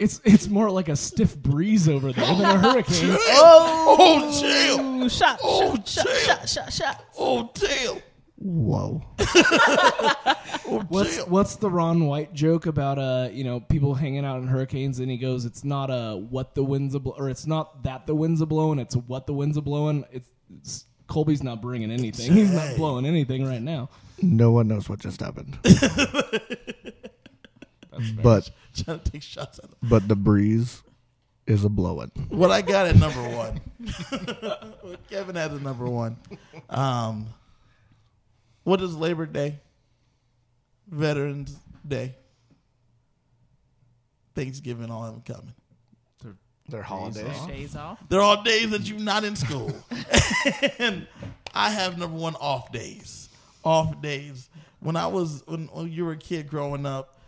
Speaker 3: it's it's more like a stiff breeze over there than a hurricane.
Speaker 1: Oh, damn!
Speaker 2: Ooh, shot,
Speaker 1: Oh,
Speaker 2: shot, shot,
Speaker 1: damn.
Speaker 2: shot, shot, shot.
Speaker 1: Oh damn! Whoa! oh
Speaker 3: What's
Speaker 1: damn!
Speaker 3: what's the Ron White joke about uh you know people hanging out in hurricanes and he goes it's not uh what the winds a bl- or it's not that the winds a blowing it's what the winds a blowing it's, it's Colby's not bringing anything he's not
Speaker 1: Hey.
Speaker 3: blowing anything right now
Speaker 4: No one knows what just happened. but
Speaker 1: Trying to take shots at him.
Speaker 4: but the breeze is a blowing.
Speaker 1: What I got at number one. What Kevin had at number one. Um, what is Labor Day? Veterans Day. Thanksgiving, all of them coming.
Speaker 4: Their holidays.
Speaker 2: Days off.
Speaker 1: They're all days that you're not in school. and I have number one off days. Off days. When I was when, when you were a kid growing up,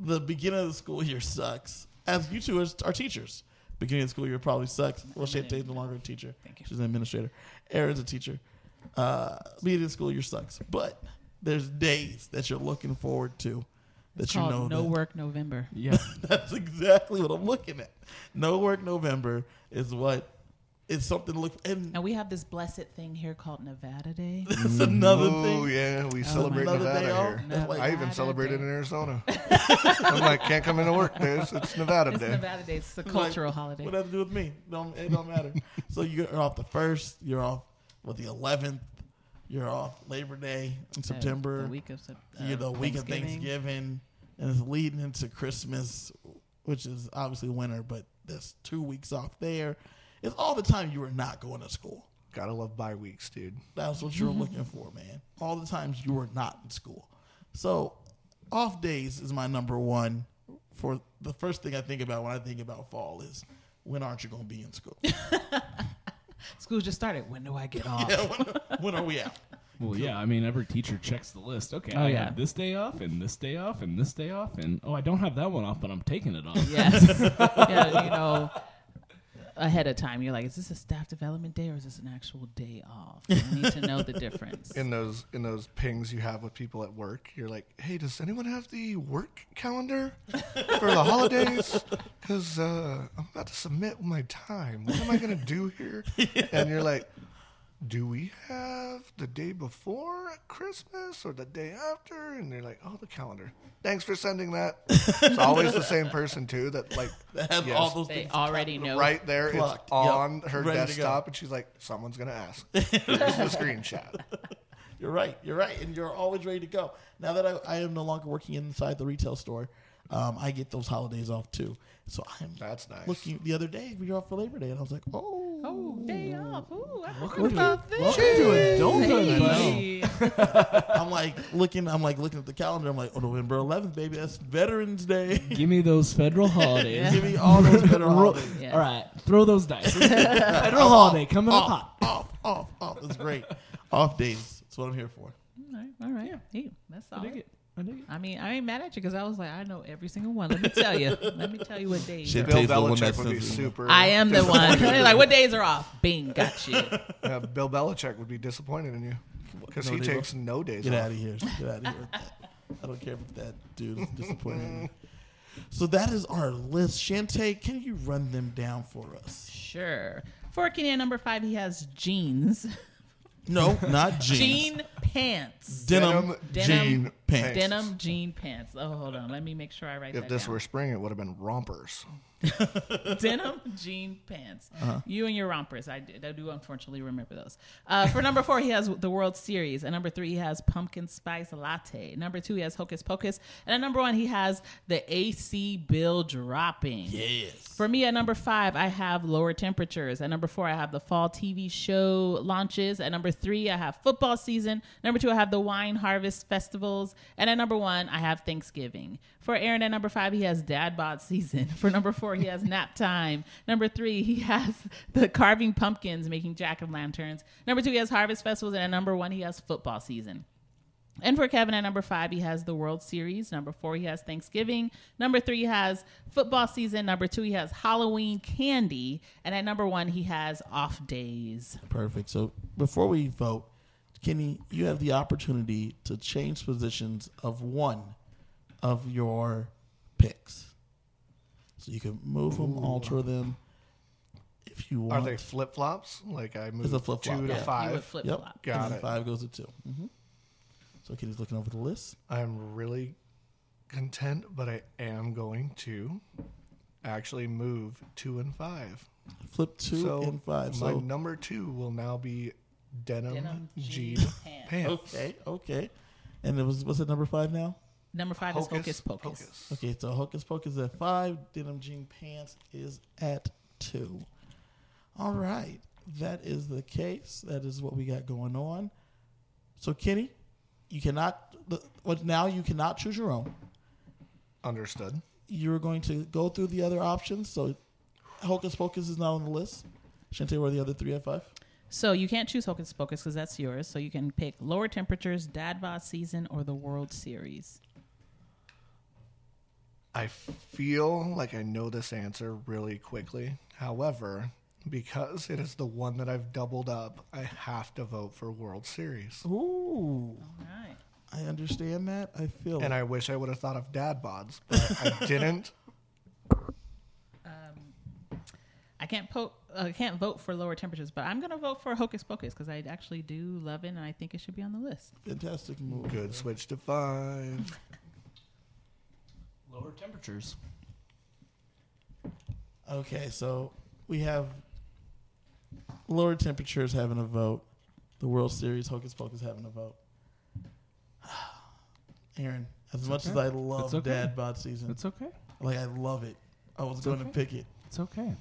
Speaker 1: the beginning of the school year sucks. As you two are, are teachers, beginning of the school year probably sucks. Well, Shantae's no longer a teacher.
Speaker 2: Thank you.
Speaker 1: She's an administrator. Aaron's a teacher. Uh, beginning of the school year sucks, but there's days that you're looking forward to that
Speaker 2: It's
Speaker 1: you
Speaker 2: called
Speaker 1: know
Speaker 2: No
Speaker 1: that-
Speaker 2: Work November.
Speaker 3: yeah
Speaker 1: that's exactly what I'm looking at. No work November is what it's something to look and
Speaker 2: And we have this blessed thing here called Nevada Day.
Speaker 1: that's another
Speaker 4: Oh
Speaker 1: thing.
Speaker 4: yeah, we celebrate
Speaker 1: Another
Speaker 4: Nevada
Speaker 1: day off.
Speaker 4: here.
Speaker 1: That's like-
Speaker 4: I even
Speaker 2: Nevada
Speaker 4: celebrated
Speaker 2: Day.
Speaker 4: in Arizona. I'm like, can't come into work, guys. It's Nevada
Speaker 2: It's
Speaker 4: Day.
Speaker 2: Nevada Day. It's a
Speaker 1: It's like,
Speaker 2: cultural holiday.
Speaker 1: What does that do with me? Don't, it don't matter. so you're off the first. You're off with the 11th. You're off Labor Day in
Speaker 2: Uh,
Speaker 1: September.
Speaker 2: The week of Sep-
Speaker 1: you
Speaker 2: uh,
Speaker 1: know, week of Thanksgiving, and it's leading into Christmas, which is obviously winter, but that's two weeks off there. It's all the time you were not going to school.
Speaker 4: Gotta love bye weeks, dude.
Speaker 1: That's what you're looking for, man. All the times you were not in school. So, off days is my number one. For the first thing I think about when I think about fall is when aren't you going to be in school?
Speaker 2: School just started. When do I get off?
Speaker 1: Yeah, when, when are we out?
Speaker 3: well yeah I mean every teacher checks the list okay
Speaker 2: Oh,
Speaker 3: I
Speaker 2: yeah.
Speaker 3: have this day off and this day off and this day off and oh I don't have that one off but I'm taking it off
Speaker 2: Yes. yeah, you know, ahead of time, you're like, is this a staff development day or is this an actual day off? I need to know the difference.
Speaker 4: In those in those pings you have with people at work, you're like, hey, does anyone have the work calendar for the holidays? Because uh, I'm about to submit my time. What am I gonna do here? And you're like, do we have the day before Christmas or the day after? And they're like, oh, the calendar. Thanks for sending that. It's always the same person too that like
Speaker 1: That has
Speaker 4: yes,
Speaker 1: all those
Speaker 2: They
Speaker 1: things.
Speaker 2: already know.
Speaker 4: right there.
Speaker 1: Plucked.
Speaker 4: It's on
Speaker 1: Yep.
Speaker 4: her
Speaker 1: Ready to go.
Speaker 4: desktop, and she's like, "Someone's gonna ask." Here's the screenshot.
Speaker 1: You're right. You're right. And you're always ready to go. Now that I, I am no longer working inside the retail store, um, I get those holidays off too. So I'm
Speaker 4: That's nice.
Speaker 1: looking the other day, we were off for Labor Day, and I was like, oh.
Speaker 2: Oh, day off. Ooh, I forgot
Speaker 3: Welcome to-
Speaker 2: about this.
Speaker 3: welcome to adulthood,
Speaker 2: Hey.
Speaker 1: I'm like looking. I'm like looking at the calendar. I'm like, oh, November 11th, baby. That's Veterans Day.
Speaker 3: give me those federal holidays
Speaker 1: Give me all those veteran
Speaker 3: Ro-
Speaker 1: holidays.
Speaker 2: Yeah.
Speaker 3: all right throw those dice federal holiday coming up hot
Speaker 1: Off, off, off, off. It's great. off days. That's what I'm here for.
Speaker 2: All right. All right. Hey, that's all.
Speaker 3: I dig it I dig it
Speaker 2: I mean, I ain't mad at you because I was like, I know every single one. Let me tell you. Let me tell you what days.
Speaker 1: Shit.
Speaker 2: Are.
Speaker 1: Bill
Speaker 4: Bill
Speaker 1: Tate's the one that
Speaker 4: Belichick would be
Speaker 1: says-
Speaker 4: super.
Speaker 2: I am the one.
Speaker 4: disappointed.
Speaker 2: They're like, what days are off? Bing, got you.
Speaker 4: Yeah, Bill Belichick would be disappointed in you because
Speaker 1: No,
Speaker 4: he
Speaker 1: they
Speaker 4: takes no days
Speaker 1: Get
Speaker 4: off.
Speaker 1: out of here. Get out of here. with that. I don't care if that dude is disappointed. in me. so that is our list. Shantae, can you run them down for us?
Speaker 2: Sure. Forking in number five, he has jeans.
Speaker 1: No, not jeans.
Speaker 2: Jean pants.
Speaker 1: Denim,
Speaker 2: Denim
Speaker 1: jean pants.
Speaker 2: Denim jean pants. Oh, hold on. Let me make sure I write
Speaker 4: If
Speaker 2: that
Speaker 4: this
Speaker 2: down.
Speaker 4: were spring, it would have been rompers.
Speaker 2: Denim jean pants. You and your rompers. I do, I do unfortunately remember those. Uh, for number four, he has the World Series. And number three, he has pumpkin spice latte. Number two, he has hocus pocus. And at number one, he has the AC bill dropping.
Speaker 1: Yes.
Speaker 2: For me, at number five, I have lower temperatures. At number four, I have the fall TV show launches. At number three, I have football season. Number two, I have the wine harvest festivals. And at number one, I have Thanksgiving. For Aaron, at number five, he has dad bod season. For number four, he has nap time. Number three, he has the carving pumpkins, making jack o' lanterns. Number two, he has harvest festivals. And at number one, he has football season. And for Kevin at number five, he has the World Series. Number four, he has Thanksgiving. Number three, he has football season. Number two, he has Halloween candy. And at number one, he has off days.
Speaker 1: Perfect. So before we vote, Kenny, you have the opportunity to change positions of one of your picks. So you can move them, alter them, if you
Speaker 4: Are
Speaker 1: want.
Speaker 4: they flip flops? Like I moved
Speaker 1: flip-flop,
Speaker 4: two to
Speaker 1: yeah. You
Speaker 2: You would
Speaker 4: five.
Speaker 2: flip
Speaker 1: Yep.
Speaker 2: flop.
Speaker 4: Got
Speaker 1: And
Speaker 4: it.
Speaker 1: Five goes to 2 Mm-hmm. So Kenny's looking over the list.
Speaker 4: I'm really content, but I am going to actually move two and five.
Speaker 1: Flip two
Speaker 4: so
Speaker 1: and five.
Speaker 4: My
Speaker 1: So
Speaker 4: number two will now be denim,
Speaker 2: Denim
Speaker 4: jean
Speaker 2: jean pants.
Speaker 4: pants.
Speaker 1: okay, okay. And it was what's at number five now?
Speaker 2: Number five is Hocus Pocus.
Speaker 1: Okay, so Hocus Pocus at five, Denim Jean Pants is at two. All right, that is the case. That is what we got going on. So, Kenny, you cannot, the- what now you cannot choose your own.
Speaker 4: Understood.
Speaker 1: You're going to go through the other options. So, Hocus Pocus is not on the list. Shantae, were the other three at five?
Speaker 2: So you can't choose Hocus Pocus because that's yours. So you can pick Lower Temperatures, Dad Bod Season, or the World Series.
Speaker 4: I feel like I know this answer really quickly. However, because it is the one that I've doubled up, I have to vote for World Series.
Speaker 1: Ooh.
Speaker 2: All right.
Speaker 1: I understand that. I feel
Speaker 4: And
Speaker 1: it.
Speaker 4: I wish I would have thought of dad bods, but I didn't.
Speaker 2: I can't po- uh, can't vote for Lower Temperatures, but I'm going to vote for Hocus Pocus because I actually do love it and I think it should be on the list.
Speaker 1: fantastic move.
Speaker 4: Good switch to five.
Speaker 3: Lower temperatures.
Speaker 1: Okay, so we have lower temperatures having a vote. The World Series, Hocus Pocus having a vote. Aaron, as much as
Speaker 3: okay.
Speaker 1: I love
Speaker 3: It's okay.
Speaker 1: Dad Bod season,
Speaker 3: It's okay.
Speaker 1: like I love it, I was going to
Speaker 3: okay.
Speaker 1: pick it,
Speaker 3: It's okay.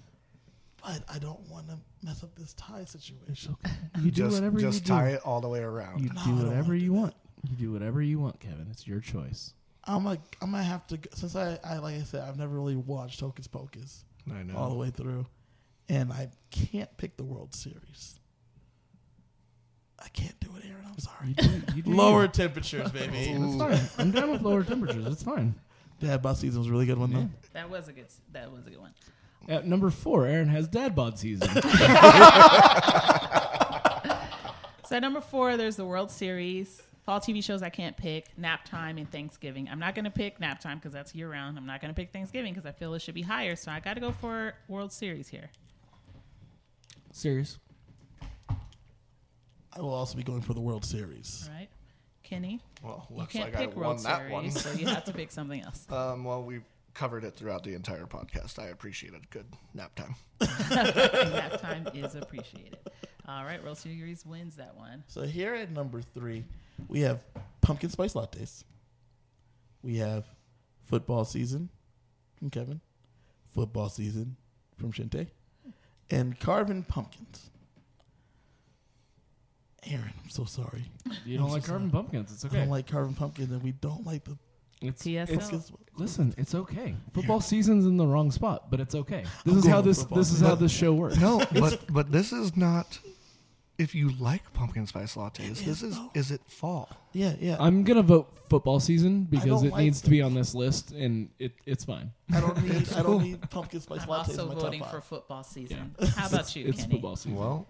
Speaker 1: but I don't want to mess up this tie situation.
Speaker 3: You do
Speaker 4: just
Speaker 3: whatever
Speaker 4: just
Speaker 3: you do.
Speaker 4: tie it all the way around.
Speaker 3: You
Speaker 1: No, I
Speaker 3: do
Speaker 1: don't
Speaker 3: whatever
Speaker 1: wanna
Speaker 3: you
Speaker 1: do
Speaker 3: want. You do whatever you want, Kevin. It's your choice.
Speaker 1: I'm like, I'm gonna have to since I, I like I said, I've never really watched Hocus Pocus
Speaker 4: I know.
Speaker 1: all the way through, and I can't pick the World Series. I can't do it, Aaron. I'm sorry.
Speaker 3: You do, you do
Speaker 1: Lower
Speaker 3: you.
Speaker 1: temperatures, baby.
Speaker 3: It's fine. I'm down with lower temperatures. It's fine.
Speaker 1: Dad Bod season was a really good one though.
Speaker 2: That was a good. s- That was a good one.
Speaker 3: At number four, Aaron has dad bod season.
Speaker 2: So at number four, there's the World Series. Fall TV shows I can't pick nap time and Thanksgiving. I'm not going to pick nap time because that's year round. I'm not going to pick Thanksgiving because I feel it should be higher. So I got to go for World Series here.
Speaker 3: Serious.
Speaker 1: I will also be going for the World Series.
Speaker 2: All right, Kenny,
Speaker 4: Well,
Speaker 2: you
Speaker 4: looks
Speaker 2: can't
Speaker 4: like I
Speaker 2: pick
Speaker 4: won
Speaker 2: World
Speaker 4: that
Speaker 2: Series,
Speaker 4: one.
Speaker 2: so you have to pick something else.
Speaker 4: Um, well, we've covered it throughout the entire podcast. I appreciate a good nap time.
Speaker 2: And nap time is appreciated. All right, World Series wins that one.
Speaker 1: So here at number three, we have pumpkin spice lattes. We have football season from Kevin, football season from Shinte, and carving pumpkins. Aaron, I'm so sorry.
Speaker 3: You don't like carbon pumpkins. It's
Speaker 1: I
Speaker 3: okay.
Speaker 1: don't like carving pumpkins, and we don't like the
Speaker 2: Oh.
Speaker 3: it's,
Speaker 2: TSL.
Speaker 3: it's-
Speaker 1: pumpkins.
Speaker 3: listen, it's okay. Football season's in the wrong spot, but it's okay. This
Speaker 1: I'm
Speaker 3: is
Speaker 1: going
Speaker 3: how
Speaker 1: with
Speaker 3: this
Speaker 1: football
Speaker 3: this is
Speaker 1: season.
Speaker 3: how this show works.
Speaker 4: No, but but this is not. If you like pumpkin spice lattes, this is
Speaker 1: though.
Speaker 4: is it fall?
Speaker 1: Yeah, yeah.
Speaker 3: I'm gonna vote football season because
Speaker 1: don't
Speaker 3: it
Speaker 1: like
Speaker 3: needs to be on this list, and it, it's fine.
Speaker 1: I don't need. I don't need pumpkin spice
Speaker 2: I'm
Speaker 1: lattes.
Speaker 2: also
Speaker 1: in my
Speaker 2: voting
Speaker 1: top
Speaker 2: for
Speaker 1: five.
Speaker 2: football season. How about you,
Speaker 3: it's
Speaker 2: Kenny?
Speaker 3: football season.
Speaker 4: Well,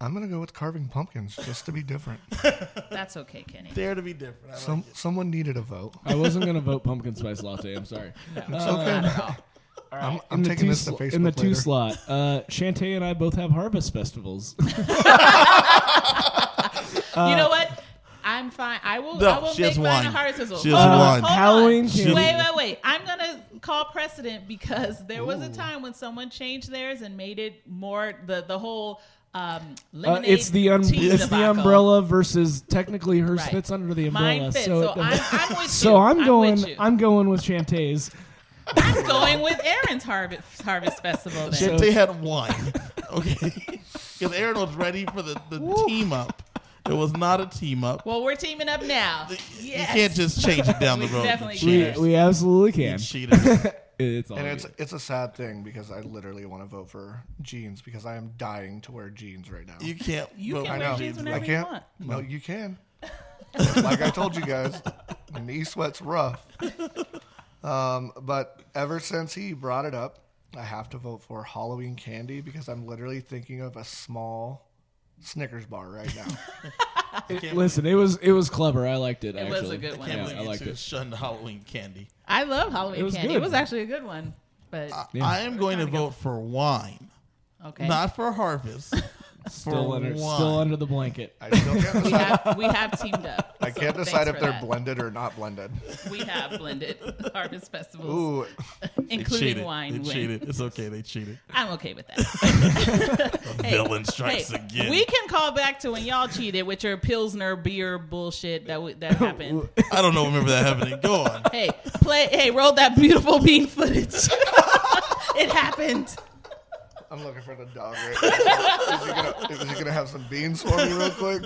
Speaker 4: I'm gonna go with carving pumpkins just to be different.
Speaker 2: That's okay, Kenny.
Speaker 1: Dare to be different. I like
Speaker 4: Some
Speaker 1: it.
Speaker 4: someone needed a vote.
Speaker 3: I wasn't gonna vote pumpkin spice latte. I'm sorry.
Speaker 4: It's okay. I'm, I'm
Speaker 3: In the
Speaker 4: taking
Speaker 3: two
Speaker 4: this to
Speaker 3: sl-
Speaker 4: Facebook
Speaker 3: in the two
Speaker 4: later.
Speaker 3: slot. Uh, Shantae and I both have harvest festivals.
Speaker 2: you know what? I'm fine. I will.
Speaker 1: Uh, No,
Speaker 2: I will
Speaker 1: she
Speaker 2: make
Speaker 1: has
Speaker 2: mine a
Speaker 1: won.
Speaker 2: hard sizzle.
Speaker 1: She has
Speaker 2: Hold on,
Speaker 1: won.
Speaker 2: hold on.
Speaker 3: Halloween
Speaker 2: Wait,
Speaker 3: candy.
Speaker 2: wait, wait. I'm gonna call precedent because there was a time when someone changed theirs and made it more the the whole um,
Speaker 3: Uh,
Speaker 2: lemonade.
Speaker 3: it's the um,
Speaker 2: tea
Speaker 3: it's the
Speaker 2: debacle.
Speaker 3: umbrella versus technically hers
Speaker 2: Right.
Speaker 3: fits under the umbrella.
Speaker 2: Mine fits.
Speaker 3: So,
Speaker 2: So,
Speaker 3: it
Speaker 2: I'm,
Speaker 3: doesn't-
Speaker 2: I'm with you.
Speaker 3: so I'm
Speaker 2: with
Speaker 3: going
Speaker 2: you.
Speaker 3: I'm going with Shantae's.
Speaker 2: I'm going with Aaron's harvest harvest festival. Then.
Speaker 1: Shit, they had one. Okay. Because Aaron was ready for the, the team up. It was not a team up.
Speaker 2: Well, we're teaming up now. Yes.
Speaker 1: You can't just change it down the
Speaker 2: We
Speaker 1: road. You
Speaker 2: definitely
Speaker 1: cheaters.
Speaker 2: can't.
Speaker 3: We absolutely
Speaker 1: You
Speaker 3: can.
Speaker 1: cheaters.
Speaker 3: It's all
Speaker 4: And
Speaker 3: good.
Speaker 4: it's it's a sad thing because I literally want to vote for jeans because I am dying to wear jeans right now.
Speaker 1: You can't.
Speaker 2: You
Speaker 1: vote
Speaker 2: can
Speaker 1: for
Speaker 2: wear
Speaker 1: James
Speaker 2: jeans
Speaker 1: Bond.
Speaker 2: whenever
Speaker 4: I
Speaker 2: you
Speaker 4: can't.
Speaker 2: want.
Speaker 4: No, you can. like I told you guys, knee sweat's rough. Um, but ever since he brought it up, I have to vote for Halloween candy because I'm literally thinking of a small Snickers bar right now.
Speaker 3: Listen, it was it was clever. I liked it.
Speaker 2: It
Speaker 3: actually.
Speaker 2: was a good one.
Speaker 1: Can't
Speaker 3: Yeah,
Speaker 1: believe
Speaker 3: I
Speaker 1: you
Speaker 3: liked
Speaker 1: two
Speaker 3: it.
Speaker 1: shunned Halloween candy.
Speaker 5: I love Halloween
Speaker 3: It was
Speaker 5: candy.
Speaker 3: good.
Speaker 5: It was actually a good one. But
Speaker 1: I am going to vote for wine,
Speaker 5: okay.
Speaker 1: not for harvest.
Speaker 3: Still
Speaker 1: for
Speaker 3: under,
Speaker 1: wine.
Speaker 3: still under the blanket.
Speaker 4: I still can't
Speaker 5: we,
Speaker 4: decide.
Speaker 5: have, we have teamed up.
Speaker 4: I
Speaker 5: so
Speaker 4: can't
Speaker 5: thanks
Speaker 4: decide if
Speaker 5: for
Speaker 4: they're
Speaker 5: that.
Speaker 4: blended or not blended.
Speaker 2: We have
Speaker 5: have blended harvest festivals,
Speaker 4: Ooh,
Speaker 1: They
Speaker 5: including
Speaker 1: cheated.
Speaker 5: wine.
Speaker 1: They
Speaker 5: win.
Speaker 1: cheated. It's okay. They cheated.
Speaker 5: I'm okay with that. Hey,
Speaker 1: Villain strikes
Speaker 2: hey,
Speaker 1: again.
Speaker 2: we can call back to when y'all cheated with your pilsner beer bullshit that w- that happened.
Speaker 1: I don't know. Remember that happening? Go on.
Speaker 2: hey, play. Hey, roll that beautiful bean footage. it happened.
Speaker 4: I'm looking for the dog right now. Is he, gonna, is he gonna have some beans for me real quick?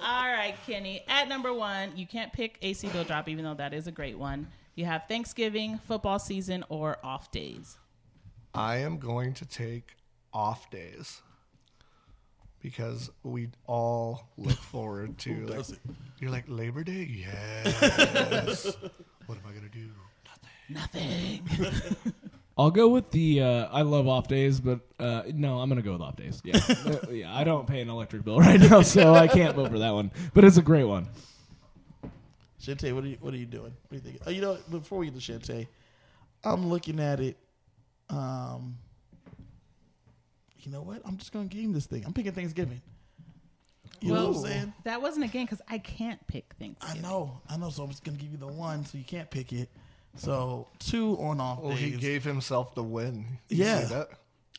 Speaker 2: All right, Kenny. At number one, you can't pick AC Bill Drop, even though that is a great one. You have Thanksgiving, football season, or off days.
Speaker 4: I am going to take off days because we all look forward to. like,
Speaker 1: does it?
Speaker 4: You're like Labor Day, yes. what am I gonna do?
Speaker 2: Nothing.
Speaker 3: I'll go with the uh, I love off days, but uh, no, I'm gonna go with off days. Yeah, Uh, yeah. I don't pay an electric bill right now, so I can't vote for that one. But it's a great one.
Speaker 1: Shante, what are you what are you doing? What do you think? Oh, you know, what? before we get to Shante, I'm looking at it. Um, you know what? I'm just gonna game this thing. I'm picking Thanksgiving. You know what I'm
Speaker 2: Whoa.
Speaker 1: saying?
Speaker 2: That wasn't a game because I can't pick
Speaker 1: I
Speaker 2: Thanksgiving.
Speaker 1: know, I know. So I'm just gonna give you the one, so you can't pick it. So two on off
Speaker 4: Well, Oh, he
Speaker 1: days.
Speaker 4: gave himself the win. You see
Speaker 1: Yeah.
Speaker 4: that?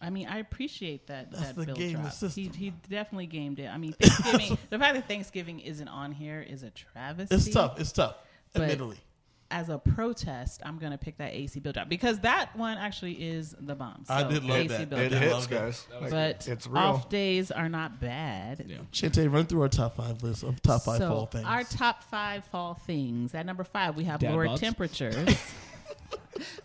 Speaker 2: I mean, I appreciate that.
Speaker 1: That's
Speaker 2: that
Speaker 1: the
Speaker 2: Bill
Speaker 1: game
Speaker 2: drop.
Speaker 1: of system.
Speaker 2: He he definitely gamed it. I mean, Thanksgiving. the fact that Thanksgiving isn't on here is a travesty.
Speaker 1: it's tough. It's tough.
Speaker 2: But-
Speaker 1: Admittedly,
Speaker 2: As a protest, I'm gonna pick that AC Bill drop because that one actually is the bomb.
Speaker 1: I
Speaker 2: So,
Speaker 1: did love
Speaker 2: AC
Speaker 1: that.
Speaker 2: Bill
Speaker 1: I
Speaker 4: It
Speaker 1: did
Speaker 2: Drop.
Speaker 4: hits,
Speaker 1: love that.
Speaker 4: guys. Like,
Speaker 2: But
Speaker 4: it's real.
Speaker 2: off days are not bad.
Speaker 3: Yeah.
Speaker 1: Shante, run through our top five list of top five
Speaker 2: so
Speaker 1: fall things.
Speaker 2: Our top five fall things. At number five, we have
Speaker 3: Dad
Speaker 2: lower
Speaker 3: bods.
Speaker 2: temperatures.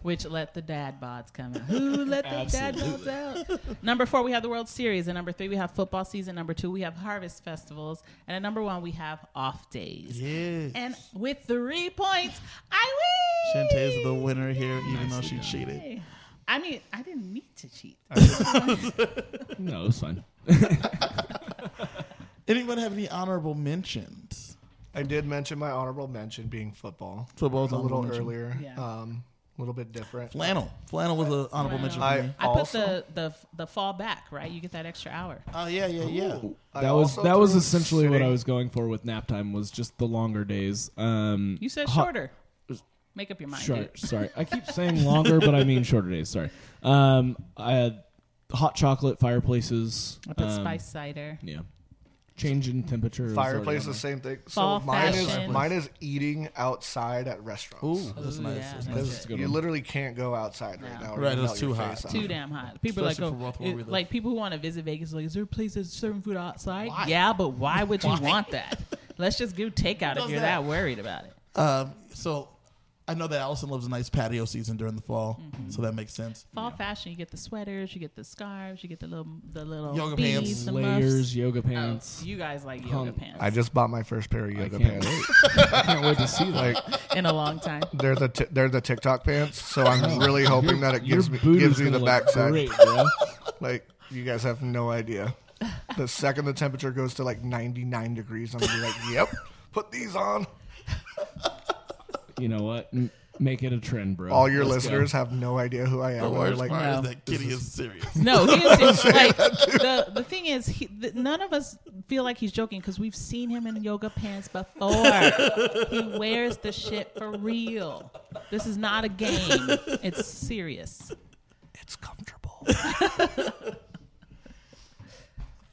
Speaker 2: Which let the dad bods come out. Who let the dad bods out? Number four, we have the World Series. And number three, we have football season. Number two, we have harvest festivals. And at number one, we have off days.
Speaker 1: yeah,
Speaker 2: And with three points, I win.
Speaker 1: Shante is the winner here, even though she cheated.
Speaker 2: Hey. I mean, I didn't need to cheat.
Speaker 3: No, it's fine.
Speaker 1: Anyone have any honorable mentions?
Speaker 4: I did mention my honorable mention being football.
Speaker 1: Football's
Speaker 4: a little
Speaker 1: honorable mention.
Speaker 4: earlier.
Speaker 2: Yeah.
Speaker 4: Um, a little bit different.
Speaker 1: Flannel. Flannel was an honorable
Speaker 2: Flannel.
Speaker 1: mention for
Speaker 4: I
Speaker 1: me.
Speaker 2: I
Speaker 4: also,
Speaker 2: put the, the the fall back, right? You get that extra hour.
Speaker 1: Oh yeah, yeah, yeah.
Speaker 4: I
Speaker 3: that was
Speaker 4: also
Speaker 3: that was
Speaker 4: threw
Speaker 3: essentially what I
Speaker 4: sitting-
Speaker 3: was going for with nap time was just the longer days. Um,
Speaker 2: You said
Speaker 3: ho-
Speaker 2: shorter. Make up your mind.
Speaker 3: Short,
Speaker 2: dude.
Speaker 3: sorry. I keep saying longer, but I mean shorter days. Sorry. Um, I had hot chocolate fireplaces.
Speaker 2: I put
Speaker 3: um,
Speaker 2: spice cider.
Speaker 3: Yeah. Change in temperature. is already
Speaker 4: Fireplace,
Speaker 3: on
Speaker 4: the
Speaker 3: there.
Speaker 4: same thing. So
Speaker 2: Fall
Speaker 4: mine is
Speaker 2: fashion.
Speaker 4: mine is eating outside at restaurants.
Speaker 1: Ooh, that's
Speaker 2: Ooh,
Speaker 1: nice.
Speaker 2: yeah,
Speaker 1: that's
Speaker 2: that's
Speaker 1: nice.
Speaker 4: Because
Speaker 3: good
Speaker 4: you
Speaker 3: one.
Speaker 4: literally can't go outside right
Speaker 2: No.
Speaker 4: now. or
Speaker 1: Right,
Speaker 4: you'll
Speaker 1: it's
Speaker 4: melt your
Speaker 1: too hot.
Speaker 4: face off.
Speaker 2: Too damn hot. People
Speaker 1: Especially
Speaker 2: are
Speaker 1: for
Speaker 2: like,
Speaker 1: Roth
Speaker 2: oh,
Speaker 1: where
Speaker 2: it-
Speaker 1: we live.
Speaker 2: like people who want to visit Vegas, like, is there a place that's serving food outside? Yeah, but why would you want that? Let's just do takeout if
Speaker 1: does
Speaker 2: you're
Speaker 1: that?
Speaker 2: that worried about it.
Speaker 1: Um, so I know that Allison loves a nice patio season during the fall, so that makes sense.
Speaker 2: Fall fashion, you get the sweaters, you get the scarves, you get the little the little
Speaker 1: Yoga
Speaker 2: beads,
Speaker 1: pants.
Speaker 2: the
Speaker 3: Layers, yoga
Speaker 2: muffs.
Speaker 3: pants.
Speaker 2: Oh, you guys like
Speaker 3: Hung-
Speaker 2: yoga pants
Speaker 4: I just bought my first pair of
Speaker 3: I
Speaker 2: Oh.
Speaker 4: yoga
Speaker 3: can't
Speaker 4: pants.
Speaker 3: wait. I can't wait to see that.
Speaker 4: Like
Speaker 2: in a long time.
Speaker 4: they're the t- they're the TikTok pants. So I'm really hoping that it
Speaker 3: Oh, Your
Speaker 4: gives me
Speaker 3: booty's
Speaker 4: gives me
Speaker 3: gonna
Speaker 4: the
Speaker 3: look
Speaker 4: backside.
Speaker 3: Great, bro.
Speaker 4: Like you guys have no idea. The second the temperature goes to like 99 degrees, I'm gonna be like, "Yep, put these on."
Speaker 3: You know what? M- Make it a trend, bro.
Speaker 4: All your
Speaker 3: Let's go.
Speaker 4: listeners have no idea who I am.
Speaker 1: The
Speaker 4: and
Speaker 1: worst
Speaker 4: they're like,
Speaker 1: part
Speaker 2: no.
Speaker 1: is that Kitty is, serious.
Speaker 2: No, he is like the, the thing is, he, th none of us feel like he's joking because we've seen him in yoga pants before. he wears the shit for real. This is not a game. It's serious.
Speaker 4: "It's comfortable."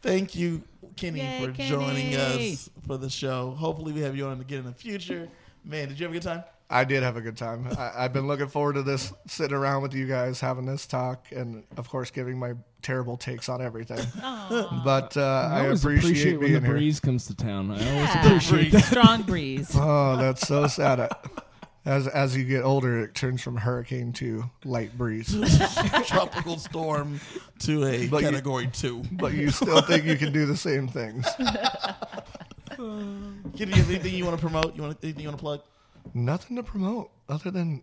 Speaker 1: Thank you, Kenny,
Speaker 2: Yay,
Speaker 1: for
Speaker 2: Kenny.
Speaker 1: joining us for the show. Hopefully, we have you on again in the future. Man, did you have a good time?
Speaker 4: I did have a good time. I, I've been looking forward to this, sitting around with you guys, having this talk, and of course, giving my terrible takes on everything. But uh, I,
Speaker 3: I always
Speaker 4: appreciate,
Speaker 3: when the
Speaker 4: being here.
Speaker 3: breeze comes to town. I always
Speaker 2: Yeah.
Speaker 3: appreciate that.
Speaker 2: Strong breeze.
Speaker 4: Oh, that's so sad. I- As as you get older, it turns from hurricane to light breeze.
Speaker 1: Tropical storm to a
Speaker 4: But you-
Speaker 1: category two.
Speaker 4: But you still think you can do the same things.
Speaker 1: Kitty, is there anything you want to promote? You want anything you want to plug?
Speaker 4: Nothing to promote other than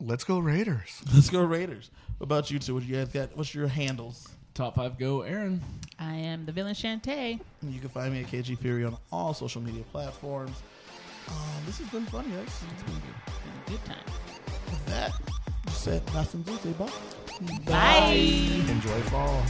Speaker 4: let's go Raiders.
Speaker 1: Let's go Raiders. What about you two? What do you guys got? What's your handles?
Speaker 3: Top five, go Aaron.
Speaker 5: I am the villain Shantae.
Speaker 1: You can find me at KG Fury on all social media platforms. Um, this has been fun, guys. It's been good.
Speaker 5: Good time.
Speaker 1: With that, you said nothing to say. Bye.
Speaker 5: Bye.
Speaker 4: Enjoy fall.